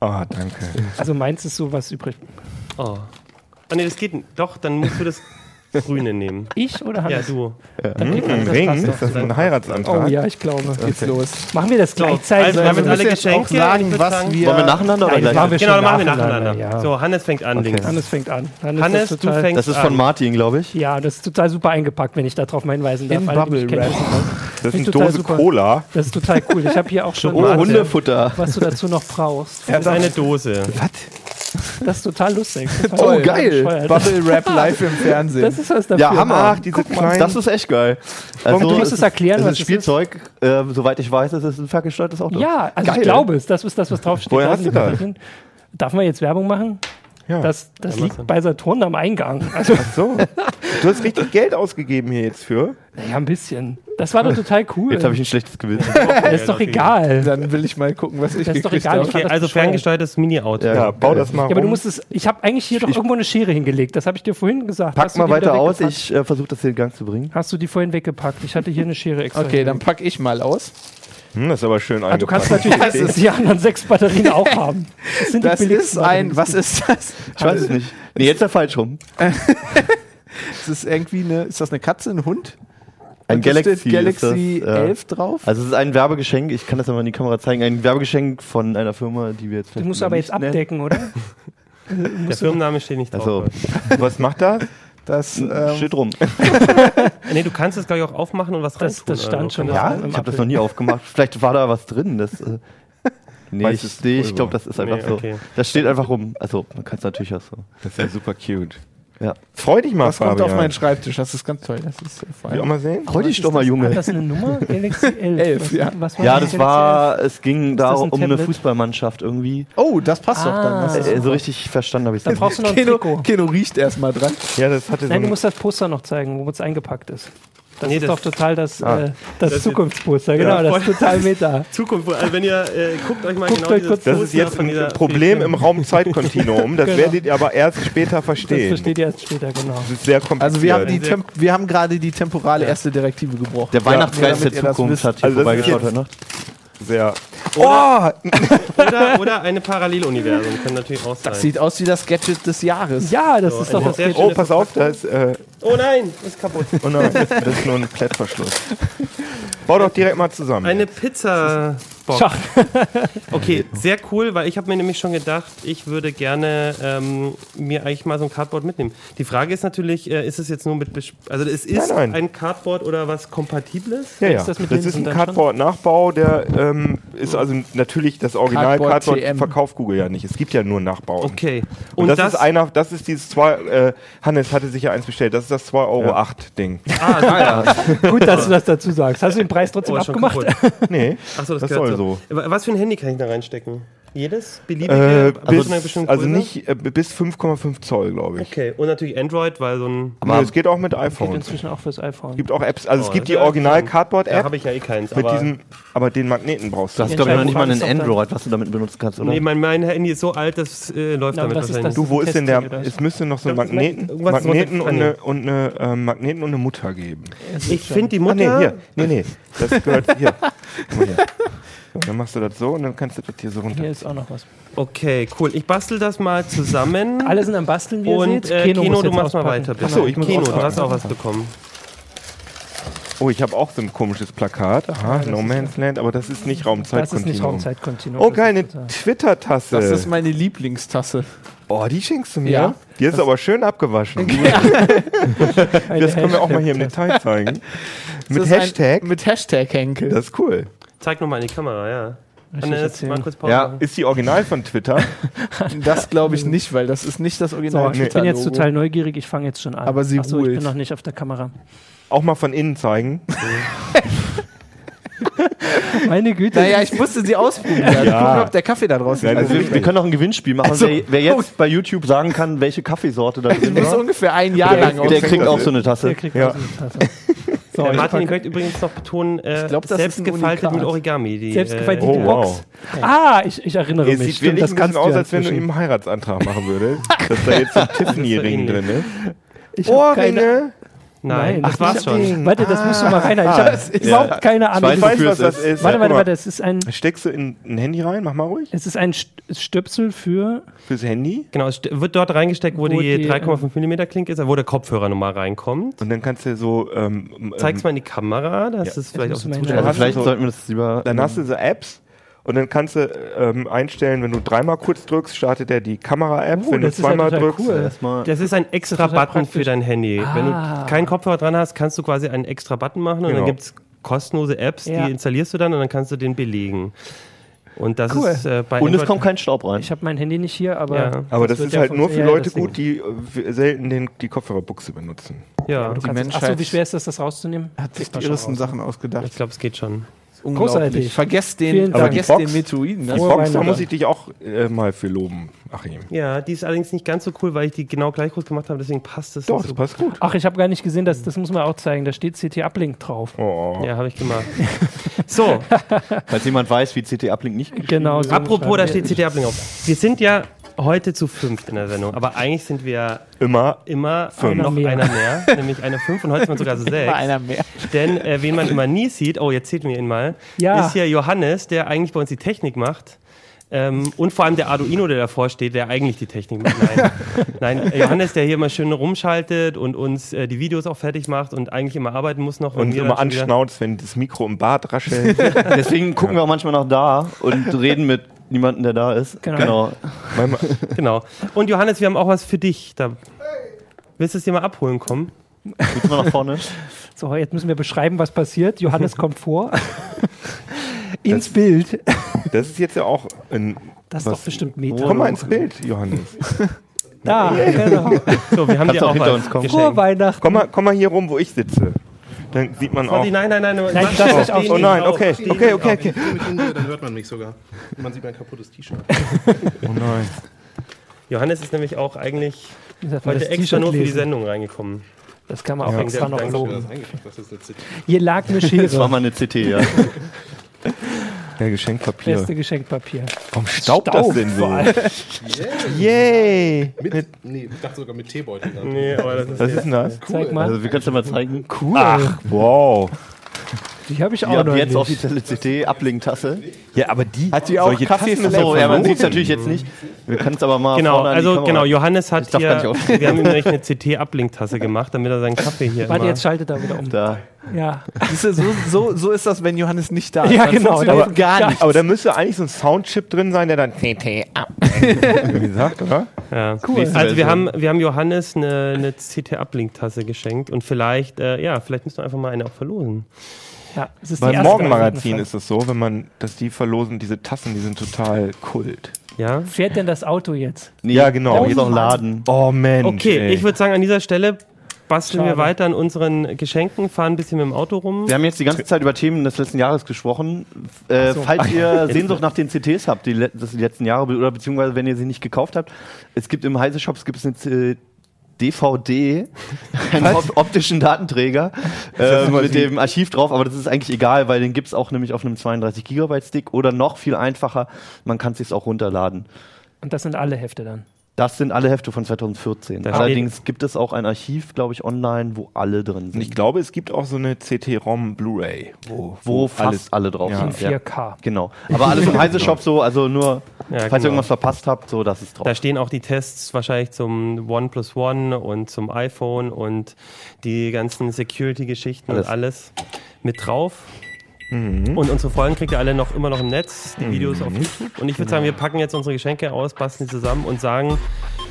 B: Ah, danke.
A: Also meins ist sowas übrig.
C: Oh. Ah nee, das geht n- doch, dann musst du das Grüne nehmen.
A: Ich oder
C: Ja,
A: Hannes?
C: du.
A: Dann kriegt
B: Ein
A: Hannes das
B: Ring?
A: passt
B: Ist
A: doch.
B: das ein
A: Oh
B: Heiratsantrag?
A: ja, ich glaube.
E: geht's los.
A: Machen wir das
C: So,
A: gleichzeitig?
C: also, wir haben
A: Also,
C: jetzt alle
E: müssen jetzt
C: Geschenke.
E: auch sagen,
C: ich würd
E: was wir-
F: Wollen wir nacheinander
A: Nein,
F: oder
A: das machen
F: gleich?
A: wir
C: Genau,
A: schon
C: dann machen wir
A: nacheinander,
C: nacheinander.
A: ja.
C: So, Hannes fängt an links.
A: Hannes fängt an.
C: Hannes,
A: ist
C: du
A: total-
C: fängst
F: Das ist von Martin, glaube ich.
A: Ja, das ist total super eingepackt, wenn ich darauf mal hinweisen darf.
E: In
A: Alle, die mich
E: Bubble
A: kennen,
E: Wrap.
A: wissen das. (laughs)
B: Das
A: Finde
B: ist
A: ich
B: eine
A: total
B: Dose
A: super.
B: Cola.
A: Das ist total cool. Ich habe hier auch schon,
F: Oh,
C: Wahnsinn.
F: Hundefutter.
A: was du dazu noch brauchst.
C: Das ist eine Dose.
A: Das ist total lustig. Total
E: Oh, geil.
A: bescheuert.
E: Bubble Rap live im Fernsehen.
A: Das ist was dafür.
F: Ja, Hammer.
B: Ach, diese kleinen-
F: das ist echt geil. Also,
A: du musst
F: es
A: es erklären,
F: ist,
A: was
F: es
A: es
F: ist Spielzeug. Äh, soweit ich weiß, es ist ein ferngesteuertes Auto.
A: Ja, also
F: Geil.
A: ich glaube es. Das ist das, was draufsteht.
B: Woher
A: Da
B: hast
A: sind
B: du
A: die
B: das?
A: Bildchen. Darf man jetzt Werbung machen?
B: Ja.
A: Das, das
C: Ja, mach
A: liegt
C: dann.
A: bei Saturn am Eingang. Also (laughs)
B: so. Du hast richtig Geld ausgegeben hier jetzt für.
A: Ja, ein bisschen. Das war doch total cool.
F: Jetzt habe ich ein schlechtes Gewissen.
A: (laughs) das ist doch egal.
E: Dann will ich mal gucken, was ich
A: Das ist doch
E: gekriegt
A: egal.
E: habe.
A: Ich fand
C: Okay,
A: das
C: also
A: bescheuert.
C: ferngesteuertes Mini-Auto.
F: Ja.
B: bau das mal
A: Ja, aber du musst es. Ich habe eigentlich hier doch irgendwo eine Schere hingelegt. Das habe ich dir vorhin gesagt.
F: Pack
A: Hast du
F: mal
A: die wieder
F: weiter aus,
A: weggepackt?
F: ich äh, versuche das hier in Gang zu bringen.
A: Hast du die vorhin weggepackt? Ich hatte hier eine Schere extra.
E: Okay, dann packe ich mal aus.
B: hm, das ist aber schön
A: Ah, du kannst
B: eingepackt.
A: natürlich die anderen sechs Batterien
F: (laughs)
A: auch haben. Das, sind die
E: Das
A: billigsten
E: ist ein,
A: Batterien.
E: was ist das?
F: Ich weiß es nicht. Nee, jetzt ist er falsch rum.
E: Es ist irgendwie eine, ist das eine Katze, ein Hund?
F: Ein
E: Und da
F: Galaxy.
E: steht Galaxy
F: ist das, ja.
E: 11 drauf.
F: Also es ist ein Werbegeschenk, ich kann das ja mal in die Kamera zeigen, ein Werbegeschenk von einer Firma, die wir jetzt
A: Du
F: vielleicht
A: musst
F: mal
A: aber
F: nicht ne?
A: jetzt abdecken,
F: nennen. (laughs)
A: oder?
C: Der Firmenname steht nicht drauf.
F: Also,
B: Was macht das?
E: Das,
F: ähm,
E: ähm,
B: (laughs)
F: steht rum.
C: Ah, Nee, du kannst das, glaube ich, auch aufmachen und was
A: Das,
C: reintun.
A: das stand schon.
F: Ja,
A: im
F: Ah, ich habe das
A: Apfel.
F: noch nie aufgemacht. Vielleicht war da was drin. Das, äh, nee,
B: Weiß
F: ich,
B: es
F: nee, ich
B: drüber.
F: glaube, das ist
C: Nee,
F: einfach
C: okay.
F: so. Das steht einfach rum. Also, man kann es natürlich auch so.
B: Das ist ja super cute.
F: Ja.
B: Freu dich mal,
E: was kommt auf meinen Schreibtisch? Das ist ganz toll. Das ist äh, vor
B: Will ich auch
E: allem
B: mal sehen?
F: Freu dich doch mal,
A: Hat
F: Junge.
A: das eine
F: (laughs)
A: Nummer? Galaxy 11.
E: Elf,
A: Was-
E: ja.
A: was
F: Ja,
A: die
F: das
A: Galaxy
F: war, es ging da
A: das ein
F: um eine
A: Tablet?
F: Fußballmannschaft irgendwie.
E: Oh, das passt doch dann. Das
A: Ah.
E: ist
F: Äh, so richtig verstanden habe ich es
A: Dann brauchst du noch ein
E: Keno,
A: Trikot.
E: Keno riecht erstmal dran.
B: Ja, das hatte so
A: Nein, du
B: ein-
A: musst das Poster noch zeigen, wo es eingepackt ist. Das
C: Nee,
A: ist
C: das-
A: doch total das,
F: Ah.
A: äh, das, Zukunftsposter. Genau,
C: Ja,
A: das ist total meta.
C: Zukunft, also wenn ihr, äh, guckt euch mal
A: Guckt
C: genau
A: euch
C: dieses
A: kurz-
B: das
C: Poster
B: ist jetzt
C: von
B: ein
C: dieser-
B: Problem
A: (laughs)
B: im Raum-Zeit-Kontinuum. Das
A: Genau.
B: werdet ihr aber erst später
A: Das
B: verstehen.
A: versteht ihr erst später, genau.
B: Das ist sehr kompliziert.
E: Also wir haben, die
C: Sehr
E: Temp wir haben gerade die temporale erste Direktive gebrochen.
F: Der Weihnachtsgeist
E: damit
F: der
E: ihr das
F: Zukunft
E: wisst.
F: hat hier
B: Also das ist
F: vorbeigeschaut
B: jetzt-
F: ne? heute Nacht.
B: sehr.
E: Oh!
C: Oder, oder eine Paralleluniversum, kann natürlich auch sein.
E: Das sieht aus wie das Gadget des Jahres.
A: Ja, das ist
C: eine
A: doch das
C: sehr
B: Oh,
C: schöne
B: pass auf, da ist. Äh,
C: Oh nein, ist kaputt.
B: oh nein, das ist nur ein Klettverschluss. Bau doch direkt mal zusammen.
C: Eine Pizza.
A: Schach.
C: (laughs) Okay, sehr cool, weil ich habe mir nämlich schon gedacht, ich würde gerne ähm, mir eigentlich mal so ein Cardboard mitnehmen. Die Frage ist natürlich, äh, ist es jetzt nur mit, Bes- also es ist
B: Nein, nein.
C: ein Cardboard oder was Kompatibles?
B: ja, ja.
A: ist
B: Das,
A: das mit
B: ist
A: Linsen
B: ein
A: dann schon?
B: Cardboard-Nachbau, der ähm, ist also natürlich das Original
E: Cardboard
B: Cardboard,
E: TM.
B: verkauft Google ja nicht. Es gibt ja nur Nachbauen.
C: Okay.
B: Und, das, ist einer, das ist dieses 2, äh, Hannes hatte sich ja eins bestellt, das ist das 2,8 Euro Ding. (laughs)
C: Ah, ja.
A: Gut, dass du das dazu sagst. Hast du den Preis trotzdem
C: Oh, ist schon
A: abgemacht? (laughs)
C: kaputt.
B: Nee,
C: Achso, das,
B: Das
C: gehört
B: soll
C: so. Was für ein Handy kann ich da reinstecken? Jedes?
B: äh,
C: Beliebige? ab und zu eine
B: bis,
C: bestimmte
B: also
C: Größe?
B: nicht äh, bis 5,5 Zoll, glaube ich.
C: Okay, und natürlich Android, weil so ein.
B: Nee, es geht auch mit
A: Geht
B: iPhone. Es
A: inzwischen auch fürs iPhone.
B: gibt auch Apps, also
C: Oh,
B: es gibt
C: das
B: die
C: ist ja
B: Original
C: schön. Da
B: Cardboard-App
C: habe ich ja eh keins.
B: mit
C: aber
B: diesem, aber den Magneten brauchst
F: Du
B: du.
F: hast, glaube ich, noch nicht mal
A: Entscheidung
F: einen
A: ist doch dann-
F: Android, was du damit benutzen kannst, oder?
C: Nee, mein, mein Handy ist so alt, das äh, läuft
A: Na, aber
C: damit
A: das ist
C: wahrscheinlich.
A: das-
C: nicht.
B: Du, wo ist denn
A: Testing
B: der?
A: oder so.
B: Es müsste noch so einen
C: Das ist Magnet-
B: Magneten,
C: irgendwas ist noch
B: Magneten
C: mit
B: und
C: dran,
B: eine, und eine ähm, Magneten und eine Mutter geben.
C: Ich finde die
B: Ah, nee,
C: Mutter.
B: hier. Nee, nee. Das gehört hier. Guck mal hier. So, Dann machst du das so und dann kannst du das hier so runter.
A: Hier ist auch noch was.
C: Okay, cool. Ich bastel das mal zusammen.
A: Alle sind am Basteln, wie ihr
C: und
A: seht.
C: äh, Keno,
A: muss
C: du
A: jetzt
C: machst mal
A: auspacken.
C: weiter, bitte.
B: Ach so, ich muss
C: Keno, du
B: auspacken.
C: hast auch was bekommen.
B: Oh, ich habe auch so ein komisches Plakat. Aha, No Man's Land, aber das
A: Das ist
B: ist nicht
A: nicht
B: Raumzeitkontinuum.
A: Raumzeitkontinuum.
B: Oh,
A: Das
B: geil, eine
A: ist äh, total-
B: Twitter-Tasse.
E: Das ist meine Lieblingstasse.
B: Oh, die schenkst du mir?
E: Ja.
B: Die ist aber schön abgewaschen. Das können wir auch mal hier im Detail zeigen. Mit
E: Das ist
B: Hashtag.
E: Ein, mit Hashtag Henkel.
B: Das ist cool.
C: Zeig nochmal in die Kamera, ja.
A: ich
C: Hannes,
A: erzählen?
C: mal kurz Pause. Äh,
F: Ja.
C: machen.
B: Ist die Original von Twitter?
E: Das
A: (laughs)
E: glaube ich nicht, weil das ist nicht das
A: So,
E: Original.
A: ich bin jetzt total neugierig, ich fange jetzt schon an.
E: Aber sie
A: Ach so, ich bin
E: ruht.
A: noch nicht auf der Kamera.
B: Auch mal von innen zeigen.
A: Meine Güte.
E: Naja, ich musste sie ausprobieren. Ich gucke, ob der Kaffee da draußen
B: Nein,
E: ist.
B: das
E: Also,
B: ist-
F: Wir können auch ein Gewinnspiel machen.
E: Also,
F: wer, wer jetzt bei YouTube sagen kann, welche Kaffeesorte da
E: (laughs)
F: drin
E: das ist
F: war,
E: ungefähr ein Jahr lang.
F: der
E: ausprobiert.
F: kriegt auch so eine
A: Der
F: Tasse.
A: kriegt
B: Ja.
A: auch so eine Tasse.
E: So,
C: Äh,
E: ich
C: Martin, ich
E: packe-
C: möchte übrigens noch betonen, äh,
E: glaub, das ist
C: selbst
E: ein
C: gefaltet
E: Unikat.
C: mit Origami. Die, äh,
A: Selbst gefaltet
B: Oh,
A: die
B: wow.
A: Box. Ah, ich, ich erinnere
B: Es
A: mich.
B: sieht wirklich
A: das
B: ein bisschen
A: kannst du
B: aus,
A: ja
B: als wenn du ihm
A: inzwischen.
B: einen Heiratsantrag
A: (laughs)
B: machen würdest. dass da jetzt so ein Tiffany-Ring
C: ähnlich.
B: drin ist.
A: Ich
B: Oh,
A: hab keine-
C: Nein,
A: Nein,
C: das
A: das
C: war's schon.
A: Warte, das musst du mal rein. Ich habe überhaupt keine Ahnung.
B: Ich
F: Ich
B: weiß,
F: weiß,
B: was
F: wofür es
B: das ist.
A: Warte,
B: Ja,
A: warte,
B: guck
A: warte, es ist ein,
B: mal. Steckst du in ein Handy rein? Mach mal ruhig.
A: es ist ein St- Stöpsel für.
B: Fürs Handy.
C: Genau, es st- wird dort reingesteckt, wo,
A: Wo
C: die,
A: die,
C: 3,5 mm Klinke ist, wo der Kopfhörer nochmal reinkommt.
B: Und dann kannst du so. Ähm,
C: Zeig's
B: ähm,
C: mal in die Kamera, dass
B: Ja.
C: es vielleicht auch
A: Jetzt
C: so
A: müssen wir
C: zuschaut.
A: ihn
F: Also
B: hast
F: vielleicht
B: du so-
F: sollten wir das lieber.
B: Dann hast du so Apps. Und dann kannst du ähm, einstellen, wenn du dreimal kurz drückst, startet er die Kamera-App.
A: Oh,
B: wenn du
A: das ist ja
B: zweimal
A: total
B: drückst,
A: cool.
F: erstmal.
C: Das ist ein extra
A: total
C: Button für
A: praktisch.
C: dein Handy. Wenn
A: Ah.
C: du keinen Kopfhörer dran hast, kannst du quasi einen extra Button machen und
B: Genau.
C: dann gibt's kostenlose Apps,
A: Ja.
C: die installierst du dann und dann kannst du den belegen. Und das
A: Cool.
C: ist äh, bei
F: Und es
C: Android-
F: kommt kein Staub rein.
A: Ich habe mein Handy nicht hier, aber.
C: Ja.
B: Aber das,
A: wird
B: ist
A: ja
B: halt
A: von-
B: nur für
A: ja,
B: Leute
A: deswegen.
B: gut, die äh, selten den, die Kopfhörerbuchse benutzen.
C: ja.
A: Du
E: Die
A: kannst,
E: Menschheit
A: achso, wie schwer ist das, das rauszunehmen?
E: hat sich
A: Kriegt
E: die
A: man schon
E: irresten
A: raus.
E: Sachen ausgedacht.
C: Ich glaube, es geht schon.
E: Unglaublich.
A: Großartig.
E: Vergesst den,
A: Vielen Dank.
E: vergesst
B: Aber die
E: den
B: Box-
E: Meteoriten.
B: Die
E: Ne?
A: Frohe
B: Box, da
A: Weihnachten.
B: muss ich dich auch äh, mal für loben, Achim.
C: Ja, die ist allerdings nicht ganz so cool, weil ich die genau gleich groß gemacht habe, deswegen passt das
B: Doch,
C: nicht
B: das
C: so.
B: passt gut.
A: Ach, ich habe gar nicht gesehen, dass, das muss man auch zeigen. Da steht CT-Uplink drauf.
B: Oh.
C: Ja, habe ich gemacht. (laughs) So,
F: Falls jemand weiß, wie CT-Uplink nicht
A: Genau. So
C: apropos, da steht
A: schreiben
C: CT Uplink auf. Wir sind ja heute zu fünft in der Sendung, aber eigentlich sind wir
B: Immer.
C: immer
B: Fünf.
C: noch
A: Einer mehr.
C: einer mehr, nämlich eine fünf und heute sind
A: (laughs)
C: wir sogar
E: War
C: sechs.
E: einer mehr.
C: Denn äh, wen man immer nie sieht, oh, jetzt seht mir ihn mal,
A: Ja.
C: ist hier Johannes, der eigentlich bei uns die Technik macht. Ähm, und vor allem der Arduino, der davor steht, der eigentlich die Technik macht.
A: (laughs)
C: Nein, Nein äh, Johannes, der hier immer schön rumschaltet und uns äh, die Videos auch fertig macht und eigentlich immer arbeiten muss noch. wenn
B: Und
C: wir
B: immer
C: dann schon wieder-
B: anschnauzt, wenn das Mikro im Bad raschelt.
A: (laughs)
F: Deswegen gucken wir auch manchmal noch da und reden mit niemandem, der da ist.
A: Genau.
B: Manchmal-
C: Genau. Und Johannes, wir haben auch was für dich. Da Willst du es dir mal abholen kommen?
F: Geht's mal nach vorne.
A: wir. So, jetzt müssen wir beschreiben, was passiert.
C: (laughs)
A: Johannes kommt vor. Ins Bild.
B: das ist jetzt ja auch ein.
A: Das ist
B: was-
A: doch bestimmt Meta.
B: Komm mal ins Bild, Johannes.
A: Da,
B: (laughs)
A: genau.
C: So, wir haben
F: Kannst
C: dir
F: auch
C: auch
F: hinter
C: was
F: uns kommen.
A: Vor
C: geschenkt.
A: Weihnachten.
B: Komm mal, komm mal hier rum, wo ich sitze. Dann sieht man auch.
C: Sorry, nein, nein, nein.
A: Nein,
C: mach-
A: das
C: steh
A: ist auch-
C: nicht
B: Oh nein,
C: auf,
B: okay,
C: steh nicht
B: okay,
C: auf.
B: okay, okay.
D: Wenn ich mich hinsehe, dann hört man mich sogar. Und man sieht mein kaputtes T-Shirt.
B: Oh nein.
C: Johannes ist nämlich auch eigentlich
A: Wie sagt man,
C: heute
A: das
C: extra
A: T-Shirt
C: nur für die
A: lesen?
C: Sendung reingekommen.
A: Das kann man auch
B: Ja.
A: extra noch
C: Danke.
D: Wer
A: loben.
D: das eingepackt hat, das ist eine Zit-
A: Hier lag eine
F: Das war
A: Schere.
F: mal eine CT, ja.
B: Ja, Geschenkpapier.
A: Beste Geschenkpapier.
B: Warum staubt
A: Staubt
B: das denn
A: vor
B: so?
A: allem.
B: Yay!
D: Mit, nee, ich dachte sogar mit Teebeutel. Dann.
C: Nee, aber (laughs) das ist
B: Was ist denn das?
A: Zeig mal.
F: (laughs)
B: Äh,
F: Also wir können es ja mal zeigen.
A: cool.
B: Ach, wow.
A: die habe ich
F: Wir
A: auch
F: haben
A: noch
F: jetzt
A: nicht.
F: offizielle CT-Uplink-Tasse.
B: Ja, aber die.
E: Hat die auch Kaffee
B: Tassen ist
E: vielleicht
B: doch
F: So, ja, man
B: verloren.
F: sieht es natürlich jetzt nicht. Wir können es aber mal
C: Genau,
F: vorne an die
C: also
F: Kamera-
C: genau, Johannes hat
F: darf
C: hier,
F: gar nicht aufstehen.
C: wir haben ihm nämlich eine CT-Uplink-Tasse gemacht, damit er seinen Kaffee hier
A: Warte,
C: immer-
A: jetzt schaltet er wieder um.
F: Da.
A: Ja.
E: Siehst du, so, so, so ist das, wenn Johannes nicht da ist.
A: Ja,
E: Dann
A: genau,
E: funktioniert
A: aber-
E: gar nicht.
B: Aber da müsste eigentlich so ein Soundchip drin sein, der dann (laughs) TT ab. Wie sagt, oder?
C: ja.
A: Cool.
F: Nächste
C: Also wir
F: Version.
C: haben, wir haben Johannes eine, eine CT-Uplink-Tasse geschenkt und vielleicht, äh, ja, vielleicht müssen wir einfach mal eine auch verlosen.
A: Ja, es ist die
B: Beim
A: erste
B: Morgenmagazin
A: Aufnahme.
B: ist es so, wenn man, dass die verlosen, diese Tassen, die sind total Kult.
C: Ja?
A: Fährt denn das Auto jetzt?
F: Nee,
B: Ja, genau.
F: Da muss
B: Jetzt-
F: noch laden.
B: Oh Mensch.
C: Okay,
B: ey.
C: ich würde sagen, an dieser Stelle basteln wir
A: Schade.
C: weiter an unseren Geschenken, fahren ein bisschen mit dem Auto rum.
F: Wir haben jetzt die ganze Zeit über Themen des letzten Jahres gesprochen. Äh,
B: Ah,
F: Falls ihr Sehnsucht nach den CTs habt, die, le- das die letzten Jahre, be- oder beziehungsweise wenn ihr sie nicht gekauft habt, es gibt im Heise Shops gibt es eine C- DVD,
B: (laughs)
F: einen op optischen Datenträger äh, mit dem Archiv drauf, aber das ist eigentlich egal, weil den gibt es auch nämlich auf einem 32 Gigabyte Stick oder noch viel einfacher, man kann es sich auch runterladen.
A: Und das sind alle Hefte dann.
F: Das sind alle Hefte von 2014.
C: Da steht-
F: Allerdings gibt es auch ein Archiv, glaube ich, online, wo alle drin
B: Und ich
F: sind.
B: glaube, es gibt auch so eine CT-ROM Blu-ray, wo,
F: Wo fast
B: alles-
F: alle drauf
B: Ah, Ja.
A: In
F: sind.
A: 4K.
F: Genau. Aber alles im Heise Shop so, also nur,
C: Ja,
F: falls
C: genau.
F: ihr irgendwas verpasst habt, so, das ist drauf.
C: Da stehen auch die Tests wahrscheinlich zum OnePlus One und zum iPhone und die ganzen Security-Geschichten und
F: Alles. Mhm.
C: alles mit drauf. Und unsere Folgen kriegt ihr alle noch immer noch im Netz, die Videos auf YouTube. Und ich würde sagen, wir packen jetzt unsere Geschenke aus, basteln die zusammen und sagen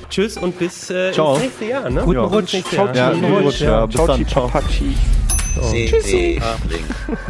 C: Tschüss und bis äh,
F: Ciao.
C: ins nächste Jahr. Ne?
F: Guten
C: Bis
F: Rutsch.
C: nächste Jahr.
B: Ciao,
F: Ja, guten Rutsch, ja. Bis
B: Ciao,
F: dann.
B: Ciao.
G: CT Uplink.